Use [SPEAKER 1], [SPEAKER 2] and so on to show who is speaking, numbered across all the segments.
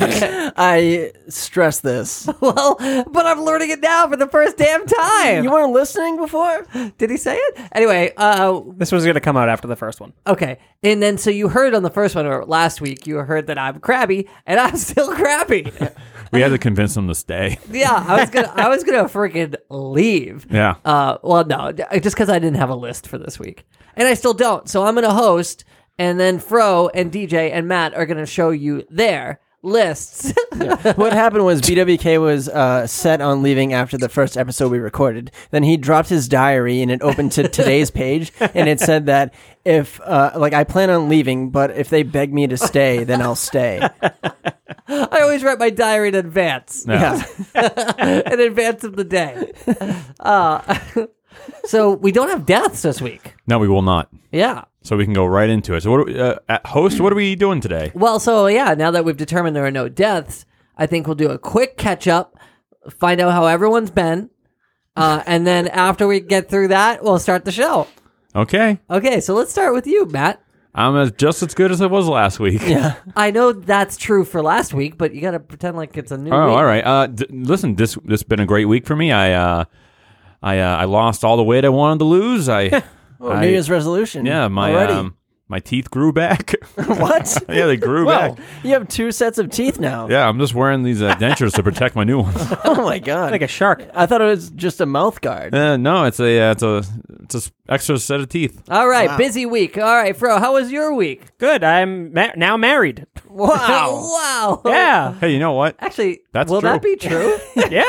[SPEAKER 1] I stress this.
[SPEAKER 2] Well, but I'm learning it now for the first damn time.
[SPEAKER 1] You weren't listening before?
[SPEAKER 2] Did he say it? Anyway, uh,
[SPEAKER 3] This was going to come out after the first one.
[SPEAKER 2] Okay. And then so you heard on the first one or last week you heard that I'm crabby and I'm still crabby.
[SPEAKER 4] We had to convince them to stay.
[SPEAKER 2] yeah, I was gonna I was gonna freaking leave.
[SPEAKER 4] Yeah.
[SPEAKER 2] Uh well no, d- just because I didn't have a list for this week. And I still don't. So I'm gonna host and then Fro and DJ and Matt are gonna show you their lists.
[SPEAKER 1] what happened was BWK was uh, set on leaving after the first episode we recorded. Then he dropped his diary and it opened to today's page and it said that if uh, like I plan on leaving, but if they beg me to stay, then I'll stay.
[SPEAKER 2] I always write my diary in advance.
[SPEAKER 4] yeah.
[SPEAKER 2] in advance of the day. Uh, so we don't have deaths this week.
[SPEAKER 4] No, we will not.
[SPEAKER 2] Yeah.
[SPEAKER 4] So we can go right into it. So, what are we, uh, at host, what are we doing today?
[SPEAKER 2] Well, so yeah, now that we've determined there are no deaths, I think we'll do a quick catch up, find out how everyone's been, uh, and then after we get through that, we'll start the show.
[SPEAKER 4] Okay,
[SPEAKER 2] Okay, so let's start with you, Matt.
[SPEAKER 4] I'm as, just as good as I was last week. Yeah.
[SPEAKER 2] I know that's true for last week, but you got to pretend like it's a new.
[SPEAKER 4] Oh,
[SPEAKER 2] week.
[SPEAKER 4] all right. Uh, d- listen, this this been a great week for me. I uh, I uh, I lost all the weight I wanted to lose. I,
[SPEAKER 1] Oh, New
[SPEAKER 4] I-
[SPEAKER 1] Year's resolution.
[SPEAKER 4] yeah, my
[SPEAKER 1] already.
[SPEAKER 4] um, my teeth grew back.
[SPEAKER 1] what?
[SPEAKER 4] yeah, they grew
[SPEAKER 1] Well,
[SPEAKER 4] back.
[SPEAKER 1] you have two sets of teeth now.
[SPEAKER 4] Yeah, I'm just wearing these uh, dentures to protect my new ones.
[SPEAKER 1] Oh my god!
[SPEAKER 3] Like a shark.
[SPEAKER 1] I thought it was just a mouth guard.
[SPEAKER 4] Uh, no, it's a uh, it's a it's a s- extra set of teeth.
[SPEAKER 2] all right, busy week. All right, Fro, how was your week?
[SPEAKER 3] Good. I'm ma- now married.
[SPEAKER 2] Wow, wow.
[SPEAKER 3] Yeah.
[SPEAKER 4] Hey, you know what?
[SPEAKER 2] Actually,
[SPEAKER 4] That's
[SPEAKER 2] will
[SPEAKER 4] true.
[SPEAKER 2] that be true?
[SPEAKER 3] Yeah.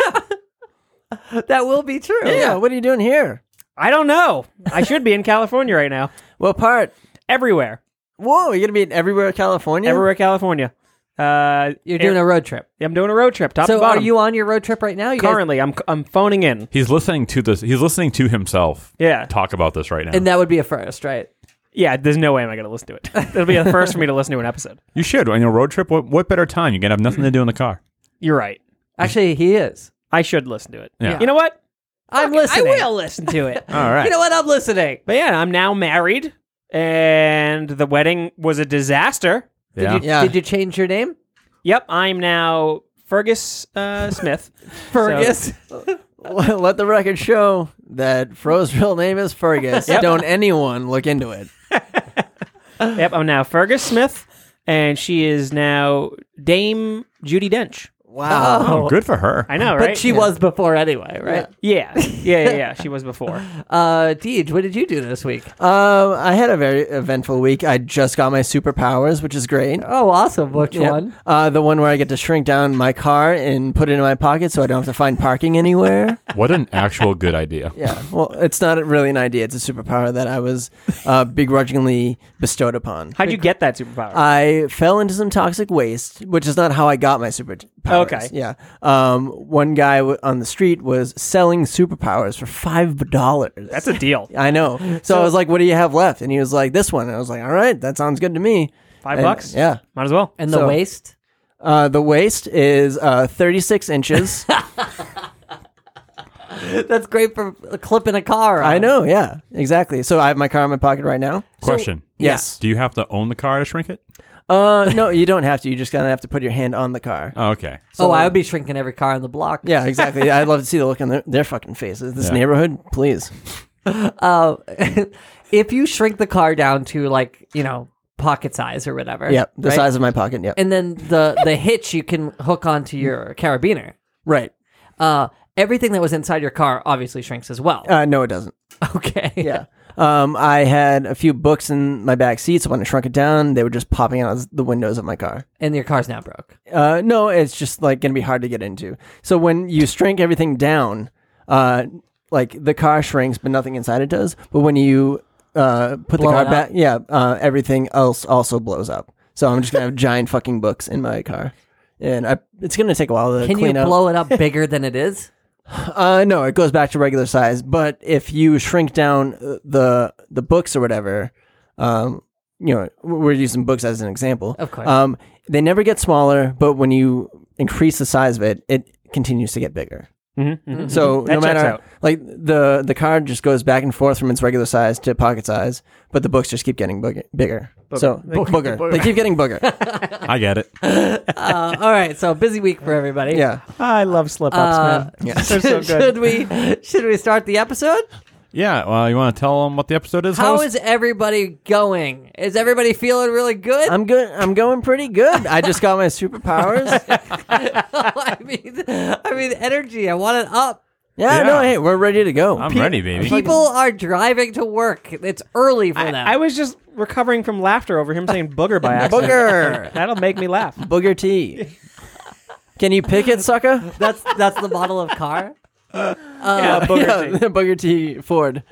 [SPEAKER 2] that will be true.
[SPEAKER 1] Yeah, what are you doing here?
[SPEAKER 3] I don't know. I should be in California right now.
[SPEAKER 1] What part?
[SPEAKER 3] Everywhere.
[SPEAKER 1] Whoa, you're gonna be in everywhere California.
[SPEAKER 3] Everywhere California. Uh,
[SPEAKER 2] You're doing a road trip.
[SPEAKER 3] I'm doing a road trip. Top to
[SPEAKER 2] So, are
[SPEAKER 3] bottom.
[SPEAKER 2] you on your road trip right now? You guys-
[SPEAKER 3] currently? I'm I'm phoning in.
[SPEAKER 4] He's listening to this. He's listening to himself.
[SPEAKER 3] Yeah.
[SPEAKER 4] Talk about this right now.
[SPEAKER 2] and that would be a first, right?
[SPEAKER 3] Yeah. There's no way am I going to listen to it. It'll be the first for me to listen to an episode.
[SPEAKER 4] you should on your road trip. What what better time? You can have nothing to do in the car.
[SPEAKER 3] You're right.
[SPEAKER 2] Actually, he is.
[SPEAKER 3] I should listen to it.
[SPEAKER 4] Yeah.
[SPEAKER 3] You know what?
[SPEAKER 2] I'm
[SPEAKER 3] Fuck it,
[SPEAKER 2] listening.
[SPEAKER 3] I will listen to it.
[SPEAKER 4] All right.
[SPEAKER 2] You know what? I'm listening.
[SPEAKER 3] but yeah, I'm now married, and the wedding was a disaster.
[SPEAKER 4] yeah.
[SPEAKER 2] Did you,
[SPEAKER 1] Yeah.
[SPEAKER 2] did you change your name?
[SPEAKER 3] Yep, I'm now Fergus uh, Smith.
[SPEAKER 2] Fergus.
[SPEAKER 1] Let the record show that Fro's real name is Fergus. Don't anyone look into it.
[SPEAKER 3] yep, I'm now Fergus Smith, and she is now Dame Judy Dench.
[SPEAKER 1] Wow.
[SPEAKER 4] Oh, good for her.
[SPEAKER 3] I know, right?
[SPEAKER 2] But she was before anyway, right?
[SPEAKER 3] yeah, yeah, yeah, yeah. She was before.
[SPEAKER 2] Uh, Deej, what did you do this week?
[SPEAKER 1] Um, I had a very eventful week. I just got my superpowers, which is great.
[SPEAKER 2] Oh, awesome. Which
[SPEAKER 1] Yep.
[SPEAKER 2] one?
[SPEAKER 1] Uh, the one where I get to shrink down my car and put it in my pocket so I don't have to find parking anywhere.
[SPEAKER 4] What an actual good idea.
[SPEAKER 1] yeah. Well, it's not really an idea. It's a superpower that I was uh, begrudgingly bestowed upon.
[SPEAKER 3] How'd you get that superpower?
[SPEAKER 1] I fell into some toxic waste, which is not how I got my superpower. superpowers.
[SPEAKER 3] Okay.
[SPEAKER 1] Yeah. Um, one guy w- on the street was selling superpowers for five dollars.
[SPEAKER 3] That's a deal.
[SPEAKER 1] I know. So, I was like, "What do you have left?" And he was like, "This one." And I was like, "All right, that sounds good to me."
[SPEAKER 3] Five
[SPEAKER 1] And-
[SPEAKER 3] bucks?
[SPEAKER 1] Yeah.
[SPEAKER 3] Might as well.
[SPEAKER 2] And the
[SPEAKER 1] So-
[SPEAKER 2] waist.
[SPEAKER 1] Uh, the waist is uh, 36 inches.
[SPEAKER 2] That's great for clipping a car.
[SPEAKER 1] I
[SPEAKER 2] on.
[SPEAKER 1] know. Yeah. Exactly. So I have my car in my pocket right now.
[SPEAKER 4] Question.
[SPEAKER 1] Yes.
[SPEAKER 4] Do you have to own the car to shrink it?
[SPEAKER 1] Uh, no, you don't have to. You just kind of have to put your hand on the car.
[SPEAKER 4] Oh, okay.
[SPEAKER 2] oh, I would be shrinking every car on the block.
[SPEAKER 1] Yeah, exactly. I'd love to see the look on their, their fucking faces. This
[SPEAKER 4] Yeah.
[SPEAKER 1] neighborhood, please.
[SPEAKER 2] Uh, if you shrink the car down to like you know pocket size or whatever.
[SPEAKER 1] Yep. The
[SPEAKER 2] right?
[SPEAKER 1] size of my pocket. Yep.
[SPEAKER 2] And then the the hitch you can hook onto your carabiner.
[SPEAKER 1] right.
[SPEAKER 2] Uh, everything that was inside your car obviously shrinks as well.
[SPEAKER 1] Uh, no, it doesn't.
[SPEAKER 2] okay.
[SPEAKER 1] Yeah. Um, I had a few books in my back seat, so when I shrunk it down, they were just popping out of the windows of my car.
[SPEAKER 2] And your car's now broke.
[SPEAKER 1] Uh, no, it's just like gonna be hard to get into. So when you shrink everything down, uh, like the car shrinks, but nothing inside it does. But when you uh, put
[SPEAKER 2] Blow it
[SPEAKER 1] the car
[SPEAKER 2] up.
[SPEAKER 1] back, yeah, uh, everything else also blows up. So I'm just gonna have giant fucking books in my car, and I, it's gonna take a while to
[SPEAKER 2] Can you
[SPEAKER 1] clean up.
[SPEAKER 2] blow it up bigger than it is?
[SPEAKER 1] uh, no, it goes back to regular size. But if you shrink down uh, the the books or whatever, um, you know, we're using books as an example.
[SPEAKER 2] Of course.
[SPEAKER 1] Um, they never get smaller, but when you increase the size of it, it continues to get bigger.
[SPEAKER 3] Mm-hmm. mm-hmm.
[SPEAKER 1] So
[SPEAKER 3] That
[SPEAKER 1] no
[SPEAKER 3] checks
[SPEAKER 1] matter
[SPEAKER 3] out.
[SPEAKER 1] like the the card just goes back and forth from its regular size to pocket size, but the books just keep getting booger, bigger. So
[SPEAKER 3] They keep-
[SPEAKER 1] booger.
[SPEAKER 3] booger.
[SPEAKER 1] they keep getting booger.
[SPEAKER 4] I get it.
[SPEAKER 2] Uh, all right. So busy week for everybody.
[SPEAKER 1] yeah.
[SPEAKER 3] I love slip ups,
[SPEAKER 2] Uh,
[SPEAKER 3] man. They're so good.
[SPEAKER 2] should we should we start the episode?
[SPEAKER 4] Yeah. Well, you want to tell them what the episode is?
[SPEAKER 2] How
[SPEAKER 4] host?
[SPEAKER 2] is everybody going? Is everybody feeling really good?
[SPEAKER 1] I'm good. I'm going pretty good. I just got my superpowers.
[SPEAKER 2] I mean, I mean, energy. I want it up.
[SPEAKER 1] Yeah,
[SPEAKER 4] Yeah.
[SPEAKER 1] no, hey, we're ready to go.
[SPEAKER 4] I'm
[SPEAKER 1] Pe-
[SPEAKER 4] ready, baby.
[SPEAKER 2] People are driving to work. It's early for them.
[SPEAKER 3] I, I was just recovering from laughter over him saying booger by accident.
[SPEAKER 1] Booger.
[SPEAKER 3] That'll make me laugh.
[SPEAKER 1] Booger T. Can you pick it, sucker?
[SPEAKER 2] that's that's the model of car.
[SPEAKER 3] Uh, yeah, booger
[SPEAKER 1] Yeah,
[SPEAKER 3] T.
[SPEAKER 1] Booger T Ford.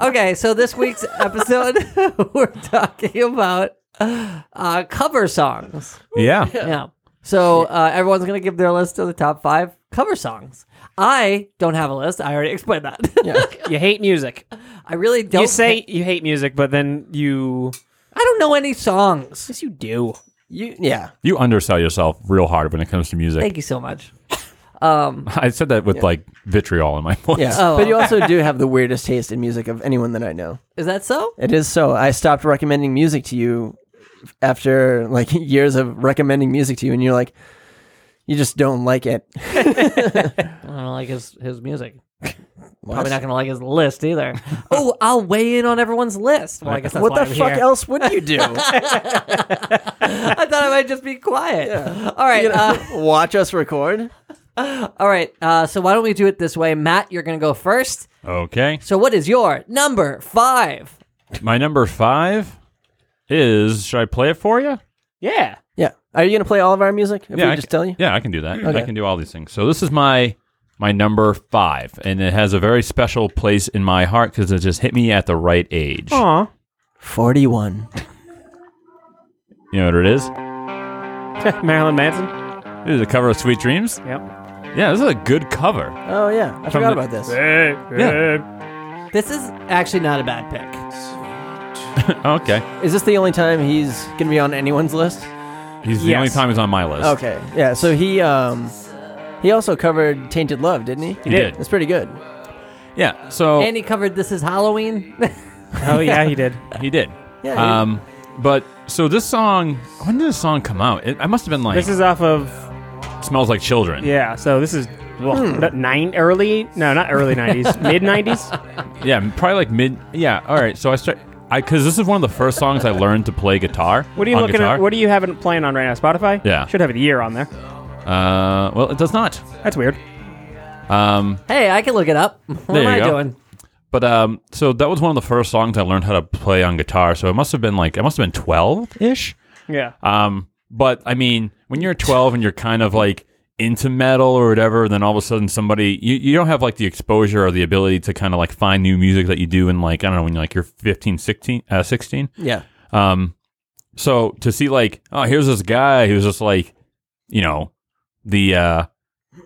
[SPEAKER 2] Okay, so this week's episode, we're talking about uh, cover songs.
[SPEAKER 4] yeah.
[SPEAKER 2] Yeah. So uh, everyone's gonna give their list of the top five cover songs. I don't have a list. I already explained that.
[SPEAKER 3] You hate music.
[SPEAKER 2] I really don't.
[SPEAKER 3] you say
[SPEAKER 2] ca-
[SPEAKER 3] you hate music, but then you.
[SPEAKER 2] I don't know any songs.
[SPEAKER 3] Yes, you do.
[SPEAKER 1] You yeah.
[SPEAKER 4] You undersell yourself real hard when it comes to music.
[SPEAKER 2] Thank you so much. Um,
[SPEAKER 4] I said that with like vitriol in my voice.
[SPEAKER 1] Yeah.
[SPEAKER 2] Oh,
[SPEAKER 1] but you also do have the weirdest taste in music of anyone that I know.
[SPEAKER 2] is that so?
[SPEAKER 1] It is so. I stopped recommending music to you after like years of recommending music to you, and you're like, you just don't like it.
[SPEAKER 2] I don't like his his music.
[SPEAKER 1] What?
[SPEAKER 2] Probably not gonna like his list either. oh, I'll weigh in on everyone's list. Well, I guess that's
[SPEAKER 1] what
[SPEAKER 2] why
[SPEAKER 1] the
[SPEAKER 2] I'm
[SPEAKER 1] fuck
[SPEAKER 2] here.
[SPEAKER 1] else would you do?
[SPEAKER 2] I thought I might just be quiet. All right.
[SPEAKER 1] You
[SPEAKER 2] uh,
[SPEAKER 1] know, watch us record.
[SPEAKER 2] all right. Uh, so why don't we do it this way, Matt? You're gonna go first.
[SPEAKER 4] Okay.
[SPEAKER 2] So what is your number five?
[SPEAKER 4] My number five is. Should I play it for you?
[SPEAKER 3] Yeah.
[SPEAKER 1] Yeah. Are you gonna play all of our music? If we
[SPEAKER 4] I
[SPEAKER 1] just
[SPEAKER 4] ca-
[SPEAKER 1] tell you.
[SPEAKER 4] Yeah, I can do that. I can do all these things. So this is my my number five, and it has a very special place in my heart because it just hit me at the right age.
[SPEAKER 3] Aw.
[SPEAKER 1] Forty-one.
[SPEAKER 4] You know what it is?
[SPEAKER 3] Marilyn Manson.
[SPEAKER 4] It is a cover of Sweet Dreams.
[SPEAKER 3] Yep.
[SPEAKER 4] Yeah, this is a good cover.
[SPEAKER 1] Oh yeah, I forgot
[SPEAKER 4] the-
[SPEAKER 1] about this.
[SPEAKER 4] Yeah.
[SPEAKER 2] This is actually not a bad pick.
[SPEAKER 4] Okay.
[SPEAKER 1] Is this the only time he's gonna be on anyone's list?
[SPEAKER 4] He's the
[SPEAKER 3] Yes.
[SPEAKER 4] only time he's on my list.
[SPEAKER 1] Okay. Yeah. So he um he also covered Tainted Love, didn't he?
[SPEAKER 4] He did.
[SPEAKER 1] That's pretty good.
[SPEAKER 4] Yeah. So
[SPEAKER 2] And he covered this is Halloween.
[SPEAKER 3] Oh yeah, he did.
[SPEAKER 4] he did.
[SPEAKER 1] Yeah, he
[SPEAKER 4] Um, but so this song, when did this song come out? It, I must have been like
[SPEAKER 3] This is off of
[SPEAKER 4] smells like children.
[SPEAKER 3] yeah. So this is well, n- nine early. No, not early nineties. Mid nineties.
[SPEAKER 4] Yeah, probably like mid. Yeah. All right. So I start. I because this is one of the first songs I learned to play guitar.
[SPEAKER 3] What are you
[SPEAKER 4] on
[SPEAKER 3] looking
[SPEAKER 4] guitar.
[SPEAKER 3] at? What do you have it playing on right now? Spotify.
[SPEAKER 4] Yeah.
[SPEAKER 3] Should have a year on there.
[SPEAKER 4] Uh, well, it does not.
[SPEAKER 3] That's weird.
[SPEAKER 4] Um,
[SPEAKER 2] hey, I can look it up. What
[SPEAKER 4] There
[SPEAKER 2] am I
[SPEAKER 4] you go.
[SPEAKER 2] doing?
[SPEAKER 4] but um, so that was one of the first songs I learned how to play on guitar. So it must have been like I must have been twelve ish.
[SPEAKER 3] Yeah.
[SPEAKER 4] Um, but I mean, when you're 12 and you're kind of like into metal or whatever, then all of a sudden somebody you, you don't have like the exposure or the ability to kind of like find new music that you do in like I don't know when you're like you're 15, 16, uh, 16.
[SPEAKER 1] Yeah.
[SPEAKER 4] Um, so to see like oh here's this guy who's just like you know the uh,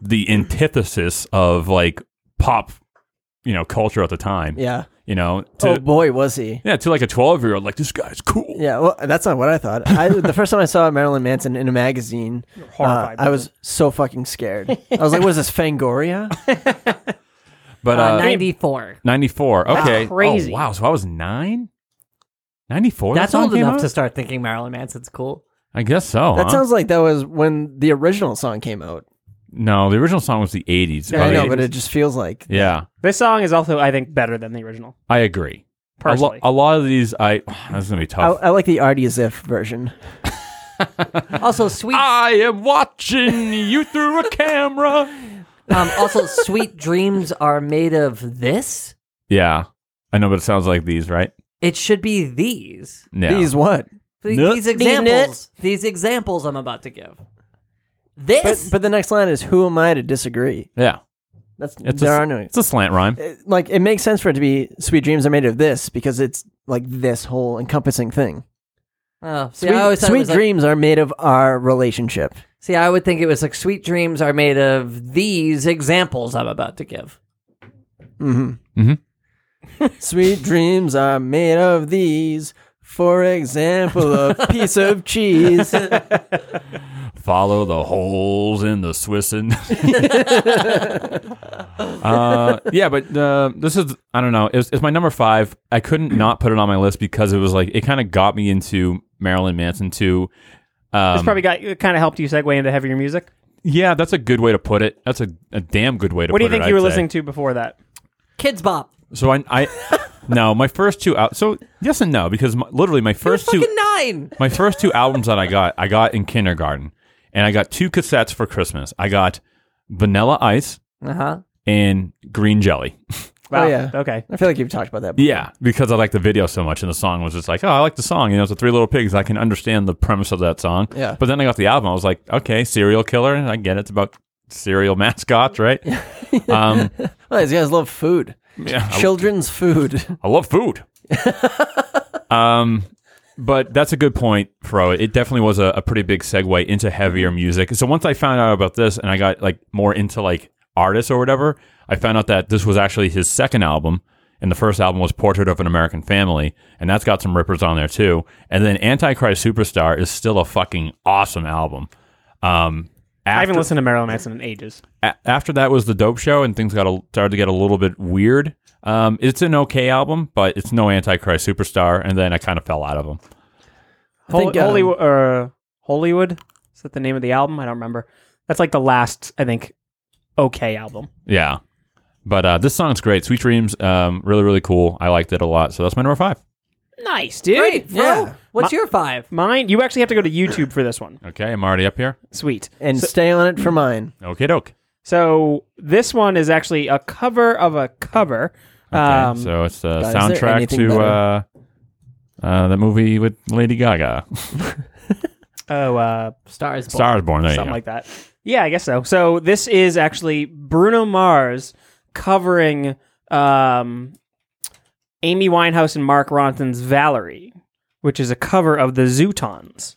[SPEAKER 4] the antithesis of like pop, you know, culture at the time.
[SPEAKER 1] Yeah.
[SPEAKER 4] You know, to,
[SPEAKER 1] oh boy, was he.
[SPEAKER 4] yeah, to like a twelve year old, like this guy's cool.
[SPEAKER 1] Yeah, well, that's not what I thought. I, the first time I saw Marilyn Manson in a magazine, uh,
[SPEAKER 3] horrified by
[SPEAKER 1] I was so fucking scared. I was like, "What is this, Fangoria?"
[SPEAKER 4] But
[SPEAKER 2] Uh,
[SPEAKER 4] uh,
[SPEAKER 2] 94.
[SPEAKER 4] ninety four. Okay,
[SPEAKER 3] crazy.
[SPEAKER 4] Oh, wow, so I was nine. Ninety four.
[SPEAKER 2] That's old enough to start thinking Marilyn Manson's cool.
[SPEAKER 4] I guess so.
[SPEAKER 1] That
[SPEAKER 4] huh?
[SPEAKER 1] sounds like that was when the original song came out.
[SPEAKER 4] No, the original song was the eighties.
[SPEAKER 3] Yeah,
[SPEAKER 1] I
[SPEAKER 3] Right.
[SPEAKER 1] know, but it just feels like
[SPEAKER 4] yeah,
[SPEAKER 3] This song is also, I think, better than the original.
[SPEAKER 4] I agree. A, lo-
[SPEAKER 3] Personally,
[SPEAKER 4] a lot of these, I this is gonna be
[SPEAKER 1] I,
[SPEAKER 4] tough.
[SPEAKER 1] I like the Artie as if version.
[SPEAKER 2] Also, sweet.
[SPEAKER 4] I am watching you through a camera.
[SPEAKER 2] Um, also, sweet dreams are made of this.
[SPEAKER 4] Yeah, I know, but it sounds like these, right?
[SPEAKER 2] It should be these.
[SPEAKER 4] Yeah.
[SPEAKER 1] These what?
[SPEAKER 2] Th-
[SPEAKER 4] Nut.
[SPEAKER 2] These examples. These examples I'm about to give.
[SPEAKER 1] But,
[SPEAKER 2] This.
[SPEAKER 1] but the next line is, "Who am I to disagree?"
[SPEAKER 4] Yeah.
[SPEAKER 1] That's
[SPEAKER 4] It's
[SPEAKER 1] there
[SPEAKER 4] a,
[SPEAKER 1] are no.
[SPEAKER 4] It's a slant rhyme.
[SPEAKER 1] it- uh, like it makes sense for it to be "Sweet Dreams Are Made of This" because it's like this whole encompassing thing.
[SPEAKER 2] oh, see,
[SPEAKER 1] Sweet,
[SPEAKER 2] I always thought it
[SPEAKER 1] sweet
[SPEAKER 2] was like-
[SPEAKER 1] dreams are made of our relationship.
[SPEAKER 2] see, I would think it was like sweet dreams are made of these examples I'm about to give.
[SPEAKER 1] Sweet dreams are made of these. For example, a piece of cheese.
[SPEAKER 4] Follow the holes in the Swiss and. uh, yeah, but uh, this is I don't know. It's, it's my number five. I couldn't not put it on my list because it was like it kind of got me into Marilyn Manson too.
[SPEAKER 3] it's probably got it kind of helped you segue into heavier music.
[SPEAKER 4] Yeah, that's a good way to put it. That's a, a damn good way to.
[SPEAKER 3] What do you
[SPEAKER 4] put it,
[SPEAKER 3] think you were
[SPEAKER 4] I'd say.
[SPEAKER 3] listening to before that?
[SPEAKER 2] Kids Bop.
[SPEAKER 4] So I, I no, my first two out. So yes and no, because my, literally my
[SPEAKER 2] There's
[SPEAKER 4] first two,
[SPEAKER 2] fucking nine.
[SPEAKER 4] my first two albums that I got, I got in kindergarten, and I got two cassettes for Christmas. I got Vanilla Ice
[SPEAKER 2] Uh huh.
[SPEAKER 4] and Green Jelly.
[SPEAKER 3] Wow.
[SPEAKER 1] yeah.
[SPEAKER 3] Okay.
[SPEAKER 1] I feel like you've talked about that.
[SPEAKER 4] Yeah, because I liked the video so much, and the song was just like, oh, I like the song. You know, it's the Three Little Pigs. I can understand the premise of that song.
[SPEAKER 1] Yeah.
[SPEAKER 4] But then I got the album. I was like, okay, serial killer. I get it. It's about serial mascots, right? um,
[SPEAKER 1] Well, Oh, these guys love food.
[SPEAKER 4] yeah, I-
[SPEAKER 1] Children's food.
[SPEAKER 4] I love food. um, but that's a good point, Fro. It definitely was a, a pretty big segue into heavier music. So once I found out about this and I got like more into like artists or whatever, I found out that this was actually his second album. And the first album was Portrait of an American Family, and that's got some rippers on there too. And then Antichrist Superstar is still a fucking awesome album. Um,
[SPEAKER 3] I haven't
[SPEAKER 4] after-
[SPEAKER 3] listened to Marilyn Manson in ages.
[SPEAKER 4] a- after that was the dope show and things got a, started to get a little bit weird um, it's an okay album but it's no antichrist superstar and then i kind of fell out of them
[SPEAKER 3] Hol-
[SPEAKER 1] think, um,
[SPEAKER 3] Hollywood, or Hollywood is that the name of the album? I don't remember. That's like the last, I think, okay album.
[SPEAKER 4] yeah but uh, this song's great sweet dreams um, really really cool i liked it a lot so that's my number five
[SPEAKER 3] Nice, dude.
[SPEAKER 2] Great, bro.
[SPEAKER 1] yeah.
[SPEAKER 2] What's your five?
[SPEAKER 3] Mine. You actually have to go to YouTube for this one.
[SPEAKER 4] okay i'm already up here
[SPEAKER 3] Sweet.
[SPEAKER 1] And stay on it for mine.
[SPEAKER 4] okay doke
[SPEAKER 3] So this one is actually a cover of a cover.
[SPEAKER 4] okay,
[SPEAKER 3] Um,
[SPEAKER 4] so it's the
[SPEAKER 1] is there
[SPEAKER 4] soundtrack
[SPEAKER 1] anything
[SPEAKER 4] to
[SPEAKER 1] better?
[SPEAKER 4] uh, uh, the movie with lady gaga
[SPEAKER 3] oh, uh,
[SPEAKER 2] Stars. Born.
[SPEAKER 4] stars born there you
[SPEAKER 3] something
[SPEAKER 4] go.
[SPEAKER 3] like that. Yeah, I guess so. So this is actually Bruno Mars covering um, Amy Winehouse and Mark Ronson's "Valerie," which is a cover of the Zootons,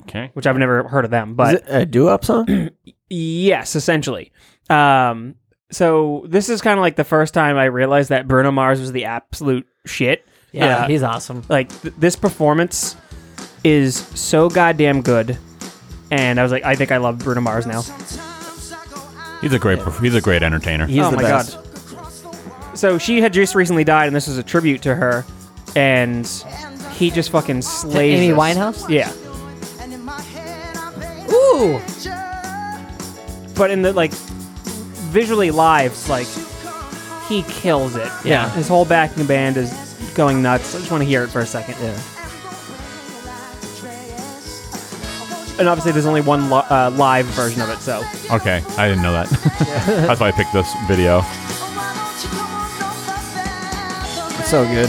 [SPEAKER 4] okay
[SPEAKER 3] which I've never heard of them. But
[SPEAKER 1] Is it a doo-wop song?
[SPEAKER 3] Yes, essentially. Um, so this is kind of like the first time I realized that Bruno Mars was the absolute shit.
[SPEAKER 2] Yeah,
[SPEAKER 3] Uh,
[SPEAKER 2] he's awesome.
[SPEAKER 3] like th- this performance is so goddamn good, and I was like, I think I love Bruno Mars now.
[SPEAKER 4] he's a great he's a great entertainer
[SPEAKER 1] He's
[SPEAKER 3] oh
[SPEAKER 1] the
[SPEAKER 3] my
[SPEAKER 1] best.
[SPEAKER 3] god! So she had just recently died, and this was a tribute to her, and he just fucking slays.
[SPEAKER 2] Amy
[SPEAKER 3] this.
[SPEAKER 2] Winehouse?
[SPEAKER 3] Yeah,
[SPEAKER 2] Ooh.
[SPEAKER 3] but in the like visually live, like he kills it.
[SPEAKER 2] Yeah.
[SPEAKER 3] his whole backing band is going nuts. I just want to hear it for a second.
[SPEAKER 1] Yeah.
[SPEAKER 3] And obviously, there's only one li- uh, live version of it, so
[SPEAKER 4] okay i didn't know that that's why i picked this video
[SPEAKER 5] Oh,
[SPEAKER 1] So good.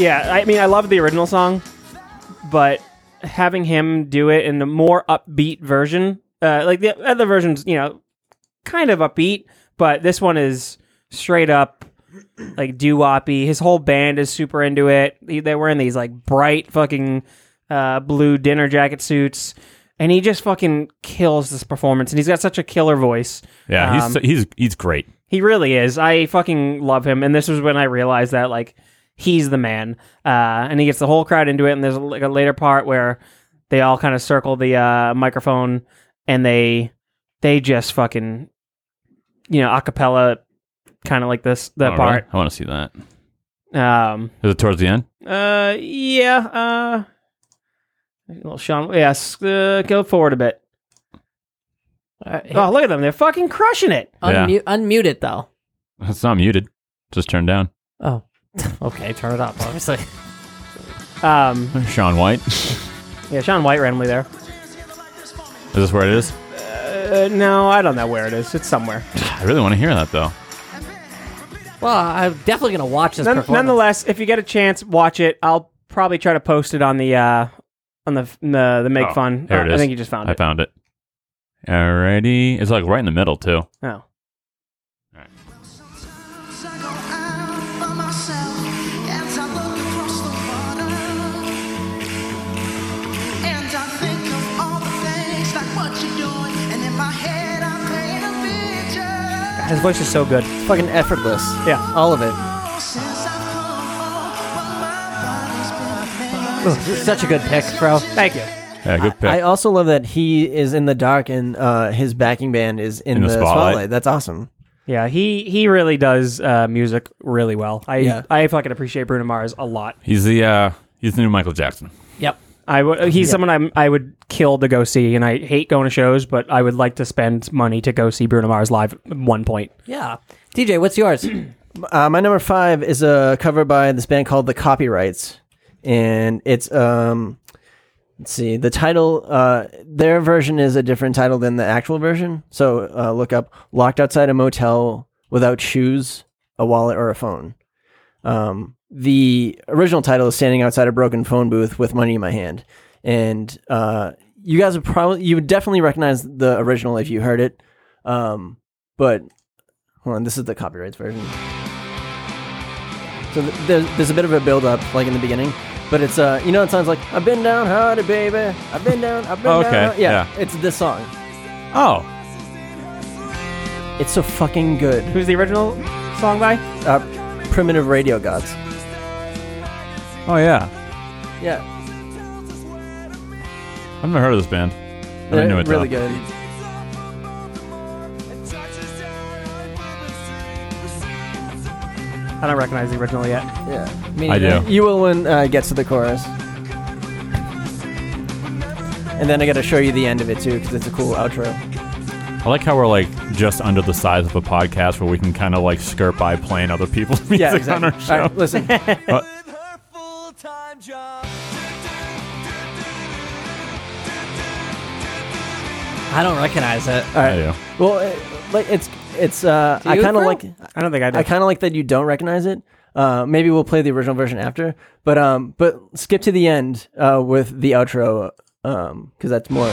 [SPEAKER 3] yeah. I mean, I love the original song, but having him do it in a more upbeat version, uh, like the other versions, you know, kind of upbeat, but this one is straight up like doo woppy. His whole band is super into it. They- They're wearing these like bright fucking uh, blue dinner jacket suits. and he just fucking kills this performance. And he's got such a killer voice.
[SPEAKER 4] Yeah, he's
[SPEAKER 3] Um,
[SPEAKER 4] so- he's he's great.
[SPEAKER 3] He really is. I fucking love him. And this was when I realized that like he's the man. Uh, and he gets the whole crowd into it. And there's like a later part where they all kind of circle the uh, microphone and they they just fucking you know acapella kind of like this that
[SPEAKER 4] All right,
[SPEAKER 3] part.
[SPEAKER 4] Oh, I want to see that.
[SPEAKER 3] Um,
[SPEAKER 4] Is it towards the end?
[SPEAKER 3] uh, yeah. Uh, little Sean. Yes. Uh, go forward a bit.
[SPEAKER 2] Uh, hit-
[SPEAKER 3] Oh, look at them. They're fucking crushing it.
[SPEAKER 4] Yeah.
[SPEAKER 2] unmute, unmute it though.
[SPEAKER 4] It's not muted. Just turned down.
[SPEAKER 2] Oh, okay. Turn it up. Obviously,
[SPEAKER 3] Um,
[SPEAKER 4] Sean White. Is
[SPEAKER 3] yeah. Sean White randomly there.
[SPEAKER 4] this where it is?
[SPEAKER 3] Uh, no, I don't know where it is. It's somewhere.
[SPEAKER 4] I really want to hear that though.
[SPEAKER 2] well, I'm definitely gonna watch this.
[SPEAKER 3] None-
[SPEAKER 2] performance.
[SPEAKER 3] nonetheless, if you get a chance, watch it. I'll probably try to post it on the uh, on the the, the make
[SPEAKER 4] Oh,
[SPEAKER 3] fun.
[SPEAKER 4] there
[SPEAKER 3] Uh,
[SPEAKER 4] it is.
[SPEAKER 3] I think you just found
[SPEAKER 4] I
[SPEAKER 3] it.
[SPEAKER 4] found it. Alrighty. It's like right in the middle too.
[SPEAKER 3] oh, his voice is so good.
[SPEAKER 1] Fucking effortless.
[SPEAKER 3] Yeah.
[SPEAKER 1] All of it.
[SPEAKER 5] Oh,
[SPEAKER 2] such a good pick, bro.
[SPEAKER 3] Thank you.
[SPEAKER 4] Yeah, good pick.
[SPEAKER 1] I also love that he is in the dark and uh, his backing band is in, the, spotlight. That's awesome.
[SPEAKER 3] Yeah, he he really does uh, music really well. I
[SPEAKER 1] Yeah.
[SPEAKER 3] I fucking appreciate Bruno Mars a lot.
[SPEAKER 4] he's the uh, he's the new Michael Jackson.
[SPEAKER 2] Yep.
[SPEAKER 3] I w- he's someone I'm, I would kill to go see, and I hate going to shows, but I would like to spend money to go see Bruno Mars live at one point.
[SPEAKER 2] Yeah. DJ, what's yours?
[SPEAKER 1] Uh, my number five is a cover by this band called The Copyrights, and it's um, let's see, the title. Uh, their version is a different title than the actual version. So uh, look up "Locked Outside a Motel Without Shoes, a Wallet, or a Phone." Um, the original title is "Standing Outside a Broken Phone Booth with Money in My Hand," and uh, you guys would probably, you would definitely recognize the original if you heard it. Um, but hold on, this is the copyrights version. So th- there's, there's a bit of a build up, like in the beginning, but it's uh, you know, it sounds like I've been down hard, baby. I've been down. I've been
[SPEAKER 4] Oh, okay,
[SPEAKER 1] down. hard." Yeah,
[SPEAKER 4] yeah.
[SPEAKER 1] it's this song.
[SPEAKER 4] Oh,
[SPEAKER 1] It's so fucking good.
[SPEAKER 3] Who's the original song by?
[SPEAKER 1] Uh, primitive radio gods.
[SPEAKER 4] oh yeah.
[SPEAKER 1] Yeah,
[SPEAKER 4] I've never heard of this band. I
[SPEAKER 1] they're
[SPEAKER 4] knew it
[SPEAKER 1] really
[SPEAKER 4] though.
[SPEAKER 1] good.
[SPEAKER 3] I don't recognize the original yet.
[SPEAKER 1] Yeah,
[SPEAKER 4] I do.
[SPEAKER 1] You will when uh, it gets to the chorus. And then I got to show you the end of it too, because it's a cool outro.
[SPEAKER 4] I like how we're like just under the size of a podcast where we can kind of like skirt by playing other people's music
[SPEAKER 1] Yeah, exactly.
[SPEAKER 4] on our show.
[SPEAKER 1] All right, listen.
[SPEAKER 2] I don't recognize it.
[SPEAKER 3] Uh,
[SPEAKER 1] All
[SPEAKER 4] I
[SPEAKER 1] right.
[SPEAKER 4] do.
[SPEAKER 1] Well, it, like it's it's uh,
[SPEAKER 2] Do
[SPEAKER 1] I
[SPEAKER 2] you,
[SPEAKER 1] kind of
[SPEAKER 2] Crow?
[SPEAKER 1] like
[SPEAKER 3] I don't think I did.
[SPEAKER 1] I kind of like that you don't recognize it. Uh, maybe we'll play the original version after, but um, but skip to the end uh, with the outro um, because that's more.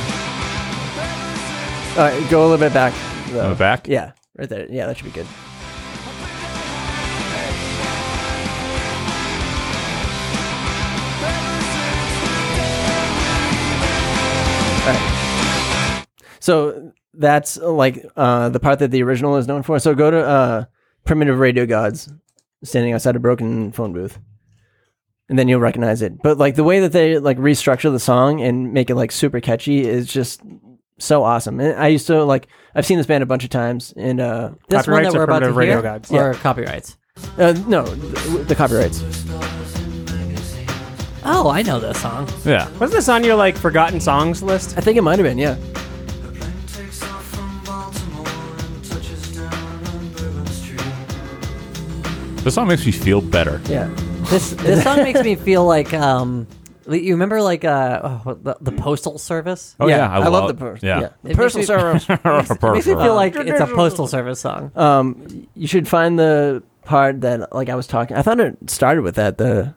[SPEAKER 1] All right, go a little bit back. though.
[SPEAKER 4] Am I back?
[SPEAKER 1] Yeah, right there. Yeah, that should be good. Alright. So that's uh, like uh, the part that the original is known for. So go to uh, Primitive Radio Gods, standing outside a broken phone booth, and then you'll recognize it. But like the way that they like restructure the song and make it like super catchy is just so awesome. And I used to like I've seen this band a bunch of times, and uh,
[SPEAKER 2] This one that
[SPEAKER 3] Copyrights or
[SPEAKER 2] we're about to
[SPEAKER 3] primitive radio
[SPEAKER 2] hear,
[SPEAKER 3] guides?
[SPEAKER 2] or copyrights?
[SPEAKER 1] uh no, the, the copyrights.
[SPEAKER 2] Oh, I know this song.
[SPEAKER 4] Yeah.
[SPEAKER 3] Wasn't this on your like forgotten songs list?
[SPEAKER 1] I think it might have been, yeah.
[SPEAKER 4] This song makes me feel better.
[SPEAKER 1] Yeah.
[SPEAKER 2] This this song makes me feel like um, you remember like uh, oh, the, the postal service.
[SPEAKER 4] Oh yeah, I,
[SPEAKER 1] love,
[SPEAKER 4] love
[SPEAKER 1] the person.
[SPEAKER 4] Yeah.
[SPEAKER 2] It makes me- It makes me
[SPEAKER 3] Uh-huh.
[SPEAKER 2] feel like it's a postal service song. Uh,
[SPEAKER 1] Um, you should find the part that like I was talking. I thought it started with that the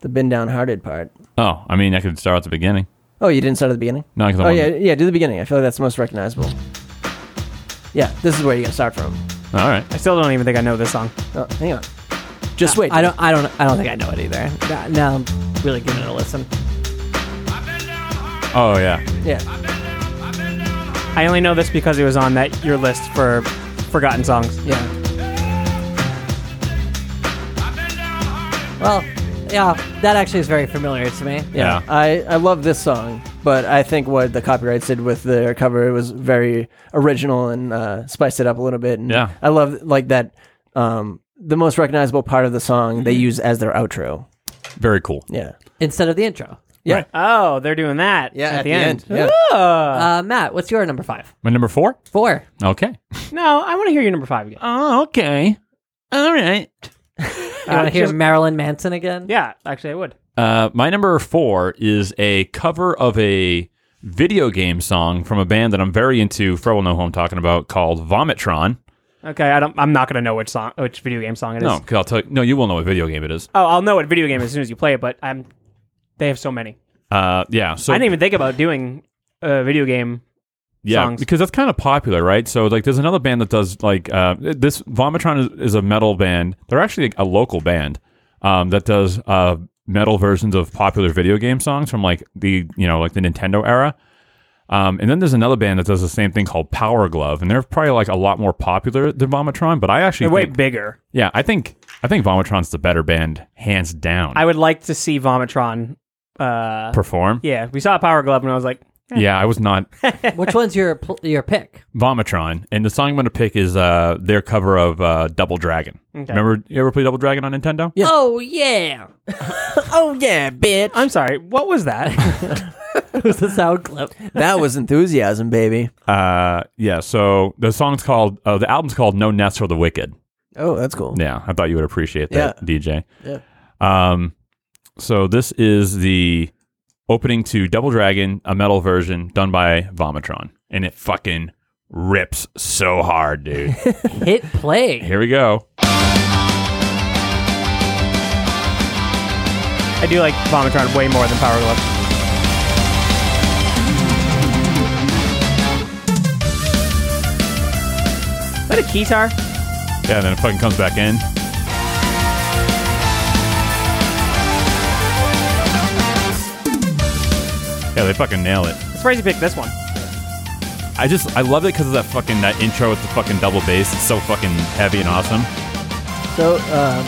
[SPEAKER 1] the been downhearted part.
[SPEAKER 4] oh, I mean, I could start at the beginning.
[SPEAKER 1] Oh, you didn't start at the beginning.
[SPEAKER 4] No, 'cause I
[SPEAKER 1] Oh yeah,
[SPEAKER 4] wanted-
[SPEAKER 1] yeah. Do the beginning. I feel like that's the most recognizable. Yeah, this is where you gotta start from.
[SPEAKER 4] All right.
[SPEAKER 3] I still don't even think I know this song.
[SPEAKER 1] Oh, hang on. Just wait.
[SPEAKER 2] I don't. I don't. I don't think I know it either. Now- Now I'm really giving it a listen.
[SPEAKER 4] Oh yeah.
[SPEAKER 1] Yeah.
[SPEAKER 3] I only know this because it was on that your list for forgotten songs.
[SPEAKER 1] Yeah.
[SPEAKER 2] Well, yeah, that actually is very familiar to me.
[SPEAKER 4] Yeah.
[SPEAKER 1] I, I love this song, but I think what the copyrights did with their cover it was very original and uh, spiced it up a little bit. And
[SPEAKER 4] Yeah.
[SPEAKER 1] I love like that. Um, the most recognizable part of the song they use as their outro.
[SPEAKER 4] Very cool.
[SPEAKER 1] Yeah.
[SPEAKER 2] Instead of the intro.
[SPEAKER 1] Yeah.
[SPEAKER 3] Oh, they're doing that.
[SPEAKER 1] Yeah,
[SPEAKER 3] at,
[SPEAKER 1] at
[SPEAKER 3] the,
[SPEAKER 1] the
[SPEAKER 3] end.
[SPEAKER 1] end, yeah.
[SPEAKER 3] Oh.
[SPEAKER 2] Uh, Matt, what's your number five?
[SPEAKER 4] My number four.
[SPEAKER 2] Four.
[SPEAKER 4] Okay.
[SPEAKER 3] no, I want to hear your number five again.
[SPEAKER 4] Oh, okay. All right.
[SPEAKER 2] You want to Uh, hear Marilyn Manson again?
[SPEAKER 3] Yeah, actually, I would.
[SPEAKER 4] Uh, my number four is a cover of a video game song from a band that I'm very into. Fred will know who I'm talking about. Called Vomitron.
[SPEAKER 3] Okay, I don't. I'm not gonna know which song, which video game song it is.
[SPEAKER 4] No, 'cause I'll tell you. No, you will know what video game it is.
[SPEAKER 3] Oh, I'll know what video game as soon as you play it. But I'm. They have so many.
[SPEAKER 4] Uh, yeah. So
[SPEAKER 3] I didn't even think about doing a video game.
[SPEAKER 4] yeah,
[SPEAKER 3] songs.
[SPEAKER 4] because that's kind of popular, right? So like, there's another band that does like uh, this. Vomitron is, is a metal band. They're actually a local band um, that does uh, metal versions of popular video game songs from like the you know like the Nintendo era. Um, and then there's another band that does the same thing called Power Glove, and they're probably like a lot more popular than Vomitron. But I actually
[SPEAKER 3] They're way
[SPEAKER 4] think-
[SPEAKER 3] bigger.
[SPEAKER 4] yeah, I think I think Vomitron's the better band, hands down.
[SPEAKER 3] I would like to see Vomitron. Uh,
[SPEAKER 4] perform.
[SPEAKER 3] yeah, we saw Power Glove, and I was like,
[SPEAKER 4] yeah, I was not
[SPEAKER 2] Which one's your pl- your pick?
[SPEAKER 4] Vomitron, and the song I'm going to pick is uh, their cover of uh, Double Dragon. Remember, you ever play Double Dragon on Nintendo? Yeah.
[SPEAKER 2] Oh yeah,
[SPEAKER 1] Oh yeah, bitch.
[SPEAKER 3] "I'm sorry, what was that?"
[SPEAKER 2] it was the sound clip.
[SPEAKER 1] that was enthusiasm, baby.
[SPEAKER 4] Uh, yeah. So the song's called, uh, the album's called No Nest for the Wicked.
[SPEAKER 1] Oh, that's cool.
[SPEAKER 4] Yeah, I thought you would appreciate that, DJ.
[SPEAKER 1] Yeah.
[SPEAKER 4] Um, so this is the opening to Double Dragon, a metal version done by Vomitron, and it fucking rips so hard, dude.
[SPEAKER 2] Hit play.
[SPEAKER 4] Here we go.
[SPEAKER 3] I do like Vomitron way more than Power Glove. Is that a keytar?
[SPEAKER 4] Yeah, and then it fucking comes back in. Yeah, they fucking nail it.
[SPEAKER 3] I'm surprised you picked this one.
[SPEAKER 4] I just I love it because of that fucking that intro with the fucking double bass. It's so fucking heavy and awesome.
[SPEAKER 1] So, um,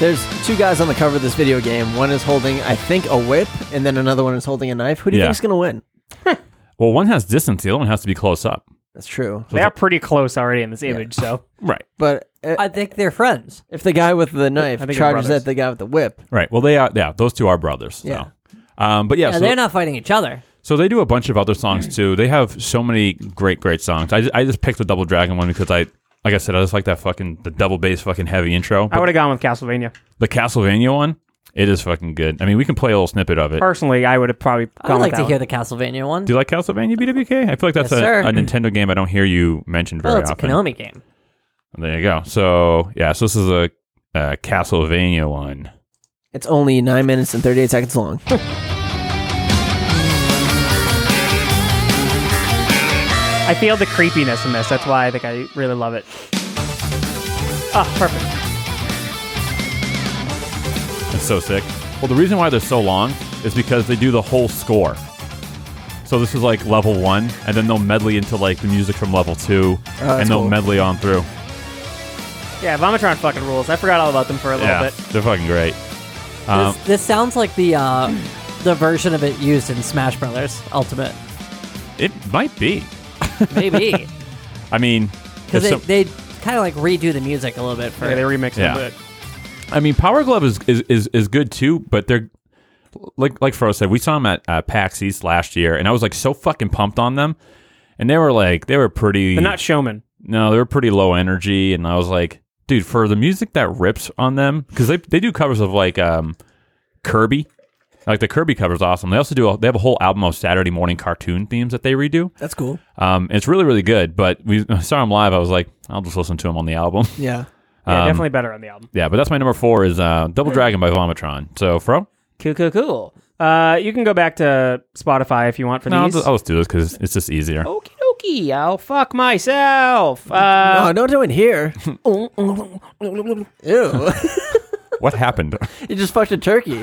[SPEAKER 1] there's two guys on the cover of this video game. One is holding, I think, a whip, and then another one is holding a knife. Who do you
[SPEAKER 4] Yeah.
[SPEAKER 1] think's gonna win?
[SPEAKER 4] Well, one has distance, the other one has to be close up.
[SPEAKER 1] That's true.
[SPEAKER 3] They are pretty close already in this image, so
[SPEAKER 4] Right,
[SPEAKER 1] But uh,
[SPEAKER 2] I think they're friends. Uh,
[SPEAKER 1] if the guy with the knife
[SPEAKER 3] think they're
[SPEAKER 1] charges
[SPEAKER 3] brothers.
[SPEAKER 1] at the guy with the whip,
[SPEAKER 4] right. Well, they are. Yeah, those two are brothers. So.
[SPEAKER 1] Yeah.
[SPEAKER 4] Um, but yeah,
[SPEAKER 2] Yeah,
[SPEAKER 4] so,
[SPEAKER 2] they're not fighting each other.
[SPEAKER 4] so they do a bunch of other songs too. They have so many great, great songs. I, ju- I just picked the Double Dragon one because I, like I said, I just like that fucking the double bass fucking heavy intro.
[SPEAKER 3] I would have gone with Castlevania.
[SPEAKER 4] The Castlevania one, it is fucking good. I mean, we can play a little snippet of it.
[SPEAKER 3] Personally, I would have probably
[SPEAKER 2] I
[SPEAKER 3] gone
[SPEAKER 2] would
[SPEAKER 3] with
[SPEAKER 2] like
[SPEAKER 3] that
[SPEAKER 2] to
[SPEAKER 3] one.
[SPEAKER 2] hear the Castlevania one.
[SPEAKER 4] Do you like Castlevania BWK? I feel like that's
[SPEAKER 2] Yes,
[SPEAKER 4] a,
[SPEAKER 2] sir.
[SPEAKER 4] a Nintendo game I don't hear you mentioned very
[SPEAKER 2] well, Oh, it's a
[SPEAKER 4] often.
[SPEAKER 2] Konami game.
[SPEAKER 4] There you go. So yeah, so this is a, uh Castlevania one.
[SPEAKER 1] it's only nine minutes and thirty-eight seconds long.
[SPEAKER 3] I feel the creepiness in this. That's why I think I really love it. Oh, perfect.
[SPEAKER 4] It's so sick. Well, the reason why they're so long is because they do the whole score. So this is like level one, and then they'll medley into like the music from level two,
[SPEAKER 2] Oh,
[SPEAKER 4] and they'll
[SPEAKER 1] cool.
[SPEAKER 4] medley on through.
[SPEAKER 3] Yeah, Vomitron fucking rules. I forgot all about them for a little
[SPEAKER 4] yeah,
[SPEAKER 3] bit.
[SPEAKER 4] they're fucking great. Um,
[SPEAKER 2] this, this sounds like the uh, the version of it used in Smash Brothers Ultimate.
[SPEAKER 4] it might be.
[SPEAKER 2] Maybe
[SPEAKER 4] I mean,
[SPEAKER 2] because
[SPEAKER 4] it's
[SPEAKER 2] they,
[SPEAKER 4] so-
[SPEAKER 2] they kind of like redo the music a little bit for.
[SPEAKER 3] Yeah, they remixed
[SPEAKER 4] Yeah.
[SPEAKER 3] it.
[SPEAKER 4] I mean, Power Glove is is, is, is good too, but they're like like Fro said, we saw them at uh, PAX East last year, and I was like so fucking pumped on them, and they were like they were pretty
[SPEAKER 3] They're not showmen.
[SPEAKER 4] no, they were pretty low energy, and I was like, dude, for the music that rips on them, because they they do covers of like um Kirby, like the Kirby cover's awesome. They also do a, they have a whole album of Saturday morning cartoon themes that they redo.
[SPEAKER 1] That's cool.
[SPEAKER 4] Um, it's really really good, but we I saw them live. I was like, I'll just listen to them on the album.
[SPEAKER 1] Yeah.
[SPEAKER 3] Yeah,
[SPEAKER 4] Um,
[SPEAKER 3] definitely better on the album.
[SPEAKER 4] yeah, but that's my number four is uh, Double Dragon by Vomitron. So Fro.
[SPEAKER 3] Cool, cool, cool. Uh, you can go back to Spotify if you want for
[SPEAKER 4] No, I'll
[SPEAKER 3] these.
[SPEAKER 4] just, I'll just do this because it's just easier.
[SPEAKER 3] Okie dokie, I'll fuck myself. Uh,
[SPEAKER 1] oh, don't do it here. Ew.
[SPEAKER 4] What happened?
[SPEAKER 1] You just fucked a turkey.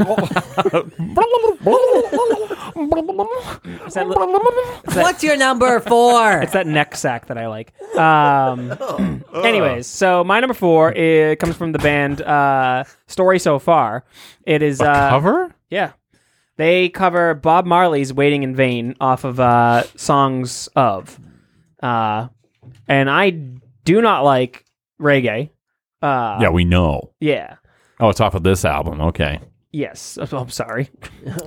[SPEAKER 3] that li-
[SPEAKER 2] What's your number four?
[SPEAKER 3] It's that neck sack that I like. Um, anyways, so my number four it comes from the band uh, Story So Far. It is uh,
[SPEAKER 4] Cover?
[SPEAKER 3] Yeah, they cover Bob Marley's "Waiting in Vain" off of uh, "Songs of," uh, and I do not like reggae. Uh,
[SPEAKER 4] yeah, we know.
[SPEAKER 3] yeah.
[SPEAKER 4] Oh, it's off of this album. Okay.
[SPEAKER 3] Yes, Oh, I'm sorry.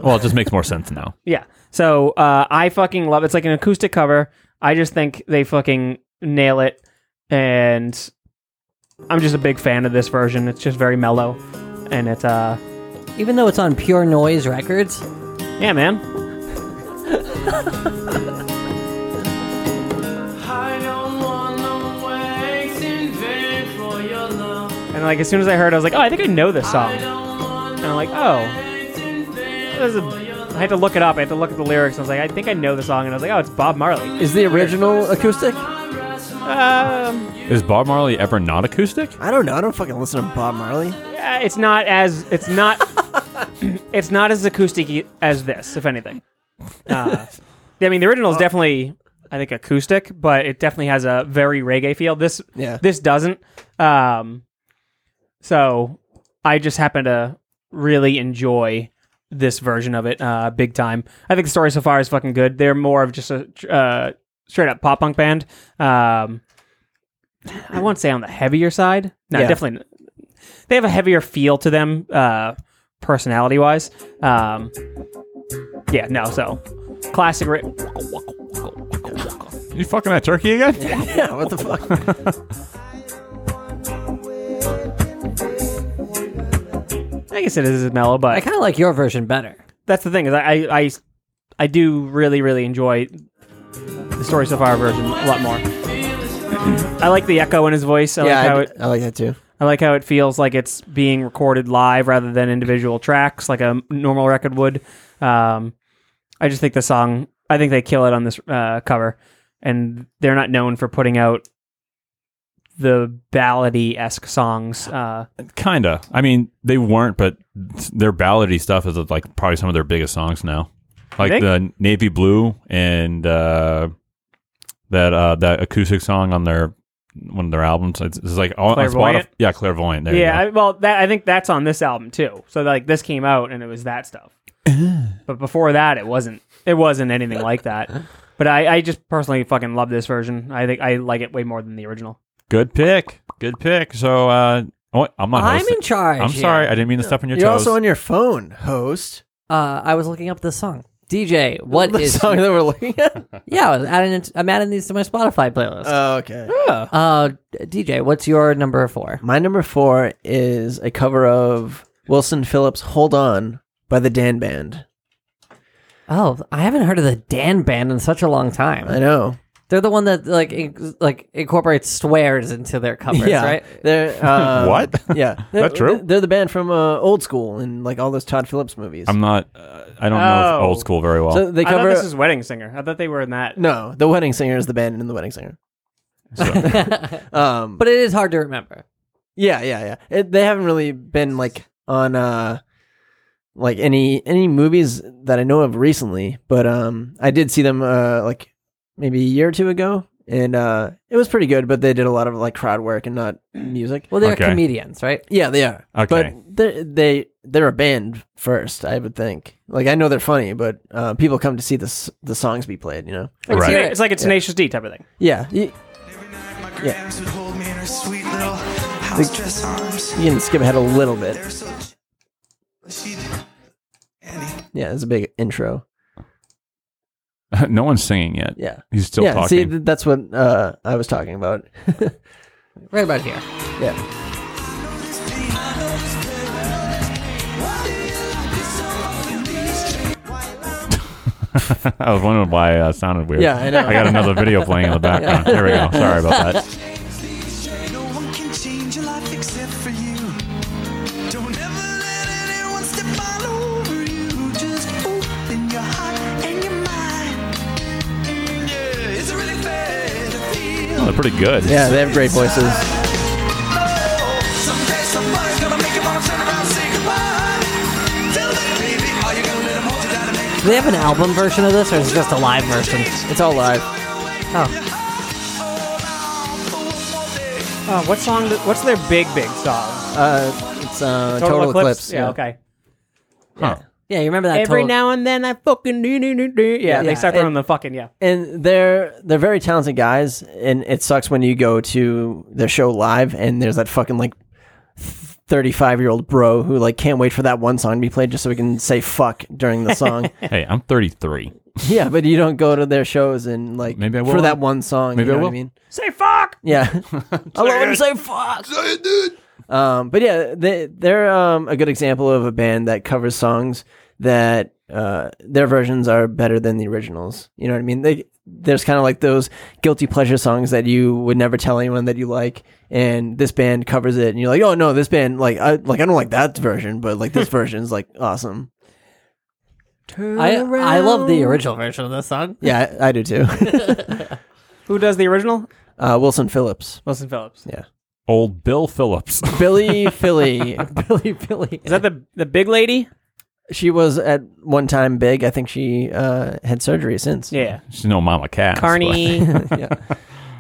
[SPEAKER 4] Well, it just makes more sense now.
[SPEAKER 3] Yeah. So uh, I fucking love. It's like an acoustic cover. I just think they fucking nail it, and I'm just a big fan of this version. It's just very mellow, and it's uh,
[SPEAKER 2] Even though it's on Pure Noise Records,
[SPEAKER 3] yeah, man. And like as soon as I heard, it, I was like, oh, I think I know this song. And I'm like, oh, this is a- I had to look it up. I had to look at the lyrics. I was like, I think I know the song. And I was like, oh, it's Bob Marley.
[SPEAKER 1] Is the original acoustic?
[SPEAKER 3] Um,
[SPEAKER 4] Is Bob Marley ever not acoustic?
[SPEAKER 1] I don't know. I don't fucking listen to Bob Marley.
[SPEAKER 3] Uh, it's not as it's not it's not as acoustic as this, if anything. Uh, I mean, the original is definitely I think acoustic, but it definitely has a very reggae feel. This
[SPEAKER 1] Yeah.
[SPEAKER 3] this doesn't. Um, so I just happen to really enjoy this version of it uh, big time. I think the story so far is fucking good. They're more of just a uh, straight up pop punk band. Um, I won't say on the heavier side. No,
[SPEAKER 1] Yeah.
[SPEAKER 3] definitely. They have a heavier feel to them, uh, personality wise. Um, yeah, no. So classic. Ra-
[SPEAKER 4] You fucking that turkey again?
[SPEAKER 1] Yeah, what the fuck?
[SPEAKER 3] I guess it is mellow, but
[SPEAKER 2] I kind of like your version better.
[SPEAKER 3] that's the thing is I, I I I do really really enjoy the story so far version a lot more. I like the echo in his voice. I like
[SPEAKER 1] yeah,
[SPEAKER 3] how
[SPEAKER 1] I,
[SPEAKER 3] it,
[SPEAKER 1] I like that too.
[SPEAKER 3] I like how it feels like it's being recorded live rather than individual tracks like a normal record would. Um, I just think the song. I think they kill it on this uh, cover, and they're not known for putting out the ballady esque songs. Uh,
[SPEAKER 4] Kinda. I mean, they weren't, but their ballady stuff is like probably some of their biggest songs now. Like
[SPEAKER 3] think?
[SPEAKER 4] the navy blue and uh, that uh, that acoustic song on their one of their albums. It's, it's like all, on Spotify.
[SPEAKER 3] Clairvoyant?
[SPEAKER 4] Yeah, clairvoyant. There
[SPEAKER 3] yeah,
[SPEAKER 4] you
[SPEAKER 3] I, well, that I think that's on this album too. So like this came out and it was that stuff. but before that, it wasn't. It wasn't anything like that. But I, I just personally fucking love this version. I think I like it way more than the original.
[SPEAKER 4] go. good pick. Good pick. So uh, oh, I'm not.
[SPEAKER 2] I'm
[SPEAKER 4] hosting.
[SPEAKER 2] in charge.
[SPEAKER 4] I'm
[SPEAKER 2] here.
[SPEAKER 4] sorry. I didn't mean to step on your
[SPEAKER 1] You're
[SPEAKER 4] toes.
[SPEAKER 1] also on your phone, host.
[SPEAKER 2] Uh, I was looking up this song. DJ, what
[SPEAKER 1] The
[SPEAKER 2] is?
[SPEAKER 1] song that we're looking at.
[SPEAKER 2] Yeah, I was adding it, I'm adding these to my Spotify playlist. Uh,
[SPEAKER 1] Oh, okay.
[SPEAKER 2] DJ, what's your number four?
[SPEAKER 1] My number four is a cover of Wilson Phillips' "Hold On" by the Dan Band.
[SPEAKER 2] Oh, I haven't heard of the Dan Band in such a long
[SPEAKER 1] I
[SPEAKER 2] time.
[SPEAKER 1] know.
[SPEAKER 2] They're the one that like in, like incorporates swears into their covers, right?
[SPEAKER 1] They're, uh,
[SPEAKER 4] What?
[SPEAKER 1] Yeah. They're-
[SPEAKER 4] That true?
[SPEAKER 1] They're, they're the band from uh, Old School and like all those Todd Phillips movies.
[SPEAKER 4] I'm not. Uh, I don't know
[SPEAKER 3] Oh.
[SPEAKER 4] if old school very well.
[SPEAKER 1] so they
[SPEAKER 3] I thought
[SPEAKER 1] cover.
[SPEAKER 3] this was Wedding Singer. I thought they were in that.
[SPEAKER 1] no, The Wedding Singer is the band in The Wedding Singer. um,
[SPEAKER 2] But it is hard to remember.
[SPEAKER 1] Yeah, yeah, yeah. It, they haven't really been like on uh like any any movies that I know of recently, but um I did see them uh like maybe a year or two ago and uh it was pretty good, but they did a lot of like crowd work and not music.
[SPEAKER 2] Well, they're
[SPEAKER 4] Okay.
[SPEAKER 2] comedians, right?
[SPEAKER 1] Yeah, they are.
[SPEAKER 4] Okay.
[SPEAKER 1] But they they they're a band first, I would think. Like I know they're funny, but uh people come to see the s- the songs be played, you know.
[SPEAKER 3] It's,
[SPEAKER 4] Right.
[SPEAKER 3] it's like a Tenacious D type of thing.
[SPEAKER 1] Yeah. You,
[SPEAKER 6] Grams would hold me in her sweet little house dress arms.
[SPEAKER 1] you can skip ahead a little bit.
[SPEAKER 6] They're so she Annie.
[SPEAKER 1] Yeah, it's a big intro.
[SPEAKER 4] no one's singing yet.
[SPEAKER 1] Yeah.
[SPEAKER 4] He's still
[SPEAKER 1] yeah,
[SPEAKER 4] talking.
[SPEAKER 1] see, th- that's what uh, I was talking about.
[SPEAKER 2] Right about here.
[SPEAKER 1] yeah,
[SPEAKER 4] I was wondering why uh, it sounded weird.
[SPEAKER 1] Yeah, I know.
[SPEAKER 4] I got another video playing in the background. There we go. Sorry about that.
[SPEAKER 6] No one can change your life except for you. Don't ever let anyone step all over you. Just open your heart and your mind. Yeah, it's really fair to feel.
[SPEAKER 4] Oh, they're pretty good.
[SPEAKER 1] yeah, they have great voices.
[SPEAKER 6] Someday somebody's Oh, gonna make it all turn around.
[SPEAKER 2] Do they have an album version of this, or is it just a live version?
[SPEAKER 1] It's all live.
[SPEAKER 3] Uh, what song? th- What's their big, big song?
[SPEAKER 1] It's uh, Total, Eclipse.
[SPEAKER 3] Yeah, okay.
[SPEAKER 4] Huh.
[SPEAKER 2] Yeah, you remember that?
[SPEAKER 3] Every
[SPEAKER 2] total-
[SPEAKER 3] now and then I fucking do, do, do, do. Yeah,
[SPEAKER 1] Yeah.
[SPEAKER 3] they start
[SPEAKER 1] And-
[SPEAKER 3] throwing the fucking, yeah.
[SPEAKER 1] and they're they're very talented guys and it sucks when you go to their show live and there's that fucking like 35 year old bro who like can't wait for that one song to be played just so we can say fuck during the song
[SPEAKER 4] Hey, I'm 33.
[SPEAKER 1] yeah but you don't go to their shows and like
[SPEAKER 4] Maybe I
[SPEAKER 1] for
[SPEAKER 4] will.
[SPEAKER 1] that one song
[SPEAKER 4] Maybe
[SPEAKER 1] you know
[SPEAKER 4] I
[SPEAKER 1] what
[SPEAKER 4] will.
[SPEAKER 1] i mean
[SPEAKER 3] Say fuck!
[SPEAKER 1] yeah i love when you say fuck um but yeah they they're um a good example of a band that covers songs that uh their versions are better than the originals you know what i mean they there's kind of like those guilty pleasure songs that you would never tell anyone that you like and this band covers it and you're like oh no this band like i like i don't like that version but like this version's like awesome
[SPEAKER 2] I I love the original version of this song.
[SPEAKER 1] yeah i, I do too
[SPEAKER 3] Who does the original?
[SPEAKER 1] uh wilson phillips
[SPEAKER 3] Wilson Phillips.
[SPEAKER 4] Old Bill Phillips.
[SPEAKER 1] billy philly
[SPEAKER 2] Billy Billy.
[SPEAKER 3] Is that the the big lady?
[SPEAKER 1] she was at one time big i think she uh had surgery since
[SPEAKER 3] Yeah.
[SPEAKER 4] She's no Mama Cat.
[SPEAKER 3] Carney.
[SPEAKER 1] yeah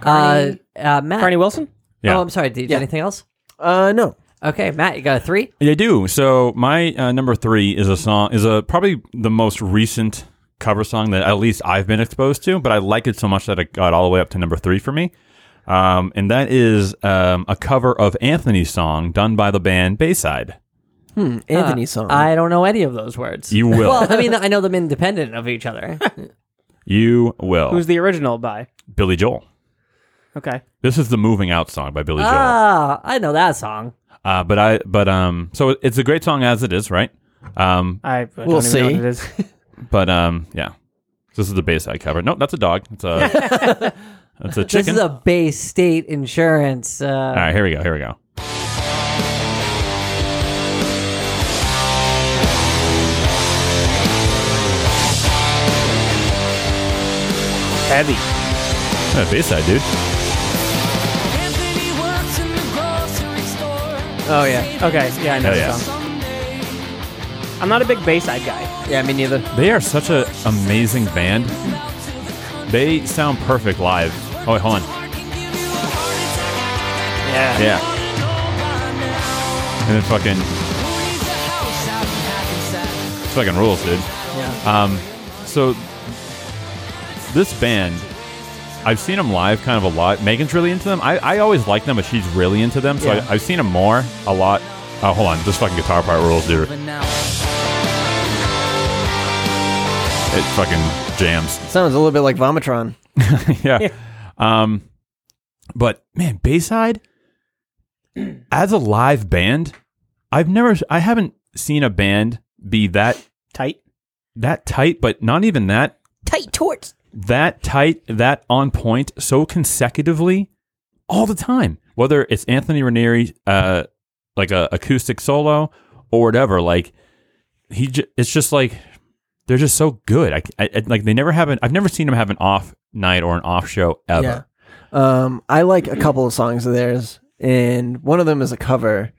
[SPEAKER 2] Uh, uh, Matt.
[SPEAKER 3] Carney Wilson?
[SPEAKER 4] Yeah.
[SPEAKER 2] Oh, I'm sorry. Did you anything else?
[SPEAKER 1] uh no
[SPEAKER 2] Okay, Matt, you got a three.
[SPEAKER 4] They do. So my uh, number three is a song is a probably the most recent cover song that at least I've been exposed to, but I like it so much that it got all the way up to number three for me. Um, and that is um, a cover of Anthony's song done by the band Bayside.
[SPEAKER 1] Anthony song.
[SPEAKER 2] Uh, I don't know any of those words.
[SPEAKER 4] You will.
[SPEAKER 2] Well, I mean, I know them independent of each other.
[SPEAKER 4] You will.
[SPEAKER 3] Who's the original by?
[SPEAKER 4] Billy Joel.
[SPEAKER 3] Okay.
[SPEAKER 4] This is the moving out song by Billy Joel.
[SPEAKER 2] ah, I know that song.
[SPEAKER 4] Uh, but I but um so it's a great song as it is, right? Um
[SPEAKER 3] I, I don't even
[SPEAKER 1] We'll
[SPEAKER 3] know
[SPEAKER 1] see.
[SPEAKER 3] what it is.
[SPEAKER 4] but um yeah. This is the Bayside cover. No, that's a dog. It's a That's a
[SPEAKER 2] This
[SPEAKER 4] chicken.
[SPEAKER 2] is a Bay State Insurance. Uh,
[SPEAKER 4] All right, here we go. Here we go.
[SPEAKER 3] Heavy.
[SPEAKER 4] Yeah, Bayside, dude.
[SPEAKER 1] oh yeah,
[SPEAKER 3] Okay. Yeah, I know
[SPEAKER 4] Hell
[SPEAKER 3] the
[SPEAKER 4] yeah.
[SPEAKER 3] song. I'm not a big Bayside guy.
[SPEAKER 1] yeah. Me neither.
[SPEAKER 4] They are such an amazing band. They sound perfect live. Oh, wait, hold on.
[SPEAKER 3] Yeah.
[SPEAKER 4] Yeah. And then fucking. It's fucking rules, dude. Yeah. Um, so, this band, I've seen them live kind of a lot. Megan's really into them. I, I always like them, but she's really into them. So,
[SPEAKER 1] Yeah.
[SPEAKER 4] I, I've seen them more a lot. Oh, hold on. This fucking guitar part rules, dude. It fucking jams.
[SPEAKER 1] Sounds a little bit like Vomitron.
[SPEAKER 4] yeah. Um, but man, Bayside as a live band, I've never, I haven't seen a band be that
[SPEAKER 3] Tight.
[SPEAKER 4] that tight, but not even that
[SPEAKER 2] Tight Torts.
[SPEAKER 4] that tight, that on point, so consecutively all the time. Whether it's Anthony Ranieri, uh, like a acoustic solo or whatever, like he, j- it's just like they're just so good. I, I, I- like they never have an. I've never seen them have an off night or an off show ever.
[SPEAKER 1] Um, I like a couple of songs of theirs, and one of them is a cover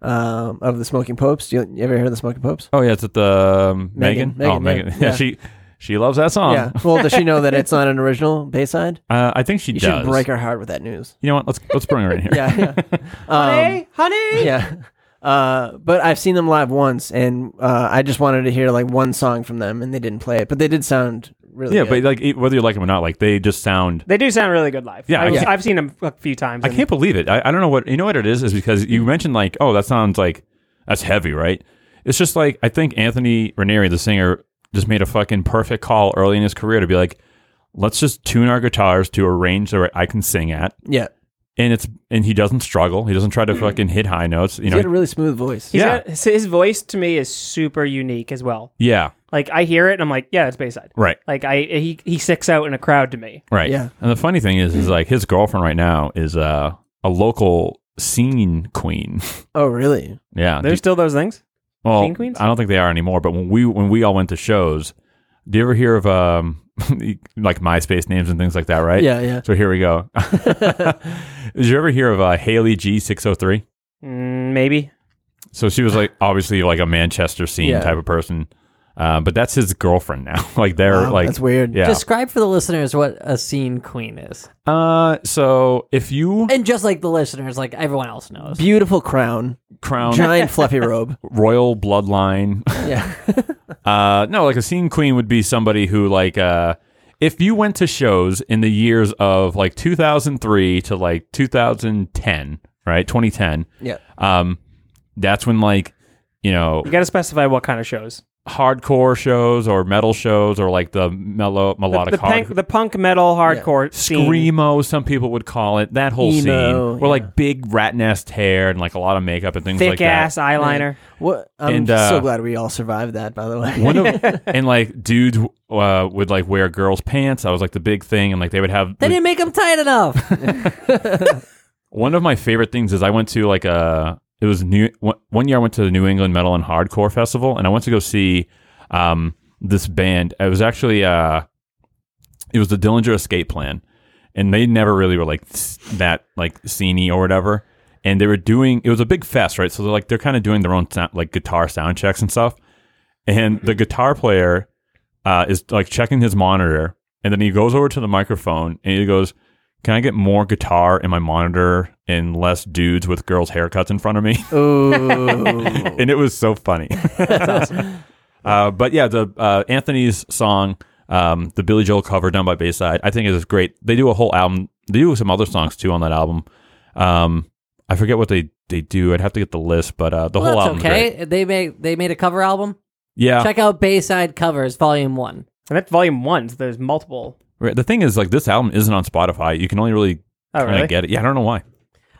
[SPEAKER 1] um, of the Smoking Popes. Do you, you ever hear the Smoking Popes?
[SPEAKER 4] Oh yeah, it's at the um,
[SPEAKER 1] Megan.
[SPEAKER 4] Megan.
[SPEAKER 1] Megan,
[SPEAKER 4] Oh Megan,
[SPEAKER 1] Megan.
[SPEAKER 4] yeah.
[SPEAKER 1] Yeah.
[SPEAKER 4] she she loves that song.
[SPEAKER 1] Yeah. Well, does she know that it's not an original Bayside?
[SPEAKER 4] Uh, I think she
[SPEAKER 1] You
[SPEAKER 4] does.
[SPEAKER 1] should break her heart with that news.
[SPEAKER 4] You know what? Let's let's bring her in here.
[SPEAKER 1] Yeah. yeah. Um,
[SPEAKER 3] Hey, honey.
[SPEAKER 1] yeah. Uh, but I've seen them live once, and uh, I just wanted to hear like one song from them, and they didn't play it, but they did sound really.
[SPEAKER 4] yeah,
[SPEAKER 1] good.
[SPEAKER 4] but like e- whether you like them or not, like they just sound.
[SPEAKER 3] They do sound really good live.
[SPEAKER 4] Yeah, I
[SPEAKER 3] I've,
[SPEAKER 4] can't-
[SPEAKER 3] I've seen them a few times.
[SPEAKER 4] I
[SPEAKER 3] and-
[SPEAKER 4] can't believe it. I, I don't know what you know what it is is because you mentioned like oh that sounds like that's heavy right? It's just like I think Anthony Ranieri the singer just made a fucking perfect call early in his career to be like let's just tune our guitars to a range that I can sing at
[SPEAKER 1] yeah,
[SPEAKER 4] and it's and he doesn't struggle he doesn't try to fucking hit high notes you
[SPEAKER 1] Mm-hmm. he
[SPEAKER 4] know
[SPEAKER 1] had a really smooth voice.
[SPEAKER 3] He's
[SPEAKER 4] Yeah.
[SPEAKER 3] got- his- his voice to me is super unique as well.
[SPEAKER 4] yeah
[SPEAKER 3] Like I hear it and I'm like, yeah, it's Bayside.
[SPEAKER 4] right
[SPEAKER 3] Like I he he sticks out in a crowd to me.
[SPEAKER 4] Right.
[SPEAKER 1] Yeah.
[SPEAKER 4] And the funny thing is, is like his girlfriend right now is uh, a local scene queen.
[SPEAKER 1] Oh, really?
[SPEAKER 4] yeah.
[SPEAKER 3] There's
[SPEAKER 4] Do-
[SPEAKER 3] still those things.
[SPEAKER 4] well,
[SPEAKER 3] scene queens?
[SPEAKER 4] I don't think they are anymore. But when we when we all went to shows, do you ever hear of um like MySpace names and things like that? Right.
[SPEAKER 1] Yeah, yeah.
[SPEAKER 4] So here we go. Did you ever hear of uh, Haley G six hundred three?
[SPEAKER 3] Mm, maybe.
[SPEAKER 4] So she was like obviously like a Manchester scene
[SPEAKER 1] Yeah.
[SPEAKER 4] type of person. Uh, but that's his girlfriend now. like they're
[SPEAKER 1] Wow,
[SPEAKER 4] like
[SPEAKER 1] that's weird.
[SPEAKER 4] Yeah.
[SPEAKER 2] Describe for the listeners what a scene queen is,
[SPEAKER 4] uh, so if you
[SPEAKER 2] and just like the listeners, like everyone else knows.
[SPEAKER 1] Beautiful crown,
[SPEAKER 4] crown
[SPEAKER 1] giant fluffy robe.
[SPEAKER 4] royal bloodline.
[SPEAKER 1] Yeah.
[SPEAKER 4] Uh, no, like a scene queen would be somebody who like uh, if you went to shows in the years of like 2003 to like 2010, right? 2010.
[SPEAKER 1] Yeah.
[SPEAKER 4] Um, that's when like you know
[SPEAKER 3] You got to specify what kind of shows.
[SPEAKER 4] hardcore shows or metal shows or like the mellow
[SPEAKER 3] The,
[SPEAKER 4] melodic
[SPEAKER 3] the
[SPEAKER 4] hard,
[SPEAKER 3] punk, the punk metal hardcore scene.
[SPEAKER 4] screamo, some people would call it that whole
[SPEAKER 1] Emo,
[SPEAKER 4] scene, where
[SPEAKER 1] yeah.
[SPEAKER 4] like big rat nest hair and like a lot of makeup and things
[SPEAKER 3] thick
[SPEAKER 4] like
[SPEAKER 3] ass
[SPEAKER 4] that.
[SPEAKER 3] eyeliner.
[SPEAKER 1] What? I'm
[SPEAKER 4] And, uh,
[SPEAKER 1] so glad we all survived that. By the way,
[SPEAKER 4] One of, and like dudes uh, would like wear girls' pants. That was like the big thing, and like they would have
[SPEAKER 2] They didn't make them tight enough.
[SPEAKER 4] One of my favorite things is I went to like a it was new one- one year I went to the New England Metal and Hardcore Festival and I went to go see um this band. It was actually uh it was the Dillinger Escape Plan and they never really were like s- that like sceney or whatever. And they were doing it was a big fest, right? So they're like they're kind of doing their own sound, like guitar sound checks and stuff. And the guitar player uh, is like checking his monitor, and then he goes over to the microphone and he goes, "Can I get more guitar in my monitor and less dudes with girls' haircuts in front of me?"
[SPEAKER 1] Ooh.
[SPEAKER 4] and it was so funny. Uh, but yeah, the uh, Anthony's song, um, the Billy Joel cover done by Bayside, I think is great. They do a whole album. They do some other songs too on that album. Um, I forget what they, they do. I'd have to get the list, but uh, the
[SPEAKER 2] Well,
[SPEAKER 4] whole
[SPEAKER 2] that's
[SPEAKER 4] album.
[SPEAKER 2] okay. They made they made a cover album.
[SPEAKER 4] Yeah.
[SPEAKER 2] Check out Bayside Covers Volume One.
[SPEAKER 3] And that's volume one. So there's multiple.
[SPEAKER 4] Right. The thing is, like, this album isn't on Spotify. You can only really
[SPEAKER 3] Oh,
[SPEAKER 4] kinda
[SPEAKER 3] really?
[SPEAKER 4] get it. Yeah, I don't know why.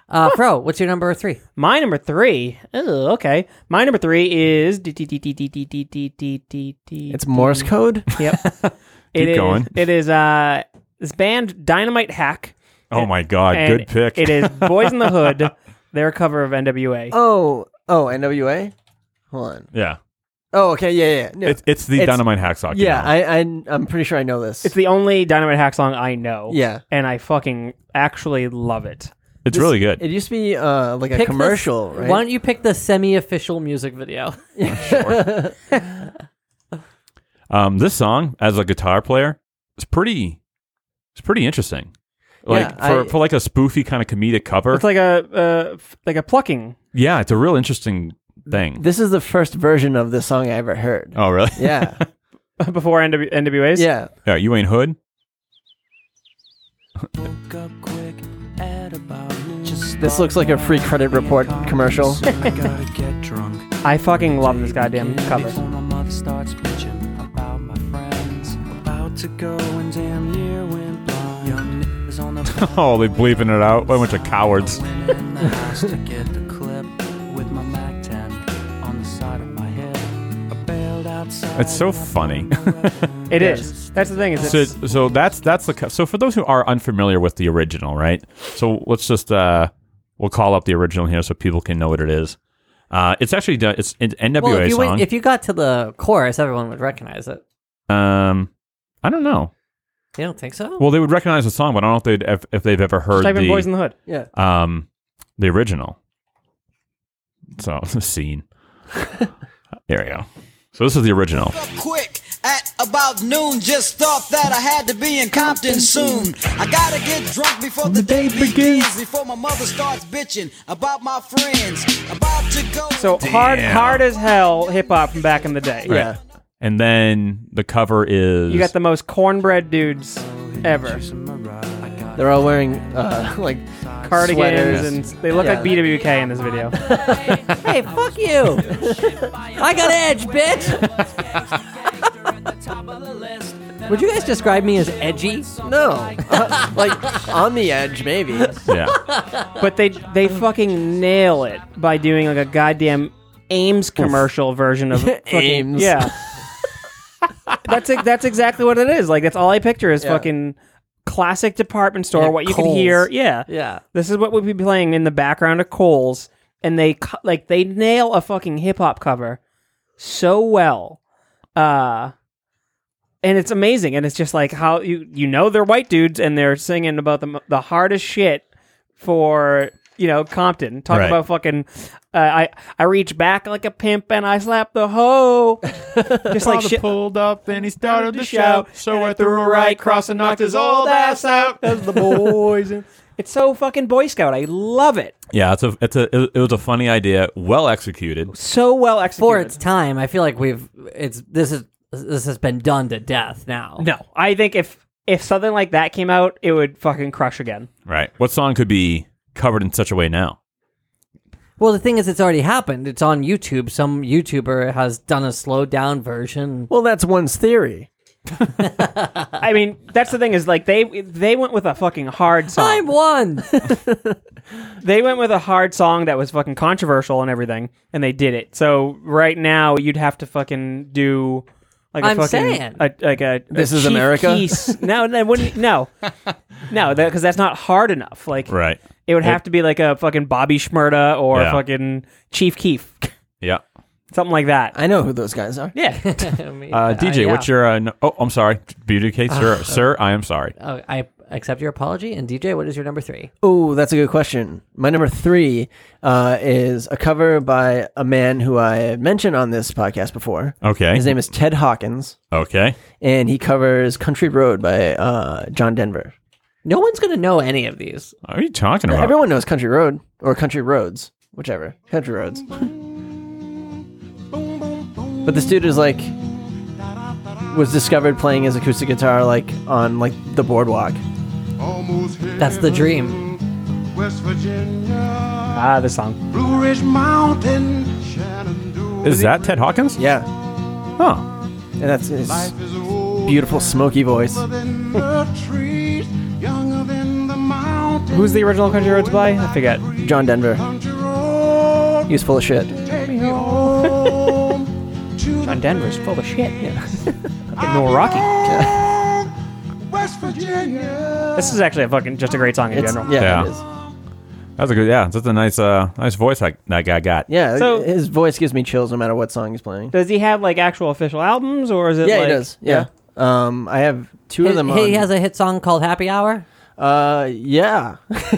[SPEAKER 2] Uh, Pro, what's your number three?
[SPEAKER 3] My number three. Oh, okay. My number three is. It's
[SPEAKER 1] it's Morse code.
[SPEAKER 3] Yep. It is-
[SPEAKER 4] going.
[SPEAKER 3] It is uh this band Dynamite Hack.
[SPEAKER 4] Oh my God.
[SPEAKER 3] and
[SPEAKER 4] Good pick.
[SPEAKER 3] It is Boys in the Hood, their cover of NWA.
[SPEAKER 1] Oh, oh, NWA. Hold on.
[SPEAKER 4] yeah.
[SPEAKER 1] Oh, okay, yeah, yeah. No.
[SPEAKER 4] It's, it's the
[SPEAKER 1] It's-
[SPEAKER 4] Dynamite Hacksaw.
[SPEAKER 1] yeah, I, I, I'm pretty sure I know this.
[SPEAKER 3] It's the only Dynamite Hack song I know.
[SPEAKER 1] Yeah.
[SPEAKER 3] And I fucking actually love it.
[SPEAKER 4] it's really good.
[SPEAKER 1] it used to be uh, like a
[SPEAKER 2] Pick this-
[SPEAKER 1] commercial, right?
[SPEAKER 2] Why don't you pick the semi-official music video?
[SPEAKER 4] Um, this song as a guitar player is pretty. It's pretty interesting. Like
[SPEAKER 1] Yeah,
[SPEAKER 4] for,
[SPEAKER 1] I-
[SPEAKER 4] for like a spoofy kind of comedic cover.
[SPEAKER 3] It's like a uh, f- like a plucking.
[SPEAKER 4] yeah, it's a real interesting thing.
[SPEAKER 1] This is the first version of this song I ever heard.
[SPEAKER 4] oh really?
[SPEAKER 1] Yeah,
[SPEAKER 3] Before NW- NWAs,
[SPEAKER 1] yeah.
[SPEAKER 4] Yeah, you ain't hood.
[SPEAKER 6] Woke up quick at about noon. Just
[SPEAKER 1] This looks like a free credit report commercial.
[SPEAKER 6] So I gotta get drunk.
[SPEAKER 3] I fucking love this goddamn cover.
[SPEAKER 6] Before my mother starts bitching about my friends. About to go and damn year went blind. Young niggas on the
[SPEAKER 4] Oh, they bleeping it out. What a bunch of cowards.
[SPEAKER 6] Went in the house to get the clip with my Mac 10 on the side of my hip. I bailed outside.
[SPEAKER 4] It's so funny.
[SPEAKER 3] It is. That's the thing. Is
[SPEAKER 4] so,
[SPEAKER 3] it's,
[SPEAKER 4] so that's that's the co- so for those who are unfamiliar with the original, right? So let's just uh, we'll call up the original here so people can know what it is. Uh, it's actually done. It's an NWA
[SPEAKER 2] well, if you
[SPEAKER 4] song.
[SPEAKER 2] went, if you got to the chorus, everyone would recognize it.
[SPEAKER 4] um, I don't know.
[SPEAKER 2] You don't think so?
[SPEAKER 4] Well, they would recognize the song, but I don't know if they'd if, if they've ever heard
[SPEAKER 3] just type in
[SPEAKER 4] the
[SPEAKER 3] Boys in the Hood.
[SPEAKER 4] um the original. So the scene. there we go. So this is the original.
[SPEAKER 7] up quick at about noon. Just thought that I had to be in Compton soon. I gotta get drunk before the day begins. Before my mother starts bitching about my friends. About to go.
[SPEAKER 3] So hard,
[SPEAKER 4] Damn.
[SPEAKER 3] hard as hell hip hop from back in the day.
[SPEAKER 1] Yeah.
[SPEAKER 4] And then the cover is
[SPEAKER 3] You got the most cornbread dudes ever.
[SPEAKER 1] They're all wearing uh, like
[SPEAKER 3] Cardigans
[SPEAKER 1] Sweaters.
[SPEAKER 3] and s- they look
[SPEAKER 1] Yeah.
[SPEAKER 3] like BWK in this video.
[SPEAKER 2] hey, fuck you! I got edge, bitch. would you guys describe me as edgy?
[SPEAKER 1] no, like on the edge maybe.
[SPEAKER 4] yeah.
[SPEAKER 3] but they they fucking nail it by doing like a goddamn Ames commercial version of fucking,
[SPEAKER 1] Ames.
[SPEAKER 3] Yeah. that's ex- that's exactly what it is. Like that's all I picture is
[SPEAKER 1] Yeah.
[SPEAKER 3] fucking classic department store.
[SPEAKER 2] Yeah,
[SPEAKER 3] what you can
[SPEAKER 2] Kohl's.
[SPEAKER 3] hear, yeah,
[SPEAKER 1] Yeah,
[SPEAKER 3] This is what we'd be playing in the background of Cole's, and they co- like they nail a fucking hip hop cover so well, uh, and it's amazing. And it's just like how you you know they're white dudes and they're singing about the m- the hardest shit for you know, Compton. Talk
[SPEAKER 4] Right.
[SPEAKER 3] about fucking. Uh, I I reach back like a pimp and I slap the hoe. Just like shit.
[SPEAKER 4] pulled up and he started
[SPEAKER 3] to shout. So I threw a right cross and knocked his old ass out. That's the boys. it's so fucking Boy Scout. I love it.
[SPEAKER 4] Yeah, it's a it's a it was a funny idea, well executed.
[SPEAKER 3] So well
[SPEAKER 2] For
[SPEAKER 3] executed.
[SPEAKER 2] its time, I feel like we've it's this is this has been done to death now.
[SPEAKER 3] no, I think if if something like that came out, it would fucking crush again.
[SPEAKER 4] Right. What song could be covered in such a way now?
[SPEAKER 2] Well, the thing is, it's already happened. It's on YouTube. Some YouTuber has done a slowed down version.
[SPEAKER 1] Well, that's one's theory.
[SPEAKER 3] I mean, that's the thing is like they they went with a fucking hard song.
[SPEAKER 2] I'm one.
[SPEAKER 3] they went with a hard song that was fucking controversial and everything, and they did it. So right now, you'd have to fucking do like a
[SPEAKER 2] I'm
[SPEAKER 3] fucking
[SPEAKER 2] saying.
[SPEAKER 3] a, like a
[SPEAKER 1] This
[SPEAKER 3] a
[SPEAKER 1] is
[SPEAKER 3] Chief
[SPEAKER 1] America?
[SPEAKER 3] Keef- No, no, it wouldn't, no, no, because that's not hard enough. Like
[SPEAKER 4] Right.
[SPEAKER 3] it would have to be like a fucking Bobby Schmerda or
[SPEAKER 4] Yeah.
[SPEAKER 3] fucking Chief Keef,
[SPEAKER 4] Yeah.
[SPEAKER 3] something like that.
[SPEAKER 1] I know who those guys are.
[SPEAKER 3] yeah,
[SPEAKER 4] Uh, DJ, what's your? Uh, no- oh, I'm sorry, beauty case,
[SPEAKER 1] Uh,
[SPEAKER 4] sir. sir, I am sorry.
[SPEAKER 2] Oh, I accept your apology. And DJ, what is your number three?
[SPEAKER 1] Oh, that's a good question. My number three uh, is a cover by a man who I had mentioned on this podcast before.
[SPEAKER 4] Okay.
[SPEAKER 1] His name is Ted Hawkins,
[SPEAKER 4] Okay.
[SPEAKER 1] and he covers Country Road by uh, John Denver.
[SPEAKER 2] No one's gonna know any of these.
[SPEAKER 4] What are you talking about?
[SPEAKER 1] Everyone knows Country Road or Country Roads, whichever. Country Roads. but this dude is like was discovered playing his acoustic guitar like on like the boardwalk.
[SPEAKER 5] Almost here,
[SPEAKER 2] That's the dream.
[SPEAKER 5] West Virginia,
[SPEAKER 3] ah, this song.
[SPEAKER 5] Blue Ridge Mountain, Shenandoah.
[SPEAKER 4] is that Ted Hawkins?
[SPEAKER 1] Yeah.
[SPEAKER 4] Oh,
[SPEAKER 1] And that's his
[SPEAKER 5] Life is older
[SPEAKER 1] beautiful smoky voice.
[SPEAKER 5] than the trees, younger than the mountain.
[SPEAKER 3] Who's the original Country Roads by? I forget.
[SPEAKER 1] John Denver.
[SPEAKER 5] Country road,
[SPEAKER 1] He was full of shit.
[SPEAKER 5] take me home to
[SPEAKER 3] John
[SPEAKER 5] the
[SPEAKER 3] Denver's full of shit. Yeah. fucking Milwaukee.
[SPEAKER 5] West Virginia.
[SPEAKER 3] This is actually a fucking just a great song in
[SPEAKER 1] It's,
[SPEAKER 3] general.
[SPEAKER 1] yeah,
[SPEAKER 4] Yeah.
[SPEAKER 1] it is.
[SPEAKER 4] that's a good. Yeah, that's a nice, uh, nice voice that that guy got.
[SPEAKER 1] Yeah,
[SPEAKER 3] So-
[SPEAKER 1] his voice gives me chills no matter what song he's playing.
[SPEAKER 3] Does he have like actual official albums or is it?
[SPEAKER 1] Yeah,
[SPEAKER 3] like,
[SPEAKER 1] he does. Yeah. Um, I have two of
[SPEAKER 2] He,
[SPEAKER 1] them.
[SPEAKER 2] he
[SPEAKER 1] on-
[SPEAKER 2] has a hit song called "Happy Hour."
[SPEAKER 1] Uh, yeah.
[SPEAKER 2] Let's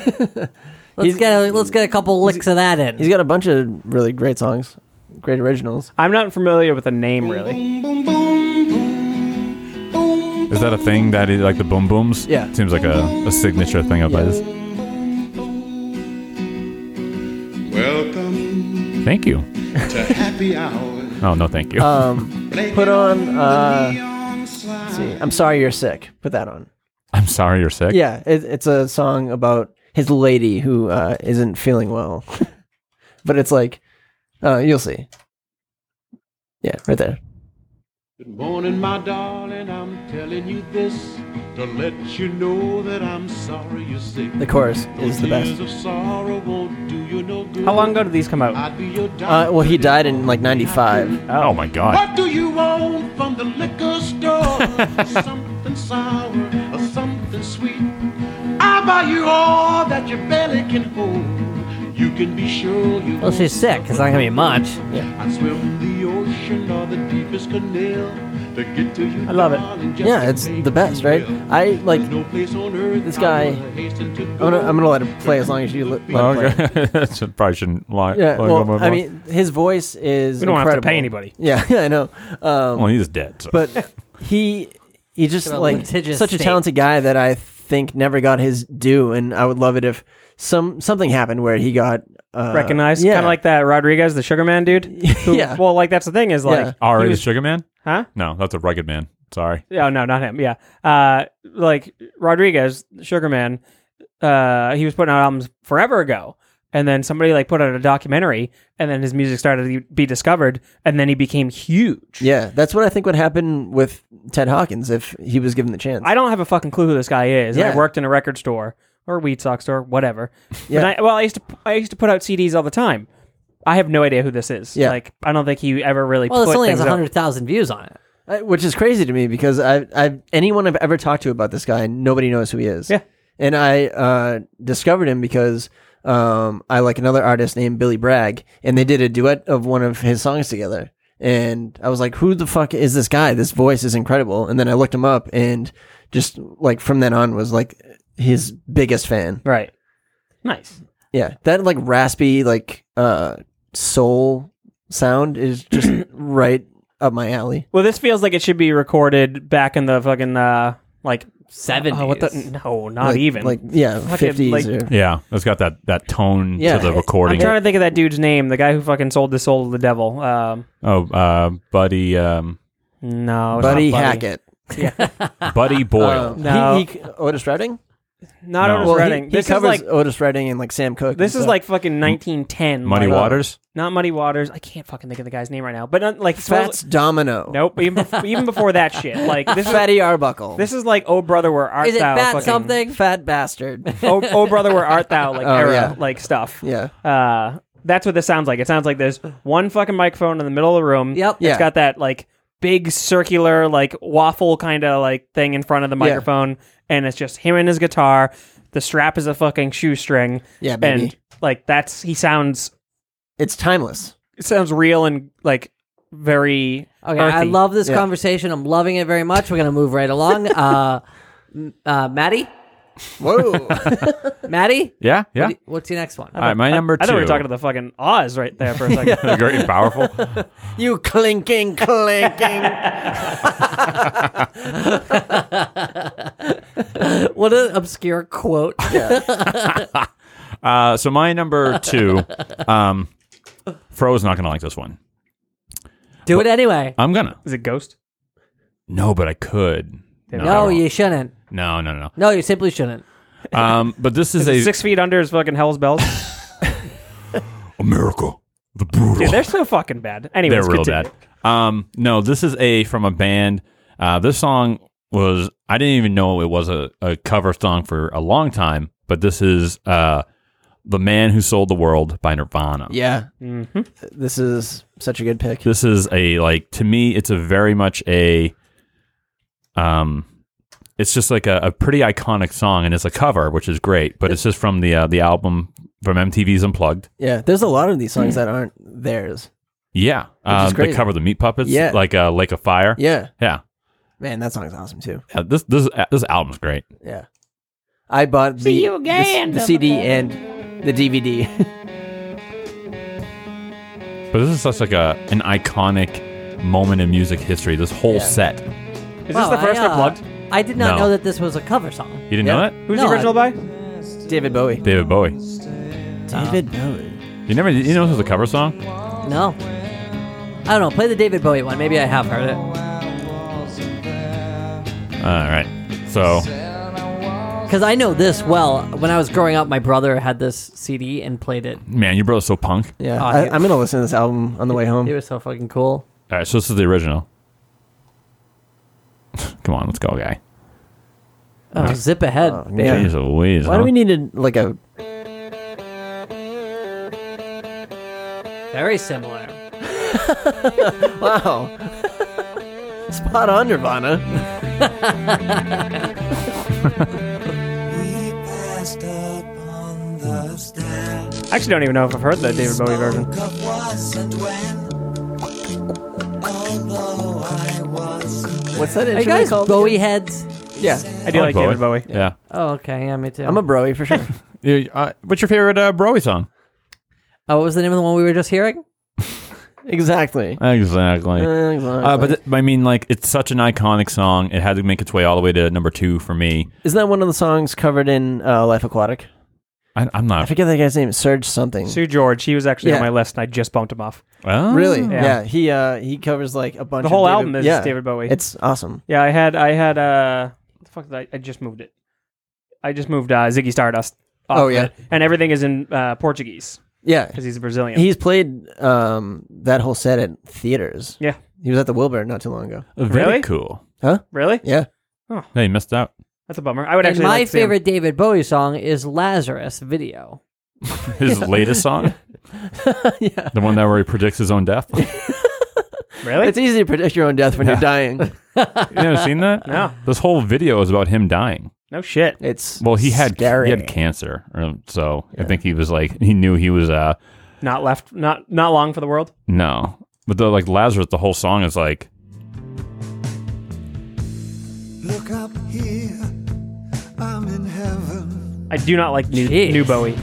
[SPEAKER 1] He's-
[SPEAKER 2] get a, let's get a couple licks of that in.
[SPEAKER 1] He's got a bunch of really great songs, great originals.
[SPEAKER 3] I'm not familiar with the name really.
[SPEAKER 4] Is that a thing that he like the boom booms?
[SPEAKER 1] Yeah.
[SPEAKER 4] Seems like a, a signature thing of his.
[SPEAKER 5] Welcome
[SPEAKER 4] Thank you.
[SPEAKER 5] to happy hour.
[SPEAKER 4] Oh no, thank you.
[SPEAKER 1] Um, put on. Uh, let's see, I'm sorry you're sick. Put that on.
[SPEAKER 4] I'm sorry you're sick.
[SPEAKER 1] Yeah, it, it's a song about his lady who uh, isn't feeling well, but it's like, uh, you'll see. Yeah, right there.
[SPEAKER 5] Good morning, my darling. I'm telling you this to let you know that I'm sorry you're sick.
[SPEAKER 1] The chorus is the
[SPEAKER 5] Tears
[SPEAKER 1] best.
[SPEAKER 5] of sorrow won't do you no good.
[SPEAKER 3] How long ago did these come out?
[SPEAKER 5] I'd be your
[SPEAKER 1] Uh,
[SPEAKER 5] doctor
[SPEAKER 1] well, he
[SPEAKER 5] if
[SPEAKER 1] died in
[SPEAKER 5] only
[SPEAKER 1] like
[SPEAKER 5] I
[SPEAKER 1] '95.
[SPEAKER 5] could.
[SPEAKER 4] Oh my god.
[SPEAKER 5] What do you want from the liquor store? something sour or something sweet. I'll buy you all that your belly can hold. You can be sure you
[SPEAKER 2] well, she's sick. It's not gonna be much.
[SPEAKER 5] I swim the ocean or the deepest canal to get to you.
[SPEAKER 3] I love it.
[SPEAKER 5] darling, just
[SPEAKER 1] Yeah,
[SPEAKER 5] to
[SPEAKER 1] it's
[SPEAKER 5] make
[SPEAKER 1] the best,
[SPEAKER 5] you
[SPEAKER 1] right?
[SPEAKER 5] well.
[SPEAKER 1] I like.
[SPEAKER 5] There's no place on earth
[SPEAKER 1] this
[SPEAKER 5] I
[SPEAKER 1] guy-
[SPEAKER 5] would hasten to
[SPEAKER 1] I'm gonna,
[SPEAKER 5] go.
[SPEAKER 1] I'm gonna let him play as long as you let, let
[SPEAKER 4] Oh,
[SPEAKER 1] him play.
[SPEAKER 4] okay. Should- Probably shouldn't lie.
[SPEAKER 1] Yeah,
[SPEAKER 4] lie about
[SPEAKER 1] well,
[SPEAKER 4] my
[SPEAKER 1] I
[SPEAKER 4] mouth.
[SPEAKER 1] mean, his voice is
[SPEAKER 3] We don't have to
[SPEAKER 1] incredible.
[SPEAKER 3] pay anybody.
[SPEAKER 1] Yeah, yeah, I know. Um,
[SPEAKER 4] well, he's dead. So.
[SPEAKER 1] but he he just
[SPEAKER 2] About
[SPEAKER 1] like
[SPEAKER 2] litigious
[SPEAKER 1] such a
[SPEAKER 2] state.
[SPEAKER 1] talented guy that I think never got his due, and I would love it if some something happened where he got uh,
[SPEAKER 3] Recognized,
[SPEAKER 1] Yeah,
[SPEAKER 3] kind of like that Rodriguez, the Sugar Man dude. Who-
[SPEAKER 1] Yeah.
[SPEAKER 3] Well, like that's the thing is like,
[SPEAKER 4] R
[SPEAKER 3] he
[SPEAKER 4] is
[SPEAKER 3] was-
[SPEAKER 4] Sugar Man?
[SPEAKER 3] huh?
[SPEAKER 4] No, that's a rugged man. Sorry.
[SPEAKER 3] Oh no, not him. Yeah. Uh, like Rodriguez, Sugar Man. Uh, he was putting out albums forever ago, and then somebody like put out a documentary, and then his music started to be discovered, and then he became huge.
[SPEAKER 1] yeah. That's what I think would happen with Ted Hawkins if he was given the chance.
[SPEAKER 3] I don't have a fucking clue who this guy is. and I
[SPEAKER 1] Yeah.
[SPEAKER 3] worked in a record store or a weed sock store, whatever.
[SPEAKER 1] Yeah.
[SPEAKER 3] But I, well, I used to I used to put out CDs all the time. I have no idea who this is.
[SPEAKER 1] Yeah.
[SPEAKER 3] Like I don't think he ever really.
[SPEAKER 2] Well,
[SPEAKER 3] put
[SPEAKER 2] this only has
[SPEAKER 3] things out.
[SPEAKER 2] hundred thousand views on it.
[SPEAKER 1] I- Uh, which is crazy to me because I, I, anyone I've ever talked to about this guy, nobody knows who he is.
[SPEAKER 3] Yeah.
[SPEAKER 1] and I uh, discovered him because um, I like another artist named Billy Bragg, and they did a duet of one of his songs together. And I was like, "Who the fuck is this guy? This voice is incredible." And then I looked him up, and just like from then on, was like his biggest fan.
[SPEAKER 3] Right. Nice.
[SPEAKER 1] Yeah, that like raspy like uh soul sound is just right up my alley.
[SPEAKER 3] Well, this feels like it should be recorded back in the fucking uh, like
[SPEAKER 2] Seventies.
[SPEAKER 3] Oh, what the? No, not
[SPEAKER 1] Like-
[SPEAKER 3] even.
[SPEAKER 1] like yeah,
[SPEAKER 3] Fucking,
[SPEAKER 1] fifties
[SPEAKER 3] like-
[SPEAKER 1] or
[SPEAKER 4] Yeah, it's got that that tone
[SPEAKER 1] Yeah.
[SPEAKER 4] to the
[SPEAKER 1] I'm
[SPEAKER 4] recording.
[SPEAKER 3] I'm trying to think of that dude's name. The guy who fucking sold the soul to the devil. Um,
[SPEAKER 4] oh, uh, buddy, um,
[SPEAKER 3] no, it's
[SPEAKER 1] Buddy
[SPEAKER 3] not
[SPEAKER 1] Hackett.
[SPEAKER 4] buddy
[SPEAKER 3] Oh,
[SPEAKER 4] Boyle.
[SPEAKER 1] Um,
[SPEAKER 3] No.
[SPEAKER 1] he, he, Otis Redding.
[SPEAKER 3] Not
[SPEAKER 4] No.
[SPEAKER 3] Otis
[SPEAKER 4] Well,
[SPEAKER 1] he-
[SPEAKER 3] Redding.
[SPEAKER 1] He,
[SPEAKER 3] this is
[SPEAKER 1] covers
[SPEAKER 3] like
[SPEAKER 1] Otis Redding and like Sam Cooke.
[SPEAKER 3] this
[SPEAKER 1] and
[SPEAKER 3] is
[SPEAKER 1] stuff.
[SPEAKER 3] like fucking 1910.
[SPEAKER 4] Muddy
[SPEAKER 3] like,
[SPEAKER 4] Waters.
[SPEAKER 3] Not Muddy Waters. I can't fucking think of the guy's name right now. But not, like
[SPEAKER 1] Fats Domino.
[SPEAKER 3] Nope. Even before, even before that shit. Like this is
[SPEAKER 1] Fatty Arbuckle.
[SPEAKER 3] this is like oh brother where art
[SPEAKER 2] Is it
[SPEAKER 3] thou?
[SPEAKER 2] Fat
[SPEAKER 3] fucking-
[SPEAKER 2] something?
[SPEAKER 1] fat bastard.
[SPEAKER 3] Oh, oh brother where art thou? Like
[SPEAKER 1] Oh,
[SPEAKER 3] era
[SPEAKER 1] yeah.
[SPEAKER 3] like stuff.
[SPEAKER 1] yeah.
[SPEAKER 3] Uh, that's what this sounds like. It sounds like there's one fucking microphone in the middle of the room.
[SPEAKER 2] Yep.
[SPEAKER 1] Yeah.
[SPEAKER 3] It's got that like big circular like waffle kind of like thing in front of the microphone, and it's just him and his guitar. The strap is a fucking shoestring.
[SPEAKER 1] Yeah, baby.
[SPEAKER 3] and like that's he sounds
[SPEAKER 1] It's timeless.
[SPEAKER 3] it sounds real and like very
[SPEAKER 2] Okay,
[SPEAKER 3] earthy.
[SPEAKER 2] I love this
[SPEAKER 1] Yeah.
[SPEAKER 2] conversation. I'm loving it very much. We're gonna move right along. Uh, m- uh, Maddie,
[SPEAKER 1] Whoa.
[SPEAKER 2] Maddie,
[SPEAKER 4] Yeah, yeah.
[SPEAKER 2] what's your next one?
[SPEAKER 4] All right, my number
[SPEAKER 3] I
[SPEAKER 4] two.
[SPEAKER 3] thought we were talking to the fucking Oz right there for a second.
[SPEAKER 4] Great and powerful.
[SPEAKER 1] you clinking, clinking.
[SPEAKER 2] What an obscure quote.
[SPEAKER 4] Uh, so my number two, um, Fro's not gonna like this one.
[SPEAKER 2] Do it anyway.
[SPEAKER 4] I'm gonna.
[SPEAKER 3] Is it Ghost?
[SPEAKER 4] No, but I could. I
[SPEAKER 2] No,
[SPEAKER 4] won't.
[SPEAKER 2] you shouldn't.
[SPEAKER 4] No, no, no.
[SPEAKER 2] No, you simply shouldn't.
[SPEAKER 4] Um, but this is, a
[SPEAKER 3] Six feet under is fucking Hell's Bells.
[SPEAKER 4] America, the brutal.
[SPEAKER 3] Dude, they're so fucking bad. Anyways,
[SPEAKER 4] They're real
[SPEAKER 3] continue.
[SPEAKER 4] bad. Um, no, this is a from a band. Uh, this song was I didn't even know it was a, a cover song for a long time, but this is uh, "The Man Who Sold the World" by Nirvana.
[SPEAKER 1] Yeah.
[SPEAKER 3] Mm-hmm.
[SPEAKER 1] This is such a good pick.
[SPEAKER 4] This is a like to me, it's a very much a um, it's just like a, a pretty iconic song, and it's a cover, which is great. But it's just from the uh, the album from MTV's Unplugged.
[SPEAKER 1] Yeah. There's a lot of these songs that aren't theirs.
[SPEAKER 4] Yeah,
[SPEAKER 1] is
[SPEAKER 4] um, they
[SPEAKER 1] crazy.
[SPEAKER 4] cover the Meat Puppets.
[SPEAKER 1] Yeah.
[SPEAKER 4] like uh, Lake of Fire.
[SPEAKER 1] Yeah.
[SPEAKER 4] yeah.
[SPEAKER 1] Man, that song's awesome too.
[SPEAKER 4] Yeah, This this uh, this album's great.
[SPEAKER 1] Yeah. I bought the, the, the CD and the DVD.
[SPEAKER 4] But this is such like a an iconic moment in music history. This whole
[SPEAKER 1] Yeah.
[SPEAKER 4] set.
[SPEAKER 3] Is this the first
[SPEAKER 2] I, uh,
[SPEAKER 3] Unplugged?
[SPEAKER 2] I did not
[SPEAKER 4] No.
[SPEAKER 2] know that this was a cover song.
[SPEAKER 4] You didn't
[SPEAKER 1] Yeah.
[SPEAKER 4] know that?
[SPEAKER 3] Who's
[SPEAKER 2] no,
[SPEAKER 3] the original by?
[SPEAKER 1] David Bowie. Um,
[SPEAKER 4] David Bowie.
[SPEAKER 1] David Bowie.
[SPEAKER 4] You never you know this was a cover song?
[SPEAKER 2] No. I don't know. Play the David Bowie one. Maybe I have heard it.
[SPEAKER 4] All right. So
[SPEAKER 2] Because I know this well. When I was growing up, my brother had this CD and played it.
[SPEAKER 4] man, your brother's so punk.
[SPEAKER 1] Yeah.
[SPEAKER 2] Oh,
[SPEAKER 1] I,
[SPEAKER 2] dude.
[SPEAKER 1] I'm going to listen to this album on the way
[SPEAKER 3] Um.
[SPEAKER 2] It
[SPEAKER 1] home.
[SPEAKER 2] was so fucking cool.
[SPEAKER 4] All right. So this is the original. Come on, let's go, guy.
[SPEAKER 2] Oh, zip ahead.
[SPEAKER 3] Uh,
[SPEAKER 1] Yeah.
[SPEAKER 4] Jeez Louise,
[SPEAKER 1] Why
[SPEAKER 4] huh?
[SPEAKER 1] do we need a, like a.
[SPEAKER 2] Very similar.
[SPEAKER 1] Wow. Spot on, Nirvana.
[SPEAKER 6] We passed upon the stack
[SPEAKER 3] I actually don't even know if I've heard the David Bowie version.
[SPEAKER 6] of was and when. Although I was
[SPEAKER 1] What's that
[SPEAKER 2] Are you
[SPEAKER 1] instrument
[SPEAKER 2] guys
[SPEAKER 1] called?
[SPEAKER 2] Bowie heads?
[SPEAKER 1] Yeah.
[SPEAKER 3] I do like David Bowie.
[SPEAKER 4] Yeah.
[SPEAKER 2] Oh, okay. Yeah, me too.
[SPEAKER 1] I'm a Browie for sure.
[SPEAKER 4] You- uh, what's your favorite uh, Bowie song?
[SPEAKER 2] oh, what was the name of the one we were just hearing?
[SPEAKER 4] Exactly.
[SPEAKER 1] exactly. Exactly.
[SPEAKER 4] Uh, but th- I mean, like, it's such an iconic song. It had to make its way all the way to number two for me.
[SPEAKER 1] Isn't that one of the songs covered in uh, Life Aquatic?
[SPEAKER 4] I, I'm
[SPEAKER 1] I
[SPEAKER 4] not.
[SPEAKER 1] forget that guy's name. Serge something.
[SPEAKER 3] Sue George, he was actually on
[SPEAKER 1] Yeah.
[SPEAKER 3] my list, and I just bumped him off.
[SPEAKER 4] Oh.
[SPEAKER 1] Really?
[SPEAKER 3] Yeah.
[SPEAKER 1] Yeah. He uh, he covers like a bunch.
[SPEAKER 3] The whole
[SPEAKER 1] of David,
[SPEAKER 3] album is
[SPEAKER 1] yeah.
[SPEAKER 3] David Bowie.
[SPEAKER 1] It's awesome.
[SPEAKER 3] yeah, I had, I had, uh, what the fuck did I, I just moved it. I just moved uh, Ziggy Stardust. Off
[SPEAKER 1] Oh,
[SPEAKER 3] of
[SPEAKER 1] yeah.
[SPEAKER 3] it. and everything is in uh, Portuguese
[SPEAKER 1] Yeah.
[SPEAKER 3] because he's a Brazilian.
[SPEAKER 1] He's played um, that whole set at theaters.
[SPEAKER 3] yeah,
[SPEAKER 1] He was at the Wilbur not too long ago.
[SPEAKER 4] Very
[SPEAKER 3] Really?
[SPEAKER 4] cool.
[SPEAKER 3] really?
[SPEAKER 1] Yeah.
[SPEAKER 4] Hey, you missed out.
[SPEAKER 3] That's a bummer. I would
[SPEAKER 2] And
[SPEAKER 3] actually.
[SPEAKER 2] my
[SPEAKER 3] like to see him.
[SPEAKER 2] favorite David Bowie song is Lazarus video.
[SPEAKER 4] His latest song?
[SPEAKER 1] yeah.
[SPEAKER 4] The one that where he predicts his own death. you
[SPEAKER 3] Really?
[SPEAKER 1] It's easy to predict your own death when you're dying.
[SPEAKER 4] never seen that?
[SPEAKER 3] No.
[SPEAKER 4] This whole video is about him dying.
[SPEAKER 3] no shit.
[SPEAKER 1] It's
[SPEAKER 4] Well, he had
[SPEAKER 1] scary.
[SPEAKER 4] he had cancer, um, so I think he was like he knew he was uh
[SPEAKER 3] Not left. Not not long for the world.
[SPEAKER 4] no. But the like Lazarus, the whole song is like
[SPEAKER 6] look up here. I'm in heaven.
[SPEAKER 3] I do not like new
[SPEAKER 2] Jeez.
[SPEAKER 3] new Bowie.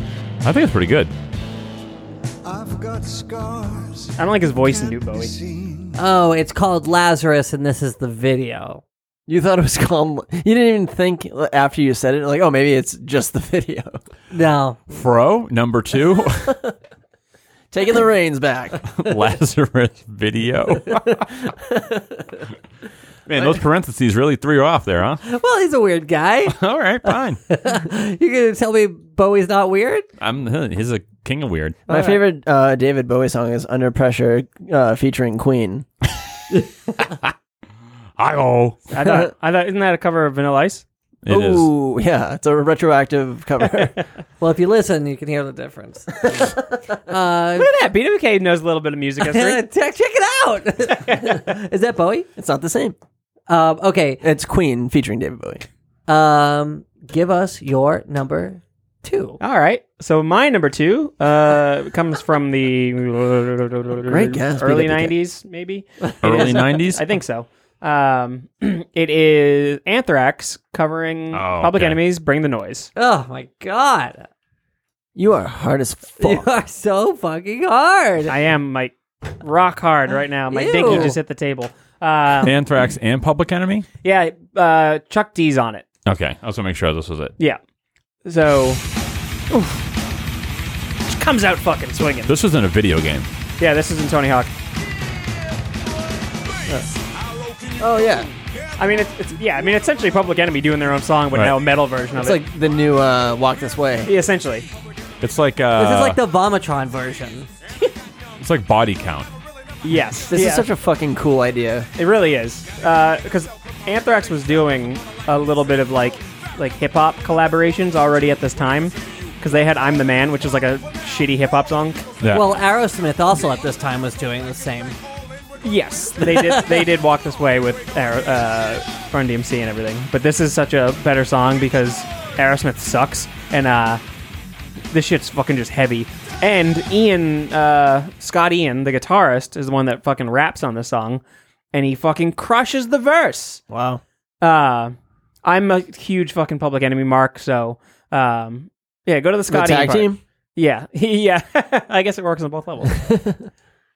[SPEAKER 4] I think it's pretty good.
[SPEAKER 6] I've got scars.
[SPEAKER 3] I don't like his voice in New Bowie.
[SPEAKER 2] Oh, it's called Lazarus, and this is the video.
[SPEAKER 1] You thought it was called. You didn't even think after you said it, like, oh, maybe it's just the video.
[SPEAKER 2] No,
[SPEAKER 4] Fro number two,
[SPEAKER 1] Taking the reins back.
[SPEAKER 4] Lazarus video. Man, those parentheses really threw you off there, huh?
[SPEAKER 2] well, he's a weird guy.
[SPEAKER 4] All right, fine.
[SPEAKER 2] you gonna tell me Bowie's not weird?
[SPEAKER 4] I'm he's a king of weird.
[SPEAKER 1] My favorite uh, David Bowie song is Under Pressure uh, featuring Queen.
[SPEAKER 4] I go.
[SPEAKER 3] I thought, I thought, isn't that a cover of Vanilla Ice?
[SPEAKER 4] It is.
[SPEAKER 1] Ooh, yeah. It's a retroactive cover.
[SPEAKER 2] Well, if you listen, you can hear the difference. uh,
[SPEAKER 3] Look at that. BWK knows a little bit of music history.
[SPEAKER 2] check, check it out. is that Bowie?
[SPEAKER 1] it's not the same.
[SPEAKER 2] Um, okay.
[SPEAKER 1] It's Queen featuring David Bowie.
[SPEAKER 2] Um, give us your number two.
[SPEAKER 3] All right. So my number two uh, comes from the Great
[SPEAKER 1] guess,
[SPEAKER 3] early
[SPEAKER 1] BWK.
[SPEAKER 3] 90s, maybe.
[SPEAKER 4] Early nineties.
[SPEAKER 3] I think so. Um, it is Anthrax covering
[SPEAKER 4] Oh,
[SPEAKER 3] Public
[SPEAKER 4] okay.
[SPEAKER 3] Enemies, Bring the Noise.
[SPEAKER 2] Oh my god,
[SPEAKER 1] You are hard as
[SPEAKER 2] you
[SPEAKER 1] fuck.
[SPEAKER 2] are so fucking hard.
[SPEAKER 3] I am like rock hard right now. My
[SPEAKER 2] Ew.
[SPEAKER 3] dinky just hit the table. Uh,
[SPEAKER 4] Anthrax and Public Enemy.
[SPEAKER 3] yeah, uh, Chuck D's on it.
[SPEAKER 4] Okay, I was gonna make sure this was it.
[SPEAKER 3] Yeah. So Oof. comes out fucking swinging.
[SPEAKER 4] This was in a video game.
[SPEAKER 3] Yeah, this isn't Tony Hawk.
[SPEAKER 1] Oh, yeah.
[SPEAKER 3] I mean, it's, it's yeah. I mean, essentially Public Enemy doing their own song, but
[SPEAKER 4] Right.
[SPEAKER 3] now a metal version of
[SPEAKER 1] It's
[SPEAKER 3] it.
[SPEAKER 1] like the new uh, Walk This Way.
[SPEAKER 3] Yeah, essentially,
[SPEAKER 4] It's like uh,
[SPEAKER 2] this is like the Vomitron version.
[SPEAKER 4] it's like body count.
[SPEAKER 3] yes.
[SPEAKER 1] This
[SPEAKER 3] Yeah.
[SPEAKER 1] is such a fucking cool idea.
[SPEAKER 3] It really is, because Anthrax was doing a little bit of like like hip hop collaborations already at this time, because they had "I'm the Man," which is like a shitty hip hop song.
[SPEAKER 4] Yeah.
[SPEAKER 2] Well, Aerosmith also at this time was doing the same.
[SPEAKER 3] Yes, they did. they did walk this way with Aer- uh, Run DMC and everything, but this is such a better song because Aerosmith sucks, and uh, this shit's fucking just heavy. And Ian, uh, Scott Ian, the guitarist, is the one that fucking raps on this song, and he fucking crushes the verse.
[SPEAKER 1] Wow.
[SPEAKER 3] uh I'm a huge fucking public enemy mark, so um yeah, go to the
[SPEAKER 1] The
[SPEAKER 3] Scotty
[SPEAKER 1] tag team?
[SPEAKER 3] Yeah. yeah. I guess it works on both levels.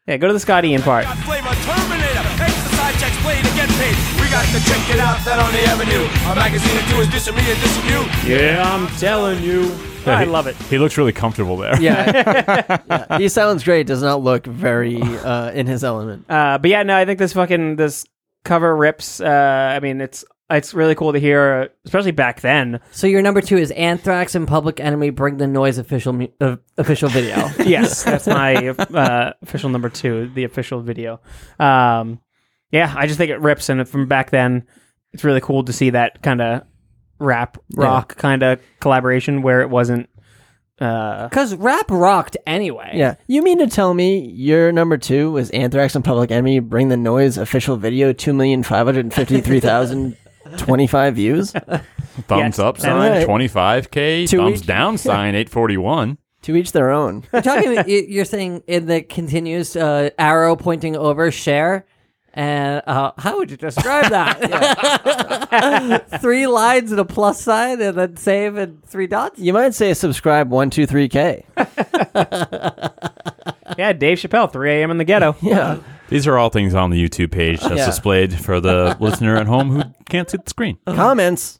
[SPEAKER 3] yeah, go to the Scotty Ian part.
[SPEAKER 8] flavor terminator. Exercise checks play to get paid. We got to check it out down on the avenue. A magazine to do is dissing me and dissing you.
[SPEAKER 3] Yeah, I'm telling you. I love it.
[SPEAKER 4] He looks really comfortable there.
[SPEAKER 1] Yeah. Yeah. He sounds great, does not look very uh, in his element.
[SPEAKER 3] Uh but yeah, no, I think this fucking this cover rips. Uh I mean it's it's really cool to hear, especially back then.
[SPEAKER 2] So your number two is Anthrax and Public Enemy bring the noise official mu- uh, official video.
[SPEAKER 3] Yes, that's my uh, official number two, the official video. Um, yeah, I just think it rips, and from back then, it's really cool to see that kind of rap rock kind of collaboration where it wasn't. Uh,
[SPEAKER 2] Because rap rocked anyway.
[SPEAKER 1] Yeah. You mean to tell me your number two was Anthrax and Public Enemy Bring the Noise official video, 2,553,025 views?
[SPEAKER 4] Thumbs
[SPEAKER 3] Yes.
[SPEAKER 4] up sign
[SPEAKER 1] Alright.
[SPEAKER 4] twenty five k.
[SPEAKER 1] Two
[SPEAKER 4] Thumbs
[SPEAKER 1] each.
[SPEAKER 4] down sign eight forty one.
[SPEAKER 1] To each their own.
[SPEAKER 2] You're talking. you- You're saying in the continues uh, arrow pointing over share, and uh, how would you describe that? three lines and a plus sign, and then save and three dots.
[SPEAKER 1] You might say subscribe 123K.
[SPEAKER 3] yeah, Dave Chappelle, 3 a.m. in the ghetto.
[SPEAKER 1] Yeah.
[SPEAKER 4] These are all things on the YouTube page that's
[SPEAKER 1] Yeah.
[SPEAKER 4] displayed for the listener at home who can't see the screen.
[SPEAKER 1] Comments.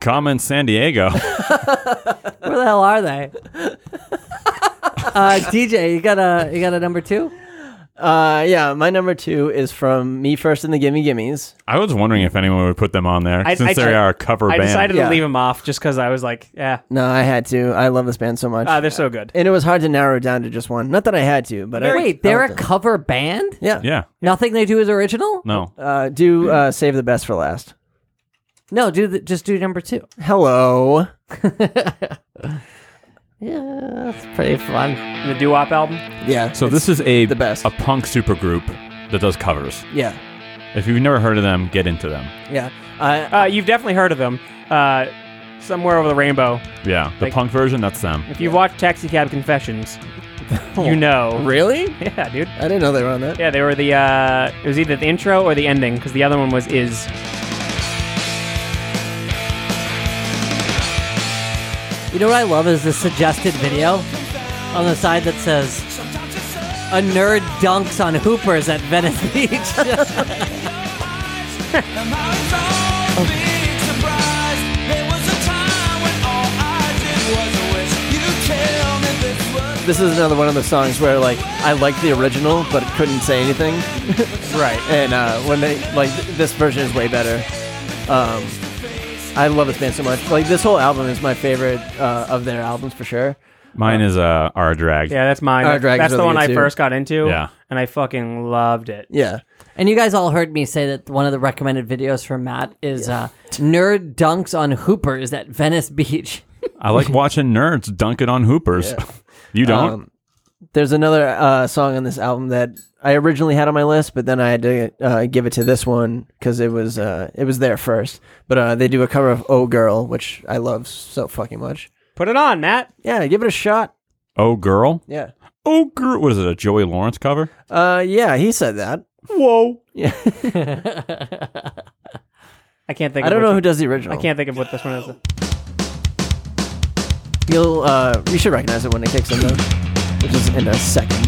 [SPEAKER 4] Comment San Diego.
[SPEAKER 2] Where the hell are they? uh, DJ, you got a you got a number two?
[SPEAKER 1] Uh, yeah, my number two is from Me First and the Gimme Gimmes.
[SPEAKER 4] I was wondering if anyone would put them on there
[SPEAKER 3] I-
[SPEAKER 4] since
[SPEAKER 3] I
[SPEAKER 4] they
[SPEAKER 3] tri-
[SPEAKER 4] are a cover
[SPEAKER 3] I
[SPEAKER 4] band.
[SPEAKER 3] decided
[SPEAKER 1] Yeah.
[SPEAKER 3] to leave him off just because I was like, yeah,
[SPEAKER 1] No, I had to. I love this band so much.
[SPEAKER 2] Uh,
[SPEAKER 3] ah, they're so good.
[SPEAKER 1] and it was hard to narrow it down to just one. Not that I had to, but I-
[SPEAKER 2] Wait,
[SPEAKER 1] I
[SPEAKER 2] they're
[SPEAKER 1] liked
[SPEAKER 2] a
[SPEAKER 1] them.
[SPEAKER 2] cover band.
[SPEAKER 1] yeah.
[SPEAKER 4] yeah.
[SPEAKER 2] Nothing they do is original.
[SPEAKER 4] No.
[SPEAKER 1] Uh, do uh, save the best for last.
[SPEAKER 2] No, do the, just do number two.
[SPEAKER 1] Hello.
[SPEAKER 2] Yeah, that's pretty fun.
[SPEAKER 3] The doo wop album.
[SPEAKER 1] Yeah.
[SPEAKER 4] So this is a
[SPEAKER 1] the best.
[SPEAKER 4] a punk supergroup that does covers.
[SPEAKER 1] Yeah.
[SPEAKER 4] If you've never heard of them, get into them.
[SPEAKER 1] Yeah. I
[SPEAKER 3] Uh, you've definitely heard of them. Uh, Somewhere over the rainbow.
[SPEAKER 4] Yeah, the
[SPEAKER 3] Like-
[SPEAKER 4] punk version that's them.
[SPEAKER 3] If you've watched Taxi Cab Confessions, you know.
[SPEAKER 1] really?
[SPEAKER 3] Yeah, dude.
[SPEAKER 1] I didn't know they were on that.
[SPEAKER 3] Yeah, they were the. Uh, it was either the intro or the ending because the other one was is.
[SPEAKER 2] You know what I love is the suggested video on the side that says a nerd dunks on hoopers at Venice Beach.
[SPEAKER 1] Oh. This is another one of the songs where like I liked the original but couldn't say anything. right. And uh, when they like th- this version is way better. Um, I love this band so much. Like this whole album is my favorite uh, of their albums for sure.
[SPEAKER 4] Mine is uh, our drag.
[SPEAKER 3] Yeah, that's mine.
[SPEAKER 1] Our Drag is
[SPEAKER 3] that's the
[SPEAKER 1] really
[SPEAKER 3] one
[SPEAKER 1] good
[SPEAKER 3] I
[SPEAKER 1] too.
[SPEAKER 3] first got into.
[SPEAKER 4] Yeah.
[SPEAKER 3] And I fucking loved it.
[SPEAKER 1] Yeah.
[SPEAKER 2] and you guys all heard me say that one of the recommended videos from Matt is uh, nerd dunks on hoopers at Venice Beach.
[SPEAKER 4] I like watching nerds dunk it on hoopers. you don't?
[SPEAKER 1] Um, there's another uh, song on this album that I originally had on my list, but then I had to uh, give it to this one because it was uh, it was there first. But uh, they do a cover of "Oh Girl," which I love so fucking much.
[SPEAKER 3] Put it on, Matt.
[SPEAKER 1] Yeah, give it a shot.
[SPEAKER 4] oh, girl.
[SPEAKER 1] Yeah,
[SPEAKER 4] Oh, girl. What is it? A Joey Lawrence cover?
[SPEAKER 1] uh, yeah, he said that.
[SPEAKER 3] Whoa.
[SPEAKER 1] Yeah,
[SPEAKER 3] I can't think.
[SPEAKER 1] I
[SPEAKER 3] of which
[SPEAKER 1] don't know who
[SPEAKER 3] one-
[SPEAKER 1] does the original.
[SPEAKER 3] I can't think of what this one is.
[SPEAKER 1] You'll uh, you should recognize it when it kicks in though, which is in a second.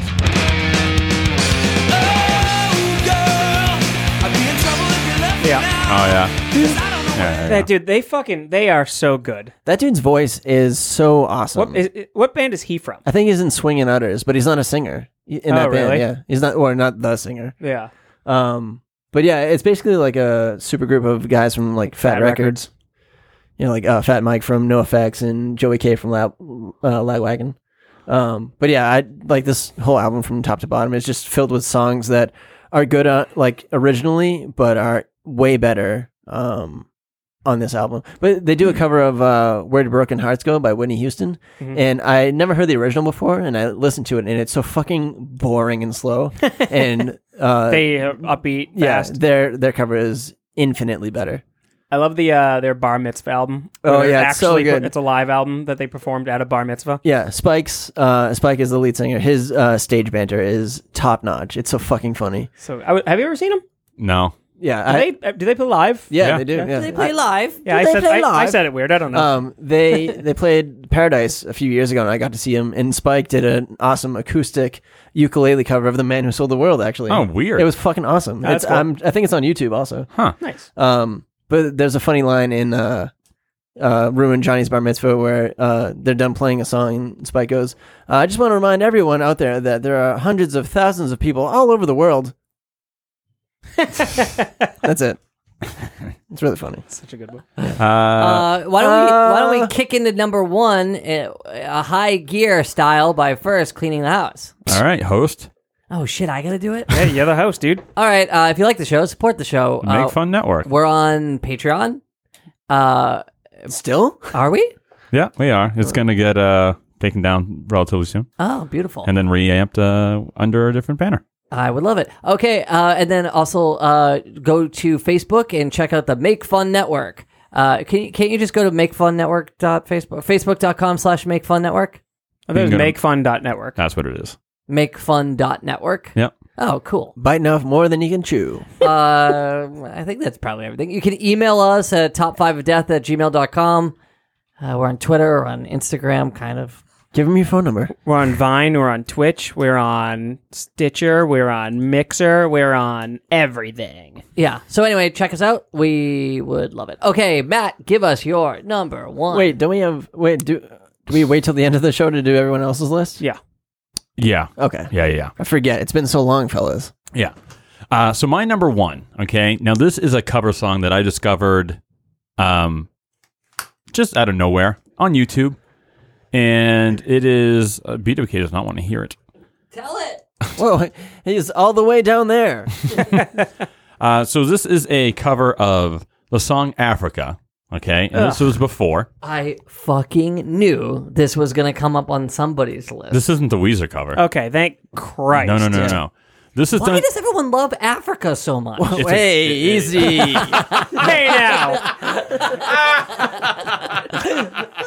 [SPEAKER 3] Yeah.
[SPEAKER 4] Oh, yeah. Yeah, yeah, yeah.
[SPEAKER 3] That dude, they fucking they are so good.
[SPEAKER 1] That dude's voice is so awesome.
[SPEAKER 3] What is what band is he from?
[SPEAKER 1] I think he's in Swingin' Utters, but he's not a singer in that band.
[SPEAKER 3] Oh, really?
[SPEAKER 1] Yeah, he's not or not the singer.
[SPEAKER 3] Yeah.
[SPEAKER 1] Um, but yeah, it's basically like a super group of guys from like Fat,
[SPEAKER 3] Fat
[SPEAKER 1] Records. You know, like uh, Fat Mike from NoFX and Joey K from Lab, uh, Lagwagon. Um, but yeah, I like this whole album from top to bottom is just filled with songs that are good, uh, like originally, but are way better um, on this album. But they do a cover of uh, "Where Do Broken Hearts Go" by Whitney Houston, and I never heard the original before, and I listened to it, and it's so fucking boring and slow, and uh,
[SPEAKER 3] They are upbeat,
[SPEAKER 1] yeah,
[SPEAKER 3] fast.
[SPEAKER 1] their their cover is infinitely better.
[SPEAKER 3] I love the uh their bar mitzvah album.
[SPEAKER 1] Oh,
[SPEAKER 3] Where they're
[SPEAKER 1] yeah, it's so
[SPEAKER 3] actually-
[SPEAKER 1] good.
[SPEAKER 3] It's a live album that they performed at a bar mitzvah.
[SPEAKER 1] Yeah, Spike's uh, Spike is the lead singer. His uh, stage banter is top notch. It's so fucking funny.
[SPEAKER 3] So I w- have you ever seen them?
[SPEAKER 4] No.
[SPEAKER 1] Yeah,
[SPEAKER 3] Do
[SPEAKER 1] I,
[SPEAKER 3] they uh, do they play live?
[SPEAKER 1] yeah,
[SPEAKER 4] Yeah.
[SPEAKER 1] they do. Yeah,
[SPEAKER 2] They play live.
[SPEAKER 3] Yeah, I
[SPEAKER 1] they
[SPEAKER 3] said
[SPEAKER 1] play
[SPEAKER 3] I, I
[SPEAKER 1] live?
[SPEAKER 3] said it weird. I don't know.
[SPEAKER 1] Um, they they played Paradise a few years ago, and I got to see him. And Spike did an awesome acoustic ukulele cover of "The Man Who Sold the World." Actually,
[SPEAKER 4] Oh, weird.
[SPEAKER 1] It was fucking awesome.
[SPEAKER 3] that's
[SPEAKER 1] it's,
[SPEAKER 3] cool.
[SPEAKER 1] I'm, I think it's on YouTube also.
[SPEAKER 4] Huh.
[SPEAKER 3] nice.
[SPEAKER 1] Um, but there's a funny line in uh, uh, Ruin Johnny's Bar Mitzvah where uh, they're done playing a song, and Spike goes, uh, I just want to remind everyone out there that there are hundreds of thousands of people all over the world. That's it. It's really funny.
[SPEAKER 3] Such a good one.
[SPEAKER 2] Uh, why don't we why don't we kick into number one, uh, a high gear style by first cleaning the house.
[SPEAKER 4] All right, host.
[SPEAKER 2] Oh shit, I gotta do it.
[SPEAKER 3] Hey, you're the host, dude.
[SPEAKER 2] All right, uh, if you like the show, support the show.
[SPEAKER 4] Make
[SPEAKER 2] Uh,
[SPEAKER 4] Fun Network.
[SPEAKER 2] We're on Patreon. Uh,
[SPEAKER 1] Still?
[SPEAKER 2] are we?
[SPEAKER 4] Yeah, we are. It's going to get uh, taken down relatively soon
[SPEAKER 2] Oh, beautiful.
[SPEAKER 4] and then reamped uh, under a different banner.
[SPEAKER 2] I would love it. Okay, uh, and then also uh, go to Facebook and check out the Make Fun Network. Uh, can you, can't you just go to makefunnetwork.facebook facebook.com slash makefunnetwork?
[SPEAKER 3] I think it Oh, was
[SPEAKER 4] You can go to-
[SPEAKER 3] makefun.network.
[SPEAKER 4] That's what it is.
[SPEAKER 2] makefun.network?
[SPEAKER 4] Yep.
[SPEAKER 2] Oh, cool.
[SPEAKER 1] Biting off more than you can chew.
[SPEAKER 2] uh, I think that's probably everything. You can email us at top five of death at gmail.com. Uh, we're on Twitter, we're on Instagram, kind of.
[SPEAKER 1] Give him your phone number.
[SPEAKER 3] We're on Vine. We're on Twitch. We're on Stitcher. We're on Mixer. We're on everything.
[SPEAKER 2] Yeah. So anyway, check us out. We would love it. Okay, Matt, give us your number one.
[SPEAKER 1] Wait, don't we have. Wait, do, do we wait till the end of the show to do everyone else's list?
[SPEAKER 3] Yeah.
[SPEAKER 4] Yeah.
[SPEAKER 1] Okay.
[SPEAKER 4] Yeah, yeah, yeah.
[SPEAKER 1] I forget. It's been so long, fellas.
[SPEAKER 4] Yeah. Uh, so my number one, okay. Now this is a cover song that I discovered, um, just out of nowhere on YouTube, and it is uh, BWK does not want to hear it.
[SPEAKER 2] Tell it.
[SPEAKER 1] Whoa, he's all the way down there.
[SPEAKER 4] Uh, so this is a cover of the song Africa, okay. And this was before.
[SPEAKER 2] I fucking knew this was going to come up on somebody's list.
[SPEAKER 4] This isn't the Weezer cover.
[SPEAKER 3] Okay. Thank Christ.
[SPEAKER 4] no, no, no, no. This is
[SPEAKER 2] Why
[SPEAKER 4] done.
[SPEAKER 2] does everyone love Africa so much?
[SPEAKER 4] it's a-
[SPEAKER 1] Hey,
[SPEAKER 4] it- it-
[SPEAKER 1] easy.
[SPEAKER 3] Hey now.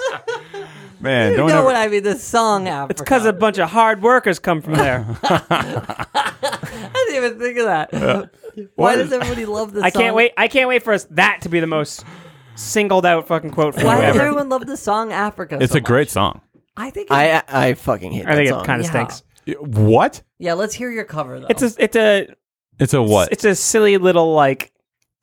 [SPEAKER 4] man.
[SPEAKER 2] you
[SPEAKER 4] Don't
[SPEAKER 2] know
[SPEAKER 4] ever-
[SPEAKER 2] what I mean? The song Africa.
[SPEAKER 3] It's because a bunch of hard workers come from there.
[SPEAKER 2] I didn't even think of that. Why does everybody love this
[SPEAKER 3] I can't wait. I can't wait for us that to be the most singled out fucking quote for
[SPEAKER 2] Why does
[SPEAKER 3] whoever.
[SPEAKER 2] everyone love the song Africa?
[SPEAKER 4] It's
[SPEAKER 2] so
[SPEAKER 4] a great
[SPEAKER 2] much?
[SPEAKER 4] song.
[SPEAKER 2] I think. It,
[SPEAKER 1] I I fucking hate
[SPEAKER 3] I
[SPEAKER 1] that
[SPEAKER 3] think
[SPEAKER 1] song.
[SPEAKER 3] it kind of
[SPEAKER 2] Yeah.
[SPEAKER 3] stinks.
[SPEAKER 4] What?
[SPEAKER 2] yeah, let's hear your cover though.
[SPEAKER 3] It's a it's a
[SPEAKER 4] It's a what?
[SPEAKER 3] It's a silly little like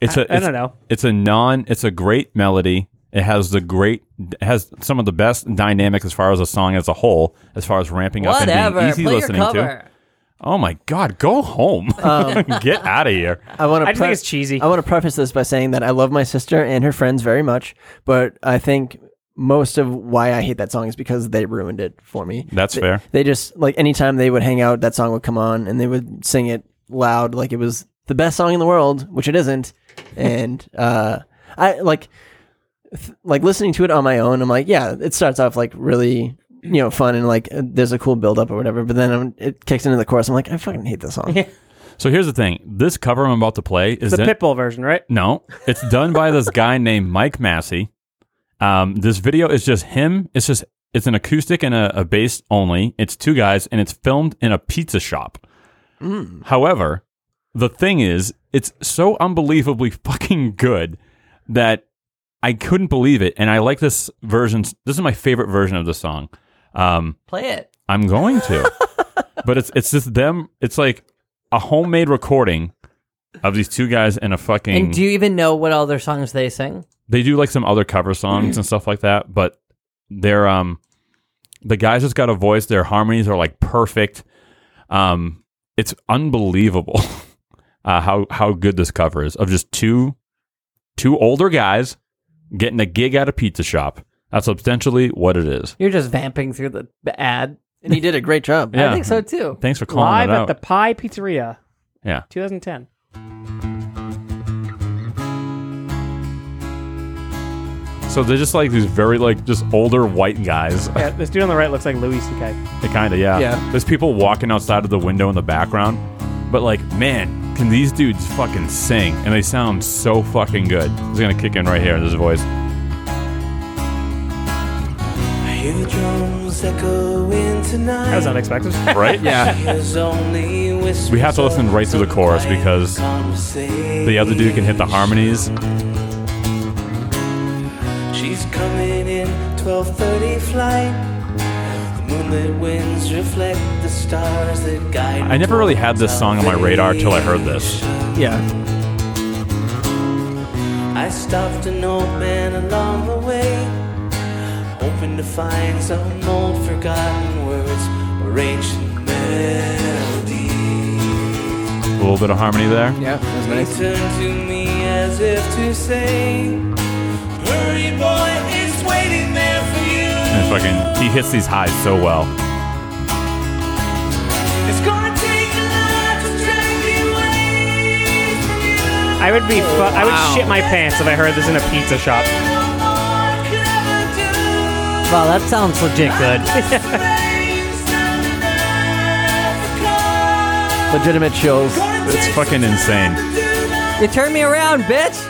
[SPEAKER 4] It's a.
[SPEAKER 3] I don't know.
[SPEAKER 4] It's a non. It's a great melody. It has the great. It has some of the best dynamic as far as a song as a whole, as far as ramping up and
[SPEAKER 2] Whatever.
[SPEAKER 4] being easy
[SPEAKER 2] Play your
[SPEAKER 4] listening to.
[SPEAKER 2] cover. Um.
[SPEAKER 4] Oh my God, go home. Get out of here.
[SPEAKER 1] I want
[SPEAKER 3] I
[SPEAKER 1] to.
[SPEAKER 3] just think it's cheesy.
[SPEAKER 1] I want to preface this by saying that I love my sister and her friends very much, but I think most of why I hate that song is because they ruined it for me.
[SPEAKER 4] That's
[SPEAKER 1] They-
[SPEAKER 4] fair.
[SPEAKER 1] They just like anytime they would hang out, that song would come on and they would sing it loud, like it was the best song in the world, which it isn't. And uh, I like th- like listening to it on my own. I'm like, yeah, it starts off like really. You know, fun and like uh, there's a cool build up or whatever, but then um it kicks into the chorus. I'm like, I fucking hate this song.
[SPEAKER 4] So here's the thing. This cover I'm about to play is
[SPEAKER 3] the
[SPEAKER 4] in-
[SPEAKER 3] Pitbull version, right?
[SPEAKER 4] No, it's done by this guy named Mike Massey. Um, this video is just him. It's just it's an acoustic and a, a bass only. It's two guys, and it's filmed in a pizza shop. However, the thing is, it's so unbelievably fucking good that I couldn't believe it, and I like this version. This is my favorite version of the song. Um,
[SPEAKER 2] Play it.
[SPEAKER 4] I'm going to. but it's it's just them. It's like a homemade recording of these two guys in a fucking.
[SPEAKER 2] And do you even know what other songs they sing?
[SPEAKER 4] they do like some other cover songs and stuff like that, but they're um the guys just got a voice. Their harmonies are like perfect. Um, it's unbelievable uh, how how good this cover is of just two two older guys getting a gig at a pizza shop. That's substantially what it is.
[SPEAKER 2] You're just vamping through the, the ad.
[SPEAKER 1] And he did a great job.
[SPEAKER 4] Yeah.
[SPEAKER 2] I think so too.
[SPEAKER 4] Thanks for calling
[SPEAKER 3] Live
[SPEAKER 4] it
[SPEAKER 3] at
[SPEAKER 4] out.
[SPEAKER 3] the Pie Pizzeria,
[SPEAKER 4] yeah.
[SPEAKER 3] 2010.
[SPEAKER 4] So they're just like these very like just older white guys.
[SPEAKER 3] Yeah, this dude on the right looks like Louis C.K.
[SPEAKER 4] It kind of, yeah.
[SPEAKER 1] Yeah.
[SPEAKER 4] There's people walking outside of the window in the background, but like, man, can these dudes fucking sing? And they sound so fucking good. It's gonna kick in right here in this voice.
[SPEAKER 6] I hear the drums echoing
[SPEAKER 3] That was
[SPEAKER 6] tonight.
[SPEAKER 3] unexpected.
[SPEAKER 4] Right? yeah.
[SPEAKER 6] There's only whispers
[SPEAKER 4] We have to listen right through the chorus
[SPEAKER 6] of
[SPEAKER 4] because
[SPEAKER 6] conversation.
[SPEAKER 4] The other dude can hit the harmonies.
[SPEAKER 6] She's coming in 12:30 flight. The moonlit winds reflect the stars that guide.
[SPEAKER 4] I never really had this song on my radar till I heard this.
[SPEAKER 1] Yeah.
[SPEAKER 6] I stopped an old man along the way, hoping to find some old forgotten words arranged in melody.
[SPEAKER 4] A little bit of harmony there.
[SPEAKER 1] Yeah. It was
[SPEAKER 6] He
[SPEAKER 1] nice.
[SPEAKER 6] turned to me as if to say, Hurry, boy, it's waiting there for you.
[SPEAKER 4] And fucking, he hits these highs so well.
[SPEAKER 6] It's gonna take a lot to drag me away from you.
[SPEAKER 3] I would be, fu- I would shit my pants if I heard this in a pizza shop.
[SPEAKER 6] No more could ever do.
[SPEAKER 2] Wow, that sounds legit good.
[SPEAKER 6] Raise down the Africa.
[SPEAKER 1] Legitimate chills.
[SPEAKER 6] Gonna
[SPEAKER 4] It's
[SPEAKER 6] take
[SPEAKER 4] fucking
[SPEAKER 6] some
[SPEAKER 4] insane.
[SPEAKER 6] time to do that.
[SPEAKER 2] you turn me around, bitch.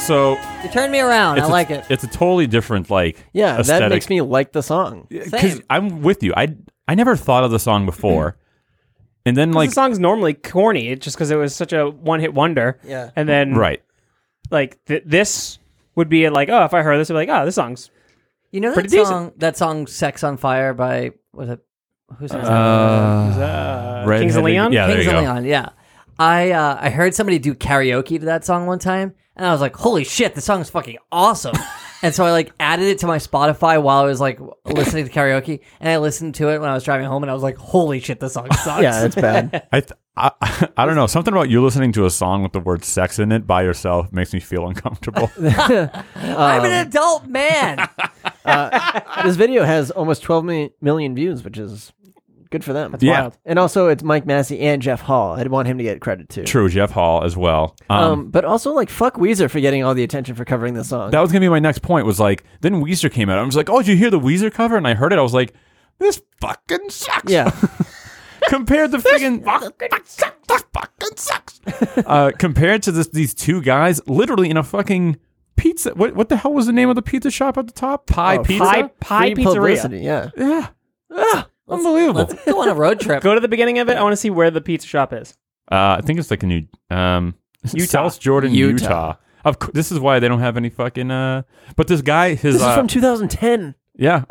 [SPEAKER 4] So
[SPEAKER 2] You turn me around.
[SPEAKER 4] it's
[SPEAKER 2] I
[SPEAKER 4] a-
[SPEAKER 2] like it.
[SPEAKER 4] It's a totally different like.
[SPEAKER 1] Yeah, that
[SPEAKER 4] aesthetic.
[SPEAKER 1] makes me like the song.
[SPEAKER 4] Because
[SPEAKER 2] Same.
[SPEAKER 4] I'm with you. I I never thought of the song before, and then
[SPEAKER 3] Like,
[SPEAKER 4] like
[SPEAKER 3] the song's normally corny, it's just because it was such a one-hit wonder.
[SPEAKER 1] Yeah.
[SPEAKER 3] And then
[SPEAKER 4] right.
[SPEAKER 3] like th- this would be like, oh, if I heard this, I'd be like, oh, this song's
[SPEAKER 2] You know that
[SPEAKER 3] pretty decent.
[SPEAKER 2] song? That song, "Sex on Fire" by was it? Who's that?
[SPEAKER 3] uh,
[SPEAKER 4] Red
[SPEAKER 3] Kings of Leon.
[SPEAKER 4] Yeah, there
[SPEAKER 2] Kings
[SPEAKER 4] you
[SPEAKER 2] of
[SPEAKER 4] go.
[SPEAKER 2] Leon. Yeah, I uh, I heard somebody do karaoke to that song one time, and I was like, "Holy shit, this song's fucking awesome!" and so I like added it to my Spotify while I was like w- listening to karaoke, and I listened to it when I was driving home, and I was like, "Holy shit, this song sucks."
[SPEAKER 1] Yeah, it's bad.
[SPEAKER 4] I, th- I I don't know. Something about you listening to a song with the word sex in it by yourself makes me feel uncomfortable.
[SPEAKER 2] I'm an adult man.
[SPEAKER 1] this video has almost 12 mi- million views, which is good for them.
[SPEAKER 4] yeah,
[SPEAKER 1] And also, it's Mike Massey and Jeff Hall. I'd want him to get credit too.
[SPEAKER 4] true. Jeff Hall as well. Um,
[SPEAKER 1] Um, but also, like, fuck Weezer for getting all the attention for covering this song.
[SPEAKER 4] that was gonna be my next point. Was like then Weezer came out. I was like, oh, did you hear the Weezer cover? And I heard it. I was like, this fucking sucks.
[SPEAKER 1] yeah,
[SPEAKER 4] compared to fucking fucking sucks. uh, compared to this, these two guys, literally in a fucking pizza. What what the hell was the name of the pizza shop at the top? Pie
[SPEAKER 1] Oh,
[SPEAKER 4] Pizza.
[SPEAKER 3] Pie, pie
[SPEAKER 1] Free
[SPEAKER 3] pizzeria.
[SPEAKER 1] publicity, Yeah,
[SPEAKER 4] Unbelievable.
[SPEAKER 2] Let's go on a road trip.
[SPEAKER 3] Go to the beginning of it. I want to see where the pizza shop is.
[SPEAKER 4] Uh, I think it's like a new um, South Jordan, Utah.
[SPEAKER 1] Utah.
[SPEAKER 4] Of cou- this is why they don't have any fucking. Uh, but this guy, his
[SPEAKER 1] This is
[SPEAKER 4] uh,
[SPEAKER 1] from 2010.
[SPEAKER 4] yeah,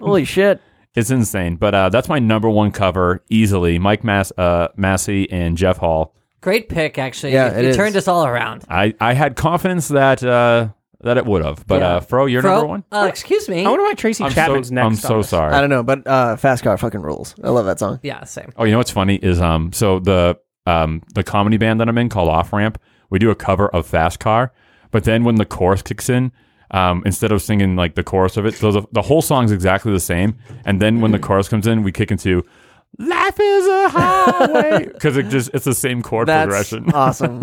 [SPEAKER 1] Holy shit.
[SPEAKER 4] it's insane. But uh, that's my number one cover easily. Mike Mass, uh, Massey and Jeff Hall.
[SPEAKER 2] Great pick, actually.
[SPEAKER 1] Yeah,
[SPEAKER 2] You-
[SPEAKER 1] it
[SPEAKER 2] you
[SPEAKER 1] is.
[SPEAKER 2] turned us all around.
[SPEAKER 4] I, I had confidence that uh, that it would have. But uh, Fro, you're
[SPEAKER 2] Fro,
[SPEAKER 4] number one.
[SPEAKER 2] Uh, excuse me.
[SPEAKER 3] I wonder why Tracy
[SPEAKER 4] I'm
[SPEAKER 3] Chapman's
[SPEAKER 4] so,
[SPEAKER 3] next.
[SPEAKER 4] I'm
[SPEAKER 3] on
[SPEAKER 4] so
[SPEAKER 3] this.
[SPEAKER 4] sorry.
[SPEAKER 1] I don't know, but uh, Fast Car fucking rules. I love that song.
[SPEAKER 2] yeah, same.
[SPEAKER 4] Oh, you know what's funny is um so the um the comedy band that I'm in called Off Ramp, we do a cover of Fast Car, but then when the chorus kicks in, um instead of singing like the chorus of it, so the, the whole song's exactly the same, and then when the chorus comes in, we kick into Life is a highway because it just it's the same chord
[SPEAKER 1] That's
[SPEAKER 4] progression.
[SPEAKER 1] awesome.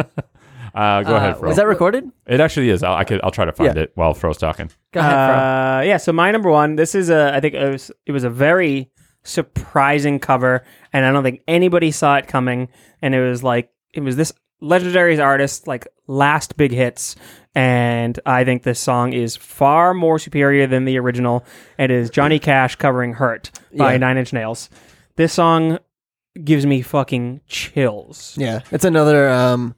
[SPEAKER 4] Uh, go ahead, Fro.
[SPEAKER 1] Is that recorded?
[SPEAKER 4] it actually is. I'll, I could, I'll try to find
[SPEAKER 1] Yeah.
[SPEAKER 4] it while Fro's talking.
[SPEAKER 2] Go ahead, Fro.
[SPEAKER 3] Uh, yeah, so my number one. This is a. I think it was, it was a very surprising cover, and I don't think anybody saw it coming. And it was like it was this legendary's artist like last big hits, and I think this song is far more superior than the original. It is Johnny Cash covering "Hurt" by
[SPEAKER 1] Yeah.
[SPEAKER 3] Nine Inch Nails. This song gives me fucking chills.
[SPEAKER 1] Yeah, it's another um,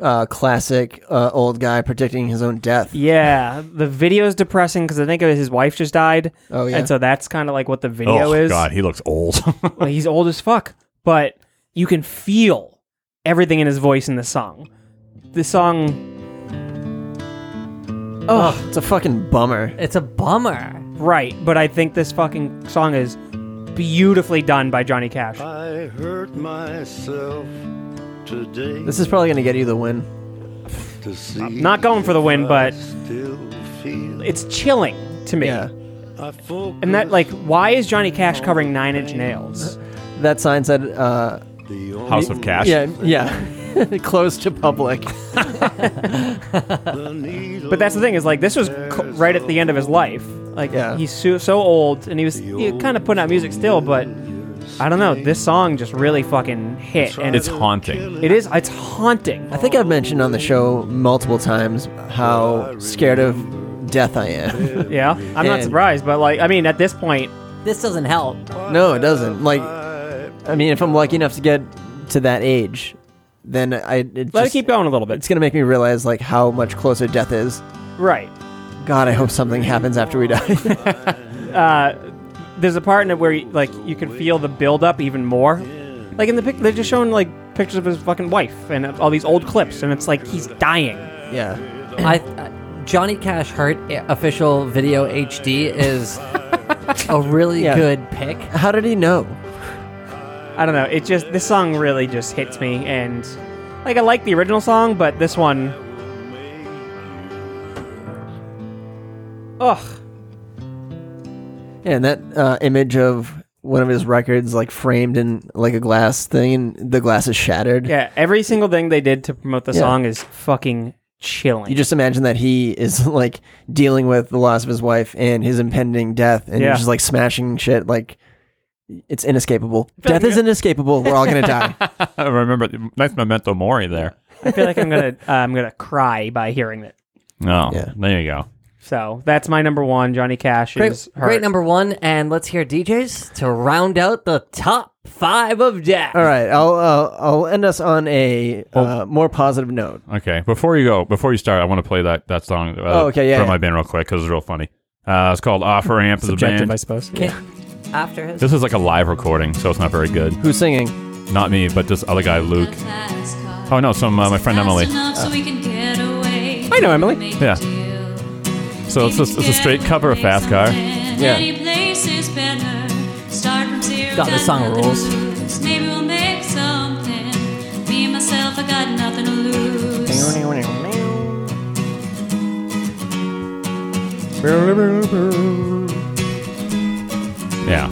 [SPEAKER 1] uh, classic uh, old guy predicting his own death.
[SPEAKER 3] Yeah, the video's depressing because I think it was his wife just died.
[SPEAKER 1] Oh, yeah.
[SPEAKER 3] and so that's kind of like what the video
[SPEAKER 4] oh
[SPEAKER 3] is.
[SPEAKER 4] God, he looks old.
[SPEAKER 3] Like, he's old as fuck, but you can feel everything in his voice in this song. This song,
[SPEAKER 1] Oh, it's a fucking bummer.
[SPEAKER 2] It's a bummer.
[SPEAKER 3] right? But I think this fucking song is beautifully done by Johnny Cash.
[SPEAKER 5] I hurt myself today
[SPEAKER 1] This is probably gonna get you the win.
[SPEAKER 5] to see.
[SPEAKER 3] I'm not going for the win, but
[SPEAKER 5] Still feel
[SPEAKER 3] it's chilling to me.
[SPEAKER 1] Yeah,
[SPEAKER 5] I focus
[SPEAKER 3] And that, like, why is Johnny Cash covering Nine Inch Nails?
[SPEAKER 1] that sign said, uh,
[SPEAKER 5] the only
[SPEAKER 4] House of Cash.
[SPEAKER 1] yeah, yeah, closed to public.
[SPEAKER 5] needle
[SPEAKER 3] But that's the thing is, like, this was co- right at the end of his life. Like,
[SPEAKER 1] Yeah.
[SPEAKER 3] he's so, so old, and he was he kind of putting out music still, but I don't know. This song just really fucking hit, and
[SPEAKER 4] it's
[SPEAKER 3] it's
[SPEAKER 4] haunting.
[SPEAKER 3] it is it's haunting.
[SPEAKER 1] I think I've mentioned on the show multiple times how scared of death I am.
[SPEAKER 3] Yeah, I'm not
[SPEAKER 1] And-
[SPEAKER 3] surprised, but like, I mean, at this point,
[SPEAKER 2] This doesn't help.
[SPEAKER 1] no, it doesn't. Like, I mean, if I'm lucky enough to get to that age, then I it
[SPEAKER 3] let
[SPEAKER 1] just-
[SPEAKER 3] it keep going a little
[SPEAKER 1] It's
[SPEAKER 3] bit.
[SPEAKER 1] gonna make me realize like how much closer death is.
[SPEAKER 3] Right.
[SPEAKER 1] God, I hope something happens after we die.
[SPEAKER 3] There's a part in it where like you can feel the build up even more. Like in the pic, they're just showing like pictures of his fucking wife and all these old clips, and it's like he's dying.
[SPEAKER 1] yeah,
[SPEAKER 2] I uh, Johnny Cash Hurt i- official video HD is a really
[SPEAKER 1] Yeah.
[SPEAKER 2] good pick.
[SPEAKER 1] how did he know?
[SPEAKER 3] I don't know. It just this song really just hits me, and like I like the original song, but this one, ugh,
[SPEAKER 1] Yeah, and that uh, image of one of his records like framed in like a glass thing, and the glass is shattered.
[SPEAKER 3] yeah. Every single thing they did to promote the
[SPEAKER 1] Yeah.
[SPEAKER 3] song is fucking chilling.
[SPEAKER 1] You just imagine that he is like dealing with the loss of his wife and his impending death, and
[SPEAKER 3] Yeah.
[SPEAKER 1] he's just like smashing shit. Like it's inescapable. Death is inescapable. We're all gonna die.
[SPEAKER 4] I remember nice memento mori there.
[SPEAKER 3] I feel like I'm gonna uh, I'm gonna cry by hearing it.
[SPEAKER 4] No,
[SPEAKER 1] Yeah.
[SPEAKER 4] Oh, there you go.
[SPEAKER 3] So that's my number one. Johnny Cash
[SPEAKER 2] Great,
[SPEAKER 3] is hurt.
[SPEAKER 2] great number one, and let's hear DJs to round out the top five of death.
[SPEAKER 1] all right, I'll uh, I'll end us on a uh, more positive note.
[SPEAKER 4] Okay, before you go, before you start, I want to play that that song. Uh,
[SPEAKER 1] Oh, okay, yeah,
[SPEAKER 4] from
[SPEAKER 1] yeah.
[SPEAKER 4] my band real quick because it's real funny. Uh, it's called Off Ramp as a
[SPEAKER 9] Objective,
[SPEAKER 4] band.
[SPEAKER 9] I suppose.
[SPEAKER 2] Okay. After his.
[SPEAKER 4] This is like a live recording, so it's not very good.
[SPEAKER 1] Who's singing?
[SPEAKER 4] Not me, but this other guy, Luke. Oh no, some uh, my friend Emily.
[SPEAKER 3] I know Emily.
[SPEAKER 4] Yeah. So it's a, it's a straight cover of Fast Car.
[SPEAKER 1] Yeah.
[SPEAKER 2] God, this song rules.
[SPEAKER 10] Maybe we'll make something. Me and myself, I got nothing to lose.
[SPEAKER 4] Yeah,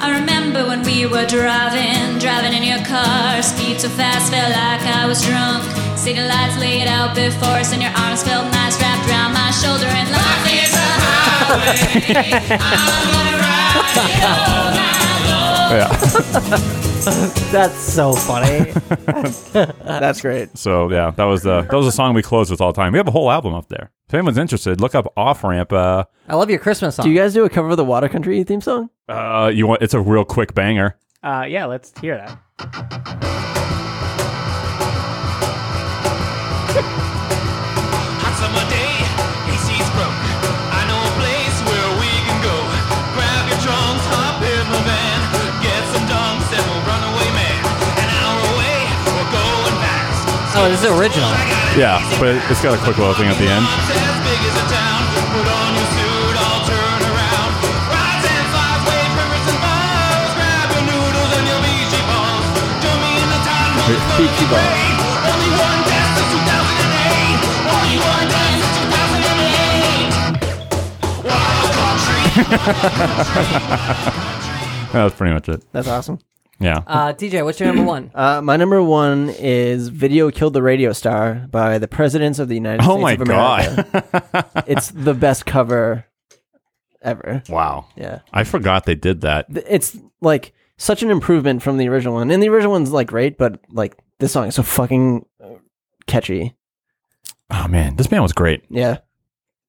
[SPEAKER 10] I remember when we were driving, driving in your car. Speed so fast, felt like I was drunk. City lights laid out before us, and your arms felt nice wrapped around my shoulder. And life is a highway. I'm gonna ride it all night long.
[SPEAKER 4] yeah.
[SPEAKER 1] That's so funny. That's great.
[SPEAKER 4] So yeah, that was the that was a song we closed with all the time. We have a whole album up there. If anyone's interested, look up Off Ramp. Uh,
[SPEAKER 2] I love your Christmas song.
[SPEAKER 1] Do you guys do a cover of the Water Country theme song?
[SPEAKER 4] uh, you want? It's a real quick banger.
[SPEAKER 3] Uh, yeah, let's hear that.
[SPEAKER 2] Oh, this is original.
[SPEAKER 4] Yeah, but it's got a quick little thing at the end.
[SPEAKER 8] Peachy Ball.
[SPEAKER 4] That's pretty much it.
[SPEAKER 1] That's awesome.
[SPEAKER 4] Yeah.
[SPEAKER 2] Uh, TJ, what's your number one?
[SPEAKER 1] Uh, my number one is "Video Killed the Radio Star" by the Presidents of the United
[SPEAKER 4] Oh
[SPEAKER 1] States
[SPEAKER 4] my
[SPEAKER 1] of America. it's the best cover ever.
[SPEAKER 4] wow.
[SPEAKER 1] Yeah.
[SPEAKER 4] I forgot they did that.
[SPEAKER 1] Th- It's like such an improvement from the original one, and the original one's like great, but like this song is so fucking uh, catchy.
[SPEAKER 4] Oh man, this band was great.
[SPEAKER 1] Yeah,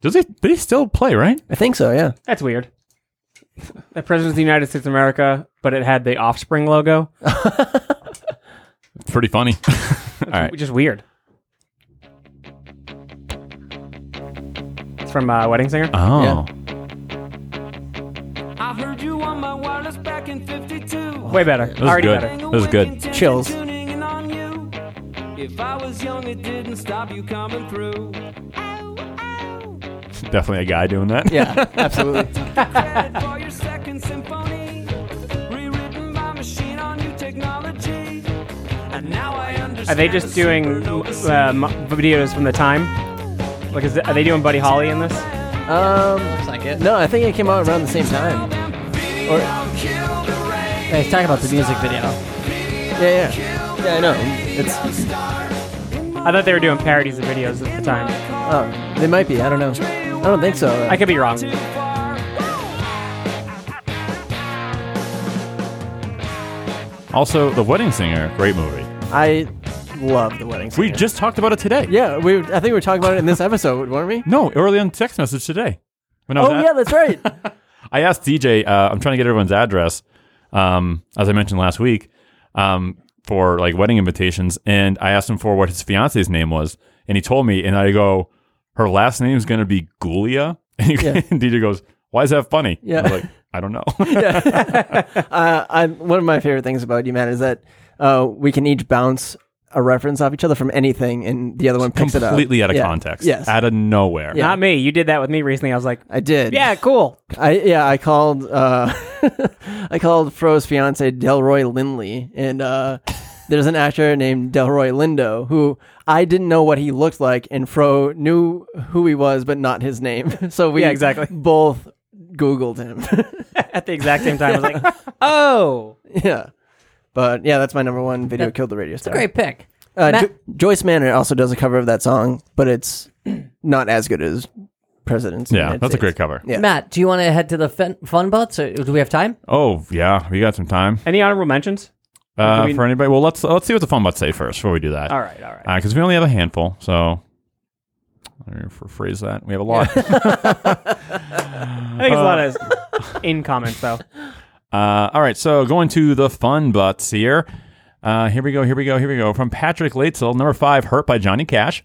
[SPEAKER 4] Does they they still play, right?
[SPEAKER 1] I think so. Yeah,
[SPEAKER 3] That's weird. The President of the United States of America, but it had the Offspring logo.
[SPEAKER 4] Pretty funny. All right.
[SPEAKER 3] Which is weird. It's from uh, Wedding Singer.
[SPEAKER 4] Oh.
[SPEAKER 8] I heard you on my wireless back in 52.
[SPEAKER 3] Way better.
[SPEAKER 4] This is
[SPEAKER 3] Already
[SPEAKER 4] Oh, good.
[SPEAKER 3] better.
[SPEAKER 4] This is good.
[SPEAKER 1] Chills.
[SPEAKER 8] Tuning in on you. If I was young, it didn't stop you coming through.
[SPEAKER 4] Definitely a guy doing that.
[SPEAKER 1] yeah, absolutely.
[SPEAKER 8] Credit for your second symphony, rewritten by machine on new technology. And now I
[SPEAKER 3] Are
[SPEAKER 8] understand.
[SPEAKER 3] they just
[SPEAKER 8] the
[SPEAKER 3] doing
[SPEAKER 8] supernova
[SPEAKER 3] uh, mo- videos from the time? Like, is th- are they doing Buddy Holly in this?
[SPEAKER 1] Um,
[SPEAKER 2] Looks like it.
[SPEAKER 1] no, I think it came out around the same time. Or
[SPEAKER 2] Hey, talk about the music video.
[SPEAKER 1] yeah, yeah, yeah. I know. It's
[SPEAKER 3] I thought they were doing parodies of videos at the time.
[SPEAKER 1] oh, they might be. I don't know. I don't think so.
[SPEAKER 3] I could be wrong.
[SPEAKER 4] Also, The Wedding Singer, great movie.
[SPEAKER 1] I love the wedding.
[SPEAKER 4] We
[SPEAKER 1] Singer.
[SPEAKER 4] just talked about it today.
[SPEAKER 1] yeah, we. I think we were talking about it in this episode, weren't we?
[SPEAKER 4] No, early on text message today. When I was
[SPEAKER 1] Oh
[SPEAKER 4] at-
[SPEAKER 1] yeah, that's right.
[SPEAKER 4] I asked DJ. Uh, I'm trying to get everyone's address, um, as I mentioned last week, um, for like wedding invitations, and I asked him for what his fiance's name was, and he told me, and I go, her last name is going to be Gulia, and, he,
[SPEAKER 1] Yeah.
[SPEAKER 4] and DJ goes, why is that funny?
[SPEAKER 1] Yeah.
[SPEAKER 4] I was like I don't know.
[SPEAKER 1] uh, I, one of my favorite things about you, Matt, is that uh, we can each bounce a reference off each other from anything, and the other one picks it up
[SPEAKER 4] Completely out of
[SPEAKER 1] Yeah.
[SPEAKER 4] context.
[SPEAKER 1] Yes,
[SPEAKER 4] out of nowhere.
[SPEAKER 1] Yeah.
[SPEAKER 3] Not me. You did that with me recently. I was like,
[SPEAKER 1] I did.
[SPEAKER 3] yeah, cool.
[SPEAKER 1] I yeah, I called uh, I called Fro's fiance Delroy Lindley, and uh, there's an actor named Delroy Lindo who I didn't know what he looked like, and Fro knew who he was, but not his name. So we
[SPEAKER 3] Yeah, exactly.
[SPEAKER 1] both Googled him.
[SPEAKER 3] At the exact same time, I was like, oh.
[SPEAKER 1] yeah, but yeah, that's my number one video. Killed the radio star.
[SPEAKER 2] Great pick.
[SPEAKER 1] Uh,
[SPEAKER 2] Matt-
[SPEAKER 1] jo- Joyce Manor also does a cover of that song, but it's not as good as Presidents. of the
[SPEAKER 4] Yeah,
[SPEAKER 1] United
[SPEAKER 4] that's a
[SPEAKER 1] States.
[SPEAKER 4] great cover.
[SPEAKER 1] Yeah.
[SPEAKER 2] Matt, do you want to head to the fun, fun butts, or do we have time?
[SPEAKER 4] Oh yeah, we got some time
[SPEAKER 3] Any honorable mentions?
[SPEAKER 4] uh,
[SPEAKER 3] Do we-
[SPEAKER 4] for anybody. Well, let's let's see what the fun butts say first before we do that.
[SPEAKER 3] All right, all right.
[SPEAKER 4] because we only have a handful, so. I don't know if we phrase that. We have a lot.
[SPEAKER 3] I think it's a lot of in comments, though.
[SPEAKER 4] Uh, all right, so going to the fun butts here. Uh, here we go, here we go, here we go. From Patrick Laitzel, number five, Hurt by Johnny Cash.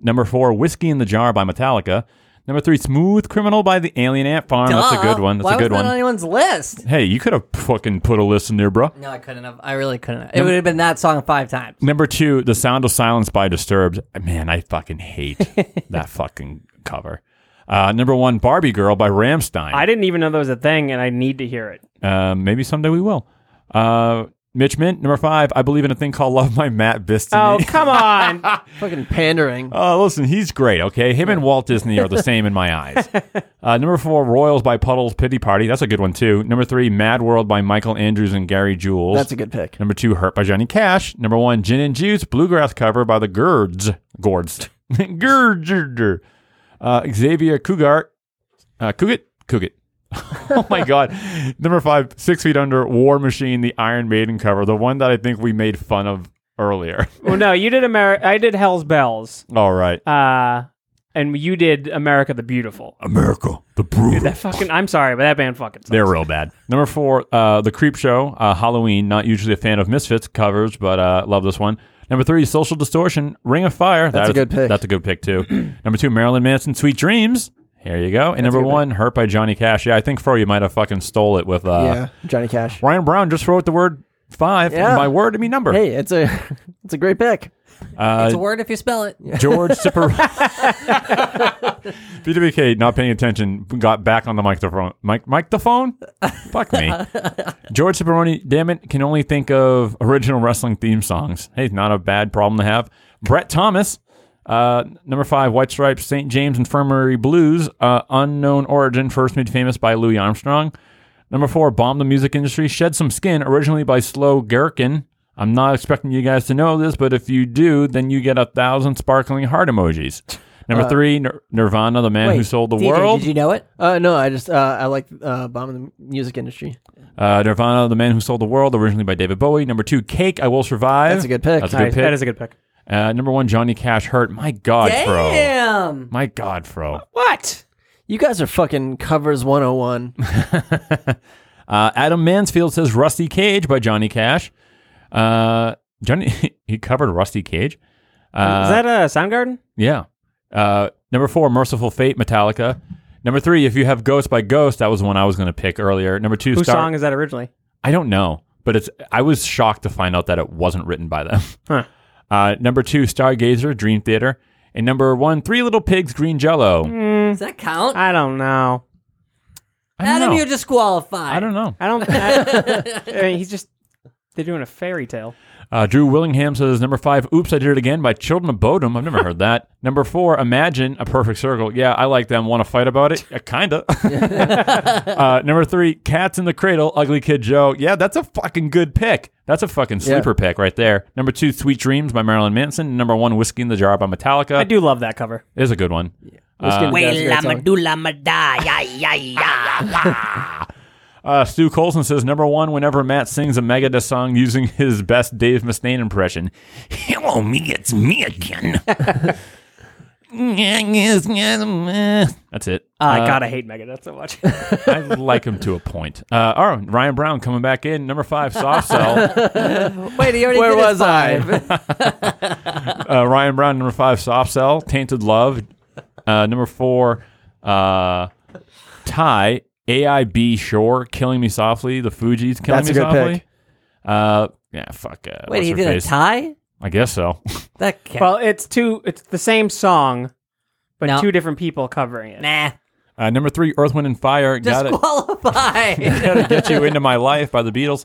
[SPEAKER 4] Number four, Whiskey in the Jar by Metallica. Number three, Smooth Criminal by the Alien Ant Farm. That's a good
[SPEAKER 2] Duh.
[SPEAKER 4] one. That's
[SPEAKER 2] Uh, Why
[SPEAKER 4] a good
[SPEAKER 2] was that
[SPEAKER 4] one.
[SPEAKER 2] on anyone's list?
[SPEAKER 4] hey, you could have fucking put a list in there, bro.
[SPEAKER 2] No, I couldn't have. I really couldn't have. It would have been that song five times.
[SPEAKER 4] Number two, The Sound of Silence by Disturbed. Man, I fucking hate that fucking cover. Uh, number one, Barbie Girl by Ramstein.
[SPEAKER 3] I didn't even know that was a thing, and I need to hear it.
[SPEAKER 4] Uh, maybe someday we will. Uh, Mitch Mint, number five, I believe in a thing called Love by Matt
[SPEAKER 3] Oh,
[SPEAKER 4] Bistany.
[SPEAKER 3] come on.
[SPEAKER 1] Fucking pandering.
[SPEAKER 4] Oh, listen, he's great. Okay, him and Walt Disney are the same in my eyes. Uh, number four, Royals by Puddles, Pity Party. That's a good one too. Number three, Mad World by Michael Andrews and Gary Jules.
[SPEAKER 1] That's a good pick.
[SPEAKER 4] Number two, Hurt by Johnny Cash. Number one, Gin and Juice, Bluegrass cover by the Gourds. Gourds. Gourds. Uh, Xavier Cougar. Uh, Cougat? Cougat. oh my God. Number five, Six Feet Under, War Machine, the Iron Maiden cover, the one that I think we made fun of earlier.
[SPEAKER 3] well, no, you did America. I did Hell's Bells,
[SPEAKER 4] All right.
[SPEAKER 3] uh, and you did America the Beautiful.
[SPEAKER 4] Oh, America, the Brutal.
[SPEAKER 3] That fucking. I'm sorry, but that band fucking. Sucks.
[SPEAKER 4] They're real bad. Number four, uh, The Creep Show, uh, Halloween. Not usually a fan of Misfits covers, but uh, love this one. Number three, Social Distortion, Ring of Fire.
[SPEAKER 1] That's a
[SPEAKER 4] That is-
[SPEAKER 1] good pick.
[SPEAKER 4] That's a good pick, too. number two, Marilyn Manson, Sweet Dreams. Here you go. And number one, Hurt by Johnny Cash. Yeah, I think Fro, you might have fucking stole it with uh,
[SPEAKER 1] yeah, Johnny Cash.
[SPEAKER 4] Ryan Brown just wrote the word five.
[SPEAKER 1] Yeah.
[SPEAKER 4] And by word, I mean number.
[SPEAKER 1] Hey, it's a it's a great pick.
[SPEAKER 4] Uh,
[SPEAKER 2] it's a word if you spell it.
[SPEAKER 4] George Cipar. BWK, not paying attention, got back on the microphone. Mic- microphone? Fuck me. George Ciparoni, damn it, can only think of original wrestling theme songs. Hey, not a bad problem to have. Brett Thomas, uh, number five, White Stripes, St. James Infirmary Blues, uh, unknown origin, first made famous by Louis Armstrong. Number four, Bomb the Music Industry, Shed Some Skin, originally by Slow Gherkin. I'm not expecting you guys to know this, but if you do, then you get a thousand sparkling heart emojis. Number
[SPEAKER 1] Uh,
[SPEAKER 4] three, Nir- Nirvana, the man who sold the world.
[SPEAKER 2] Did you know it?
[SPEAKER 1] Uh, no, I just uh, I like uh, bomb in the music industry.
[SPEAKER 4] Uh, Nirvana, the man who sold the world, originally by David Bowie. Number two, Cake, I Will Survive.
[SPEAKER 1] That's a good pick.
[SPEAKER 4] That's a good
[SPEAKER 3] Nice.
[SPEAKER 4] pick.
[SPEAKER 3] That is a good pick.
[SPEAKER 4] Uh, number one, Johnny Cash, Hurt. My God, fro.
[SPEAKER 2] Damn.
[SPEAKER 4] My God, fro.
[SPEAKER 3] What?
[SPEAKER 1] You guys are fucking covers 101.
[SPEAKER 4] Uh, Adam Mansfield says Rusty Cage by Johnny Cash. Uh, Johnny, he covered Rusty Cage.
[SPEAKER 3] Is that uh, Soundgarden?
[SPEAKER 4] Yeah. Uh, number four, Merciful Fate, Metallica. Number three, If You Have Ghost by Ghost. That was the one I was going to pick earlier. Number two,
[SPEAKER 3] Whose
[SPEAKER 4] Star-
[SPEAKER 3] song is that originally?
[SPEAKER 4] I don't know, but it's. I was shocked to find out that it wasn't written by them.
[SPEAKER 3] Huh.
[SPEAKER 4] Uh, number two, Stargazer, Dream Theater. And number one, Three Little Pigs, Green Jello.
[SPEAKER 2] Does that count?
[SPEAKER 3] I don't know.
[SPEAKER 4] I Hmm. don't
[SPEAKER 2] Adam,
[SPEAKER 4] know.
[SPEAKER 2] you're disqualified.
[SPEAKER 4] I don't know.
[SPEAKER 3] I don't. I, I mean, he's just. They're doing a fairy tale.
[SPEAKER 4] Uh, Drew Willingham says number five, "Oops, I Did It Again" by Children of Bodom. I've never heard that. number four, "Imagine a Perfect Circle." Yeah, I like them. Want to fight about it? Uh, kinda. uh, number three, "Cats in the Cradle," Ugly Kid Joe. Yeah, that's a fucking good pick. That's a fucking sleeper pick right there. Number two, "Sweet Dreams" by Marilyn Manson. Number one, "Whiskey in the Jar" by Metallica.
[SPEAKER 3] I do love that cover.
[SPEAKER 4] Is a good one.
[SPEAKER 1] Well,
[SPEAKER 4] Uh, Stu Colson says number one, whenever Matt sings a Megadeth song using his best Dave Mustaine impression. Hello, me, it's me again. That's it.
[SPEAKER 3] I gotta hate Megadeth so much.
[SPEAKER 4] I like him to a point. Uh, all right, Ryan Brown coming back in, number five, soft cell.
[SPEAKER 2] Wait, he already
[SPEAKER 1] Where
[SPEAKER 2] did his
[SPEAKER 1] was I?
[SPEAKER 2] five.
[SPEAKER 4] Uh, Ryan Brown, number five, soft cell. Tainted love. Uh, number four, uh, Ty AIB Shore, killing me softly. The Fugees, killing
[SPEAKER 1] That's
[SPEAKER 4] me
[SPEAKER 1] a good
[SPEAKER 4] softly.
[SPEAKER 1] pick.
[SPEAKER 4] Uh, yeah, fuck. Uh,
[SPEAKER 2] Wait,
[SPEAKER 4] what's
[SPEAKER 2] he
[SPEAKER 4] her
[SPEAKER 2] did
[SPEAKER 4] face?
[SPEAKER 2] a tie?
[SPEAKER 4] I guess so.
[SPEAKER 2] That counts.
[SPEAKER 3] well, it's two. It's the same song, but
[SPEAKER 2] No.
[SPEAKER 3] two different people covering it.
[SPEAKER 2] nah.
[SPEAKER 4] Uh, number three, Earth, Wind, and Fire. Got it.
[SPEAKER 2] Disqualified.
[SPEAKER 4] Gotta get you into my life by the Beatles.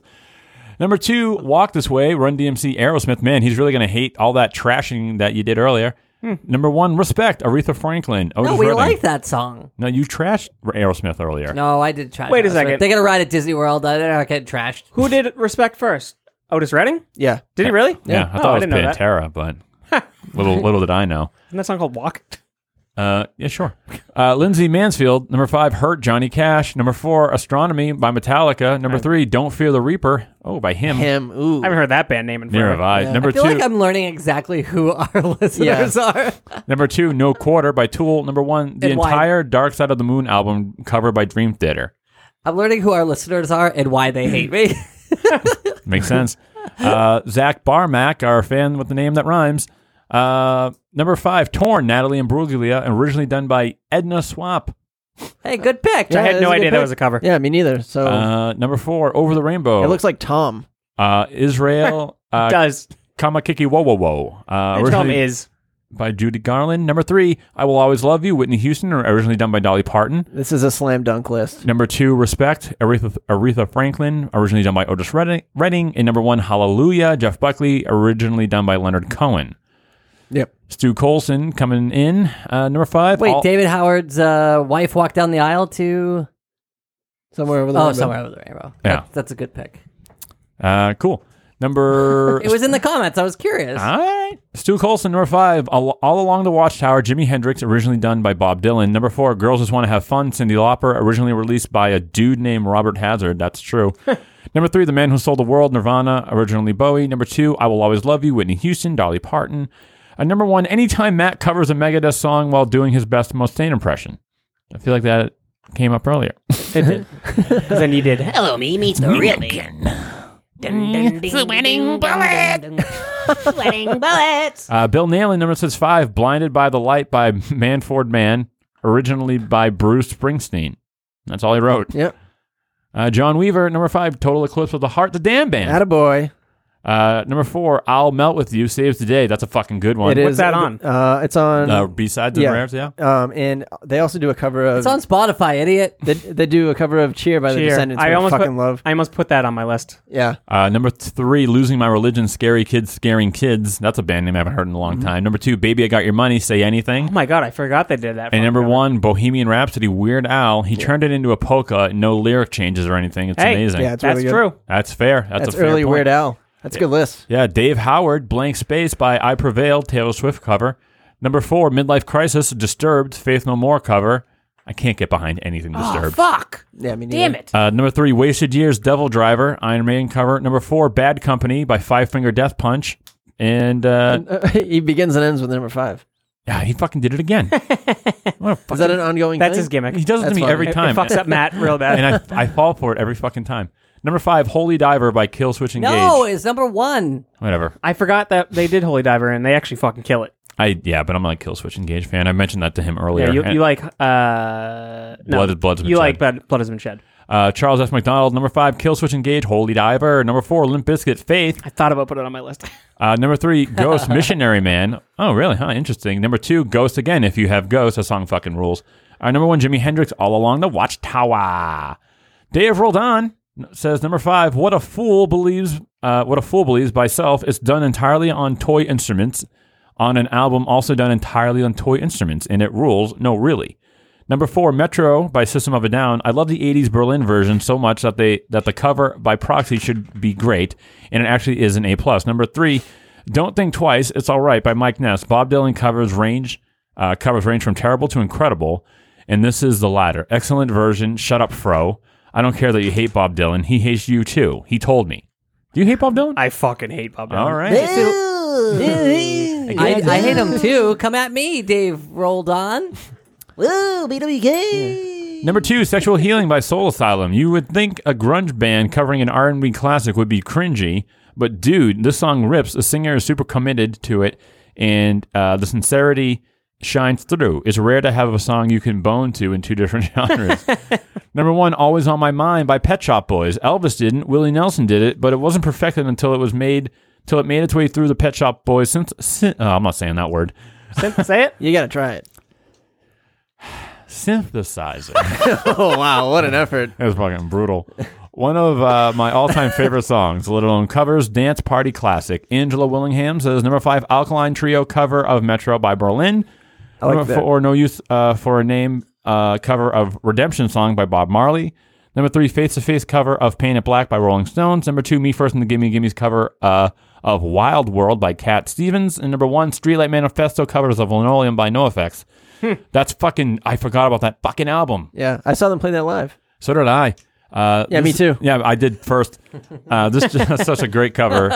[SPEAKER 4] Number two, Walk This Way, Run DMC, Aerosmith. Man, he's really going to hate all that trashing that you did earlier. Number one, Respect, Aretha Franklin. Otis
[SPEAKER 2] Hmm. no, we
[SPEAKER 4] Redding.
[SPEAKER 2] like that song.
[SPEAKER 4] No, you trashed Aerosmith earlier.
[SPEAKER 2] No, I did trash.
[SPEAKER 3] Wait a
[SPEAKER 2] that. Sorry.
[SPEAKER 3] second.
[SPEAKER 2] They got a ride at Disney World. uh, They're not getting trashed.
[SPEAKER 3] Who did respect first? Otis Redding?
[SPEAKER 1] yeah.
[SPEAKER 3] Did he really?
[SPEAKER 4] Yeah, I
[SPEAKER 3] Oh,
[SPEAKER 4] thought it was
[SPEAKER 3] didn't know that.
[SPEAKER 4] Pantera, but little little did I know.
[SPEAKER 3] Isn't that song called Walk?
[SPEAKER 4] Uh, yeah, sure. Uh, Lindsay Mansfield, number five, Hurt, Johnny Cash. Number four, Astronomy by Metallica. Number three, Don't Fear the Reaper. Oh, by him.
[SPEAKER 1] Him. Ooh.
[SPEAKER 3] I haven't heard that band name in
[SPEAKER 4] Neither
[SPEAKER 3] forever.
[SPEAKER 4] have I. Number
[SPEAKER 2] I feel
[SPEAKER 4] two,
[SPEAKER 2] like I'm learning exactly who our listeners are.
[SPEAKER 4] Number two, No Quarter by Tool. Number one, the
[SPEAKER 2] And why?
[SPEAKER 4] entire Dark Side of the Moon album cover by Dream Theater.
[SPEAKER 2] I'm learning who our listeners are and why they hate me.
[SPEAKER 4] Makes sense. uh, Zach Barmack, our fan with the name that rhymes. Uh, number five, Torn, Natalie and Bruglia, originally done by Edna Swap.
[SPEAKER 2] hey, good pick.
[SPEAKER 1] Yeah,
[SPEAKER 3] I had
[SPEAKER 1] that's
[SPEAKER 3] no
[SPEAKER 1] a good
[SPEAKER 3] idea that
[SPEAKER 1] pick.
[SPEAKER 3] was a cover.
[SPEAKER 1] Yeah, me neither. So
[SPEAKER 4] Uh, number four, Over the Rainbow.
[SPEAKER 1] Oh. it looks like Tom.
[SPEAKER 4] uh, Israel. Uh,
[SPEAKER 3] Does
[SPEAKER 4] Kamakiki Whoa Whoa Whoa. Uh,
[SPEAKER 3] which
[SPEAKER 4] originally
[SPEAKER 3] home is
[SPEAKER 4] by Judy Garland. Number three, I Will Always Love You, Whitney Houston, originally done by Dolly Parton.
[SPEAKER 1] This is a slam dunk list.
[SPEAKER 4] Number two, Respect, Aretha, Aretha Franklin, originally done by Otis Redding. Redding. And number one, Hallelujah, Jeff Buckley, originally done by Leonard Cohen.
[SPEAKER 1] Yep.
[SPEAKER 4] Stu Colson coming in. Uh, number five.
[SPEAKER 2] Wait,
[SPEAKER 4] all-
[SPEAKER 2] David Howard's uh, wife walked down the aisle to.
[SPEAKER 1] Somewhere over the
[SPEAKER 2] Oh,
[SPEAKER 1] rainbow.
[SPEAKER 2] somewhere over the rainbow.
[SPEAKER 4] Yeah.
[SPEAKER 2] That- that's a good pick.
[SPEAKER 4] Uh, cool. Number.
[SPEAKER 2] It was in the comments. I was curious.
[SPEAKER 4] all right. Stu Colson, number five, all, all Along the Watchtower, Jimi Hendrix, originally done by Bob Dylan. Number four, Girls Just Want to Have Fun, Cindy Lauper, originally released by a dude named Robert Hazard. That's true. number three, The Man Who Sold the World, Nirvana, originally Bowie. Number two, I Will Always Love You, Whitney Houston, Dolly Parton. And number one, anytime Matt covers a Megadeth song while doing his best Mustaine impression. I feel like that came up earlier.
[SPEAKER 3] because then you did.
[SPEAKER 6] Hello, me meets the real me. Sweating bullets. Sweating bullets.
[SPEAKER 4] Uh, Bill Nalen, number says five, Blinded by the Light by Manford Man, originally by Bruce Springsteen. That's all he wrote.
[SPEAKER 1] Yep.
[SPEAKER 4] Uh, John Weaver, number five, Total Eclipse of the Heart, the Damn Band.
[SPEAKER 1] Attaboy.
[SPEAKER 4] Uh, number four, I'll Melt With You saves the day. That's a fucking good one.
[SPEAKER 1] It is- Uh, it's on
[SPEAKER 4] Uh, B-sides and rares, yeah.
[SPEAKER 1] Um, and they also do a cover of.
[SPEAKER 2] It's on Spotify, idiot.
[SPEAKER 1] They, they do a cover of "Cheer" by the
[SPEAKER 3] Cheer.
[SPEAKER 1] Descendants.
[SPEAKER 3] I
[SPEAKER 1] I
[SPEAKER 3] almost
[SPEAKER 1] fucking
[SPEAKER 3] put-
[SPEAKER 1] love.
[SPEAKER 3] I almost put that on my list. Oh
[SPEAKER 1] Yeah,
[SPEAKER 4] Uh, number three, Losing My Religion, Scary Kids Scaring Kids. That's a band name I haven't heard in a long
[SPEAKER 1] Mm-hmm.
[SPEAKER 4] time. Number two, Baby I Got Your Money, Say Anything.
[SPEAKER 3] Oh my god, I forgot they did that.
[SPEAKER 4] And number one, Bohemian Rhapsody, Weird Al. He turned it into a polka, no lyric changes or anything. It's
[SPEAKER 3] Hey,
[SPEAKER 4] amazing.
[SPEAKER 1] yeah, it's
[SPEAKER 3] That's
[SPEAKER 1] really good.
[SPEAKER 3] true.
[SPEAKER 4] That's fair. That's,
[SPEAKER 1] That's,
[SPEAKER 4] a fair
[SPEAKER 1] early
[SPEAKER 4] point.
[SPEAKER 1] Weird Al. That's a good list.
[SPEAKER 4] Yeah, Dave Howard, Blank Space by I Prevail, Taylor Swift cover. Number four, Midlife Crisis, Disturbed, Faith No More cover. I can't get behind anything
[SPEAKER 1] Ah,
[SPEAKER 4] Disturbed.
[SPEAKER 2] Fuck.
[SPEAKER 1] Yeah, I mean,
[SPEAKER 2] Damn it.
[SPEAKER 4] Uh, number three, Wasted Years, Devil Driver, Iron Maiden cover. Number four, Bad Company by Five Finger Death Punch. And uh,
[SPEAKER 1] he begins and ends with number five.
[SPEAKER 4] yeah, he fucking did it again. What a
[SPEAKER 1] Is
[SPEAKER 4] fucking-
[SPEAKER 1] that an ongoing?
[SPEAKER 3] That's
[SPEAKER 1] thing?
[SPEAKER 3] his gimmick.
[SPEAKER 4] he does it to
[SPEAKER 1] That's
[SPEAKER 4] me
[SPEAKER 1] funny.
[SPEAKER 4] every
[SPEAKER 1] It- it
[SPEAKER 4] time.
[SPEAKER 3] It fucks up Matt real bad.
[SPEAKER 4] and I, I fall for it every fucking time. Number five, Holy Diver by Killswitch Engage.
[SPEAKER 2] No, it's number one.
[SPEAKER 4] Whatever.
[SPEAKER 3] I forgot that they did Holy Diver and they actually fucking kill it.
[SPEAKER 4] I yeah, but I'm not a Killswitch Engage fan. I mentioned that to him earlier.
[SPEAKER 3] Yeah, you,
[SPEAKER 4] And-
[SPEAKER 3] you like uh no,
[SPEAKER 4] Blood is- blood's been
[SPEAKER 3] you like
[SPEAKER 4] shed.
[SPEAKER 3] blood, blood has been shed.
[SPEAKER 4] Uh, Charles F. McDonald, number five, Kill Switch Engage, Holy Diver. Number four, Limp Biscuit, Faith.
[SPEAKER 3] I thought about putting it on my list.
[SPEAKER 4] Uh, number three, Ghost, Missionary Man. Oh, really? Huh, interesting. Number two, Ghost again. If you have Ghost, that song fucking rules. Uh, number one, Jimi Hendrix, All Along the Watchtower. Dave Roldan says number five, What a Fool Believes, uh, What a Fool Believes by Self is done entirely on toy instruments on an album also done entirely on toy instruments, and it rules. No, really. Number four, Metro by System of a Down. I love the '80s Berlin version so much that they that the cover by proxy should be great, and it actually is an A plus. Number three, Don't Think Twice, It's All Right by Mike Ness. Bob Dylan covers range uh, covers range from terrible to incredible, and this is the latter. Excellent version. Shut up, Fro. I don't care that you hate Bob Dylan. He hates you too. He told me. Do you hate Bob Dylan?
[SPEAKER 3] I fucking hate Bob. Dylan.
[SPEAKER 4] All right.
[SPEAKER 2] I, I hate him too. Come at me, Dave. Rolled on. Woo, BWK.
[SPEAKER 4] Number two, Sexual Healing by Soul Asylum. You would think a grunge band covering an R&B classic would be cringy, but dude, this song rips. The singer is super committed to it, and uh, the sincerity shines through. It's rare to have a song you can bone to in two different genres. Number one, Always on My Mind by Pet Shop Boys. Elvis didn't, Willie Nelson did it, but it wasn't perfected until it was made, till it made its way through the Pet Shop Boys. Since, sin- oh, I'm not saying that word.
[SPEAKER 3] Say- Say it.
[SPEAKER 1] You gotta try it.
[SPEAKER 4] Synthesizer.
[SPEAKER 1] Oh wow, what an effort!
[SPEAKER 4] It was fucking brutal. One of uh, my all-time favorite songs, let alone covers, dance party classic. Angela Willingham says number five, Alkaline Trio cover of Metro by Berlin.
[SPEAKER 1] like
[SPEAKER 4] number
[SPEAKER 1] that.
[SPEAKER 4] four, No Use uh, for a Name uh, cover of Redemption Song by Bob Marley. Number three, Face to Face cover of Paint It Black by Rolling Stones. Number two, Me First and the Gimme Gimme's cover uh, of Wild World by Cat Stevens. And number one, Streetlight Manifesto covers of Linoleum by NoFX.
[SPEAKER 1] Hmm.
[SPEAKER 4] That's fucking. I forgot about that fucking album.
[SPEAKER 1] Yeah, I saw them play that live.
[SPEAKER 4] So did I. Uh,
[SPEAKER 1] Yeah, me
[SPEAKER 4] this-
[SPEAKER 1] too.
[SPEAKER 4] Yeah, I did first. Uh, this is just such a great cover.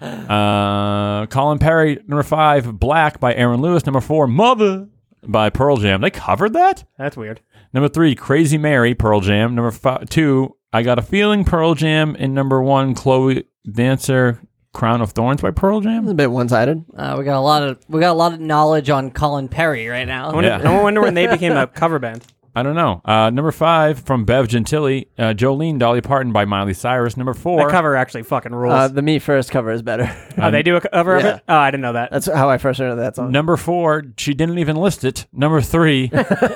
[SPEAKER 4] Uh, Colin Perry, number five, Black by Aaron Lewis. Number four, Mother by Pearl Jam. They covered that?
[SPEAKER 3] That's weird.
[SPEAKER 4] Number three, Crazy Mary, Pearl Jam. Number five, two, I Got a Feeling, Pearl Jam. And number one, Chloe Dancer, Crown of Thorns by Pearl
[SPEAKER 1] It's a
[SPEAKER 4] Jam.
[SPEAKER 1] bit one-sided.
[SPEAKER 2] Uh, we got a lot of we got a lot of knowledge on Colin Perry right now.
[SPEAKER 3] I wonder,
[SPEAKER 4] Yeah.
[SPEAKER 3] I wonder when they became a cover band.
[SPEAKER 4] I don't know. Uh, number five, from Bev Gentili, uh, Jolene, Dolly Parton by Miley Cyrus. Number
[SPEAKER 3] The
[SPEAKER 4] four,
[SPEAKER 3] cover actually fucking rules.
[SPEAKER 1] Uh, the Me First cover is better.
[SPEAKER 3] oh, they do a cover
[SPEAKER 1] yeah.
[SPEAKER 3] of it. Oh, I didn't know that.
[SPEAKER 1] That's how I first heard that song.
[SPEAKER 4] Number four, she didn't even list it. Number three,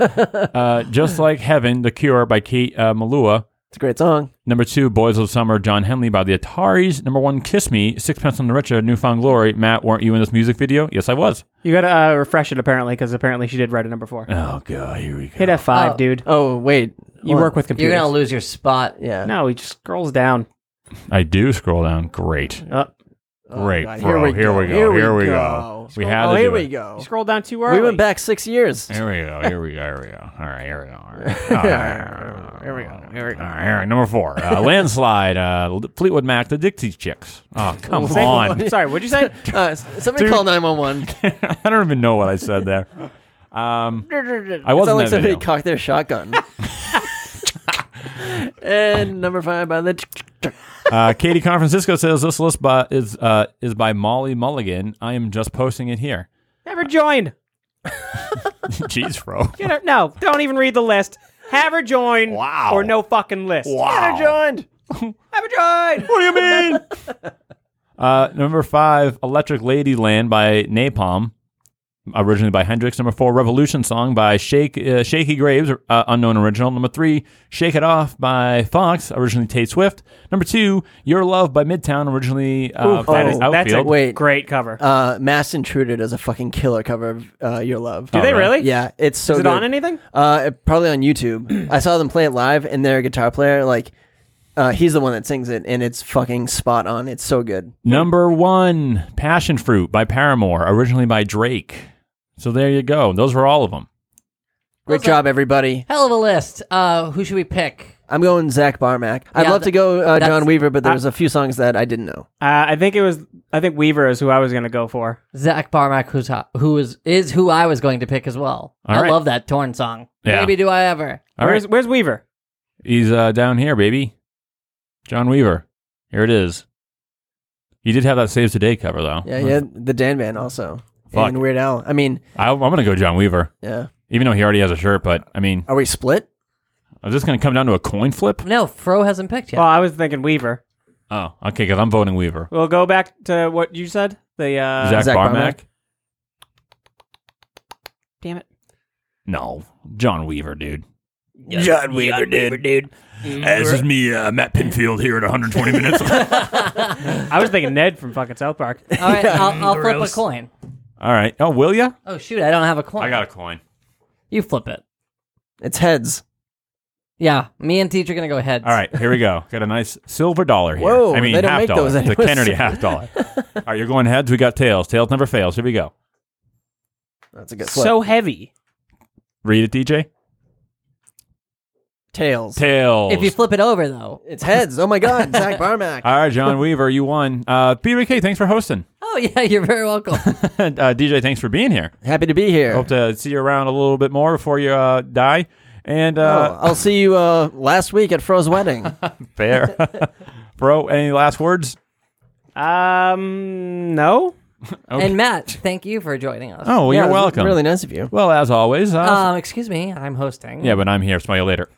[SPEAKER 4] uh, just like heaven, The Cure by Kate uh, Malua.
[SPEAKER 1] It's a great song.
[SPEAKER 4] Number two, Boys of Summer, John Henley by the Ataris. Number one, Kiss Me, Sixpence on the Richer, Newfound Glory. Matt, weren't you in this music video? Yes, I was.
[SPEAKER 3] You gotta uh, refresh it apparently because apparently she did write a number four.
[SPEAKER 4] Oh god, here we go.
[SPEAKER 3] Hit F five,
[SPEAKER 2] Oh.
[SPEAKER 3] dude.
[SPEAKER 1] Oh wait,
[SPEAKER 3] You work with
[SPEAKER 2] You're
[SPEAKER 3] computers.
[SPEAKER 2] gonna lose your spot.
[SPEAKER 1] yeah.
[SPEAKER 3] no, he just scrolls down.
[SPEAKER 4] I do scroll down. Great,
[SPEAKER 3] Uh,
[SPEAKER 1] Oh,
[SPEAKER 4] great,
[SPEAKER 1] God.
[SPEAKER 4] bro. Here, we go. Here we go. We had
[SPEAKER 1] Oh,
[SPEAKER 4] to
[SPEAKER 1] here
[SPEAKER 4] do
[SPEAKER 1] we
[SPEAKER 4] it.
[SPEAKER 1] go.
[SPEAKER 3] you scroll down too early.
[SPEAKER 1] We went back six years.
[SPEAKER 4] Here we go. Here we go. Here we go. All right. Here we go. All right. All right.
[SPEAKER 1] Here we go. Here we go.
[SPEAKER 4] All right, all right, number four, uh, landslide, uh, Fleetwood Mac, the Dixie Chicks. Oh, come
[SPEAKER 3] Say-
[SPEAKER 4] on!
[SPEAKER 3] Sorry, what'd you say?
[SPEAKER 1] Uh, s- somebody call 911.
[SPEAKER 4] I don't even know what I said there. Um, I
[SPEAKER 1] It's not
[SPEAKER 4] wasn't
[SPEAKER 1] like
[SPEAKER 4] that
[SPEAKER 1] somebody
[SPEAKER 4] video.
[SPEAKER 1] cocked their shotgun. and number five by the.
[SPEAKER 4] uh, Katie Confrancisco says this list by, is uh, is by Molly Mulligan. I am just posting it here.
[SPEAKER 3] Never join.
[SPEAKER 4] Jeez, bro.
[SPEAKER 3] Get her, no, don't even read the list. Have her join.
[SPEAKER 4] Wow.
[SPEAKER 3] Or no fucking list.
[SPEAKER 4] Wow.
[SPEAKER 1] joined.
[SPEAKER 3] Have her join.
[SPEAKER 4] What do you mean? Uh, number five, Electric Ladyland by Napalm, originally by Hendrix. Number four, Revolution Song by Shake uh, Shaky Graves, uh, unknown original. Number three, Shake It Off by Fox, originally Tate Swift. Number two, Your Love by Midtown, originally
[SPEAKER 3] Oh,
[SPEAKER 4] uh,
[SPEAKER 1] Ooh,
[SPEAKER 4] Fatty Outfield.
[SPEAKER 1] wait,
[SPEAKER 3] great cover.
[SPEAKER 1] Uh, Mass Intruder does a fucking killer cover of uh, Your Love.
[SPEAKER 3] Do they Oh, really? really?
[SPEAKER 1] Yeah, it's so.
[SPEAKER 3] Is it
[SPEAKER 1] good.
[SPEAKER 3] on anything?
[SPEAKER 1] Uh, it- probably on YouTube. I saw them play it live, and their guitar player, like, uh, he's the one that sings it, and it's fucking spot on. It's so good.
[SPEAKER 4] Number one, Passion Fruit by Paramore, originally by Drake. So there you go. Those were all of them.
[SPEAKER 1] Great job, everybody.
[SPEAKER 2] Hell of a list. Uh, who should we pick?
[SPEAKER 1] I'm going Zach Barmack. I'd
[SPEAKER 2] Yeah,
[SPEAKER 1] love to
[SPEAKER 2] th-
[SPEAKER 1] go uh,
[SPEAKER 2] that's-
[SPEAKER 1] John Weaver, but there was a few songs that I didn't know.
[SPEAKER 3] Uh, I think it was. I think Weaver is who I was going to go for.
[SPEAKER 2] Zach Barmack, who's ho- who is is who I was going to pick as well.
[SPEAKER 4] All
[SPEAKER 2] I
[SPEAKER 4] right.
[SPEAKER 2] love that torn song.
[SPEAKER 4] Yeah.
[SPEAKER 2] Maybe do I ever?
[SPEAKER 4] All right.
[SPEAKER 3] where's Where's Weaver?
[SPEAKER 4] He's uh, down here, baby. John Weaver. Here it is. You did have that Saves Today cover, though.
[SPEAKER 1] Yeah, yeah, the Dan Band also,
[SPEAKER 4] Fuck.
[SPEAKER 1] and Weird Al. I mean,
[SPEAKER 4] I, I'm going to go John Weaver,
[SPEAKER 1] yeah.
[SPEAKER 4] even though he already has a shirt, but I mean,
[SPEAKER 1] Are we split?
[SPEAKER 4] is this going to come down to a coin flip?
[SPEAKER 2] No, Fro hasn't picked yet.
[SPEAKER 3] Well, Oh, I was thinking Weaver.
[SPEAKER 4] Oh, okay, because I'm voting Weaver.
[SPEAKER 3] We'll go back to what you said. The uh,
[SPEAKER 4] Zach,
[SPEAKER 1] Zach
[SPEAKER 4] Barmack?
[SPEAKER 1] Barmack?
[SPEAKER 3] damn it.
[SPEAKER 4] No, John Weaver, dude. John Weaver, dude. This is me, uh, Matt Pinfield, here at 120 minutes.
[SPEAKER 3] I was thinking Ned from fucking South Park.
[SPEAKER 2] All right, I'll, I'll flip a coin.
[SPEAKER 4] all right. Oh, will ya?
[SPEAKER 2] Oh shoot, I don't have a coin.
[SPEAKER 4] a coin.
[SPEAKER 2] You flip it.
[SPEAKER 1] It's heads.
[SPEAKER 2] Yeah, me and teacher gonna go heads.
[SPEAKER 4] All right, here we go. Got a nice silver dollar here.
[SPEAKER 1] Whoa,
[SPEAKER 4] I mean,
[SPEAKER 1] they don't
[SPEAKER 4] half
[SPEAKER 1] make
[SPEAKER 4] dollar.
[SPEAKER 1] those
[SPEAKER 4] the
[SPEAKER 1] anymore.
[SPEAKER 4] Kennedy half dollar. All right, you're going heads. We got tails. Tails never fails. Here we go.
[SPEAKER 1] That's a good flip.
[SPEAKER 3] So heavy.
[SPEAKER 4] Read it, DJ.
[SPEAKER 1] tails.
[SPEAKER 4] Tails.
[SPEAKER 2] If you flip it over though.
[SPEAKER 1] it's heads. Oh my God, Zach Barmack.
[SPEAKER 4] All right, John Weaver, you won. Uh, PBK, thanks for hosting.
[SPEAKER 2] Oh yeah, you're very welcome.
[SPEAKER 4] And, uh, DJ, thanks for being here.
[SPEAKER 1] Happy to be here.
[SPEAKER 4] Hope to see you around a little bit more before you uh, die. And
[SPEAKER 1] Oh,
[SPEAKER 4] uh,
[SPEAKER 1] I'll see you uh, last week at Fro's wedding.
[SPEAKER 4] fair, bro. Any last words?
[SPEAKER 3] Um, no.
[SPEAKER 2] And Matt, thank you for joining us.
[SPEAKER 4] Oh, well,
[SPEAKER 1] Yeah, it
[SPEAKER 4] you're
[SPEAKER 1] was
[SPEAKER 4] welcome.
[SPEAKER 1] Really nice of you.
[SPEAKER 4] Well, as always. Uh,
[SPEAKER 2] Um, excuse me, I'm hosting.
[SPEAKER 4] yeah, but I'm here. Smell you later.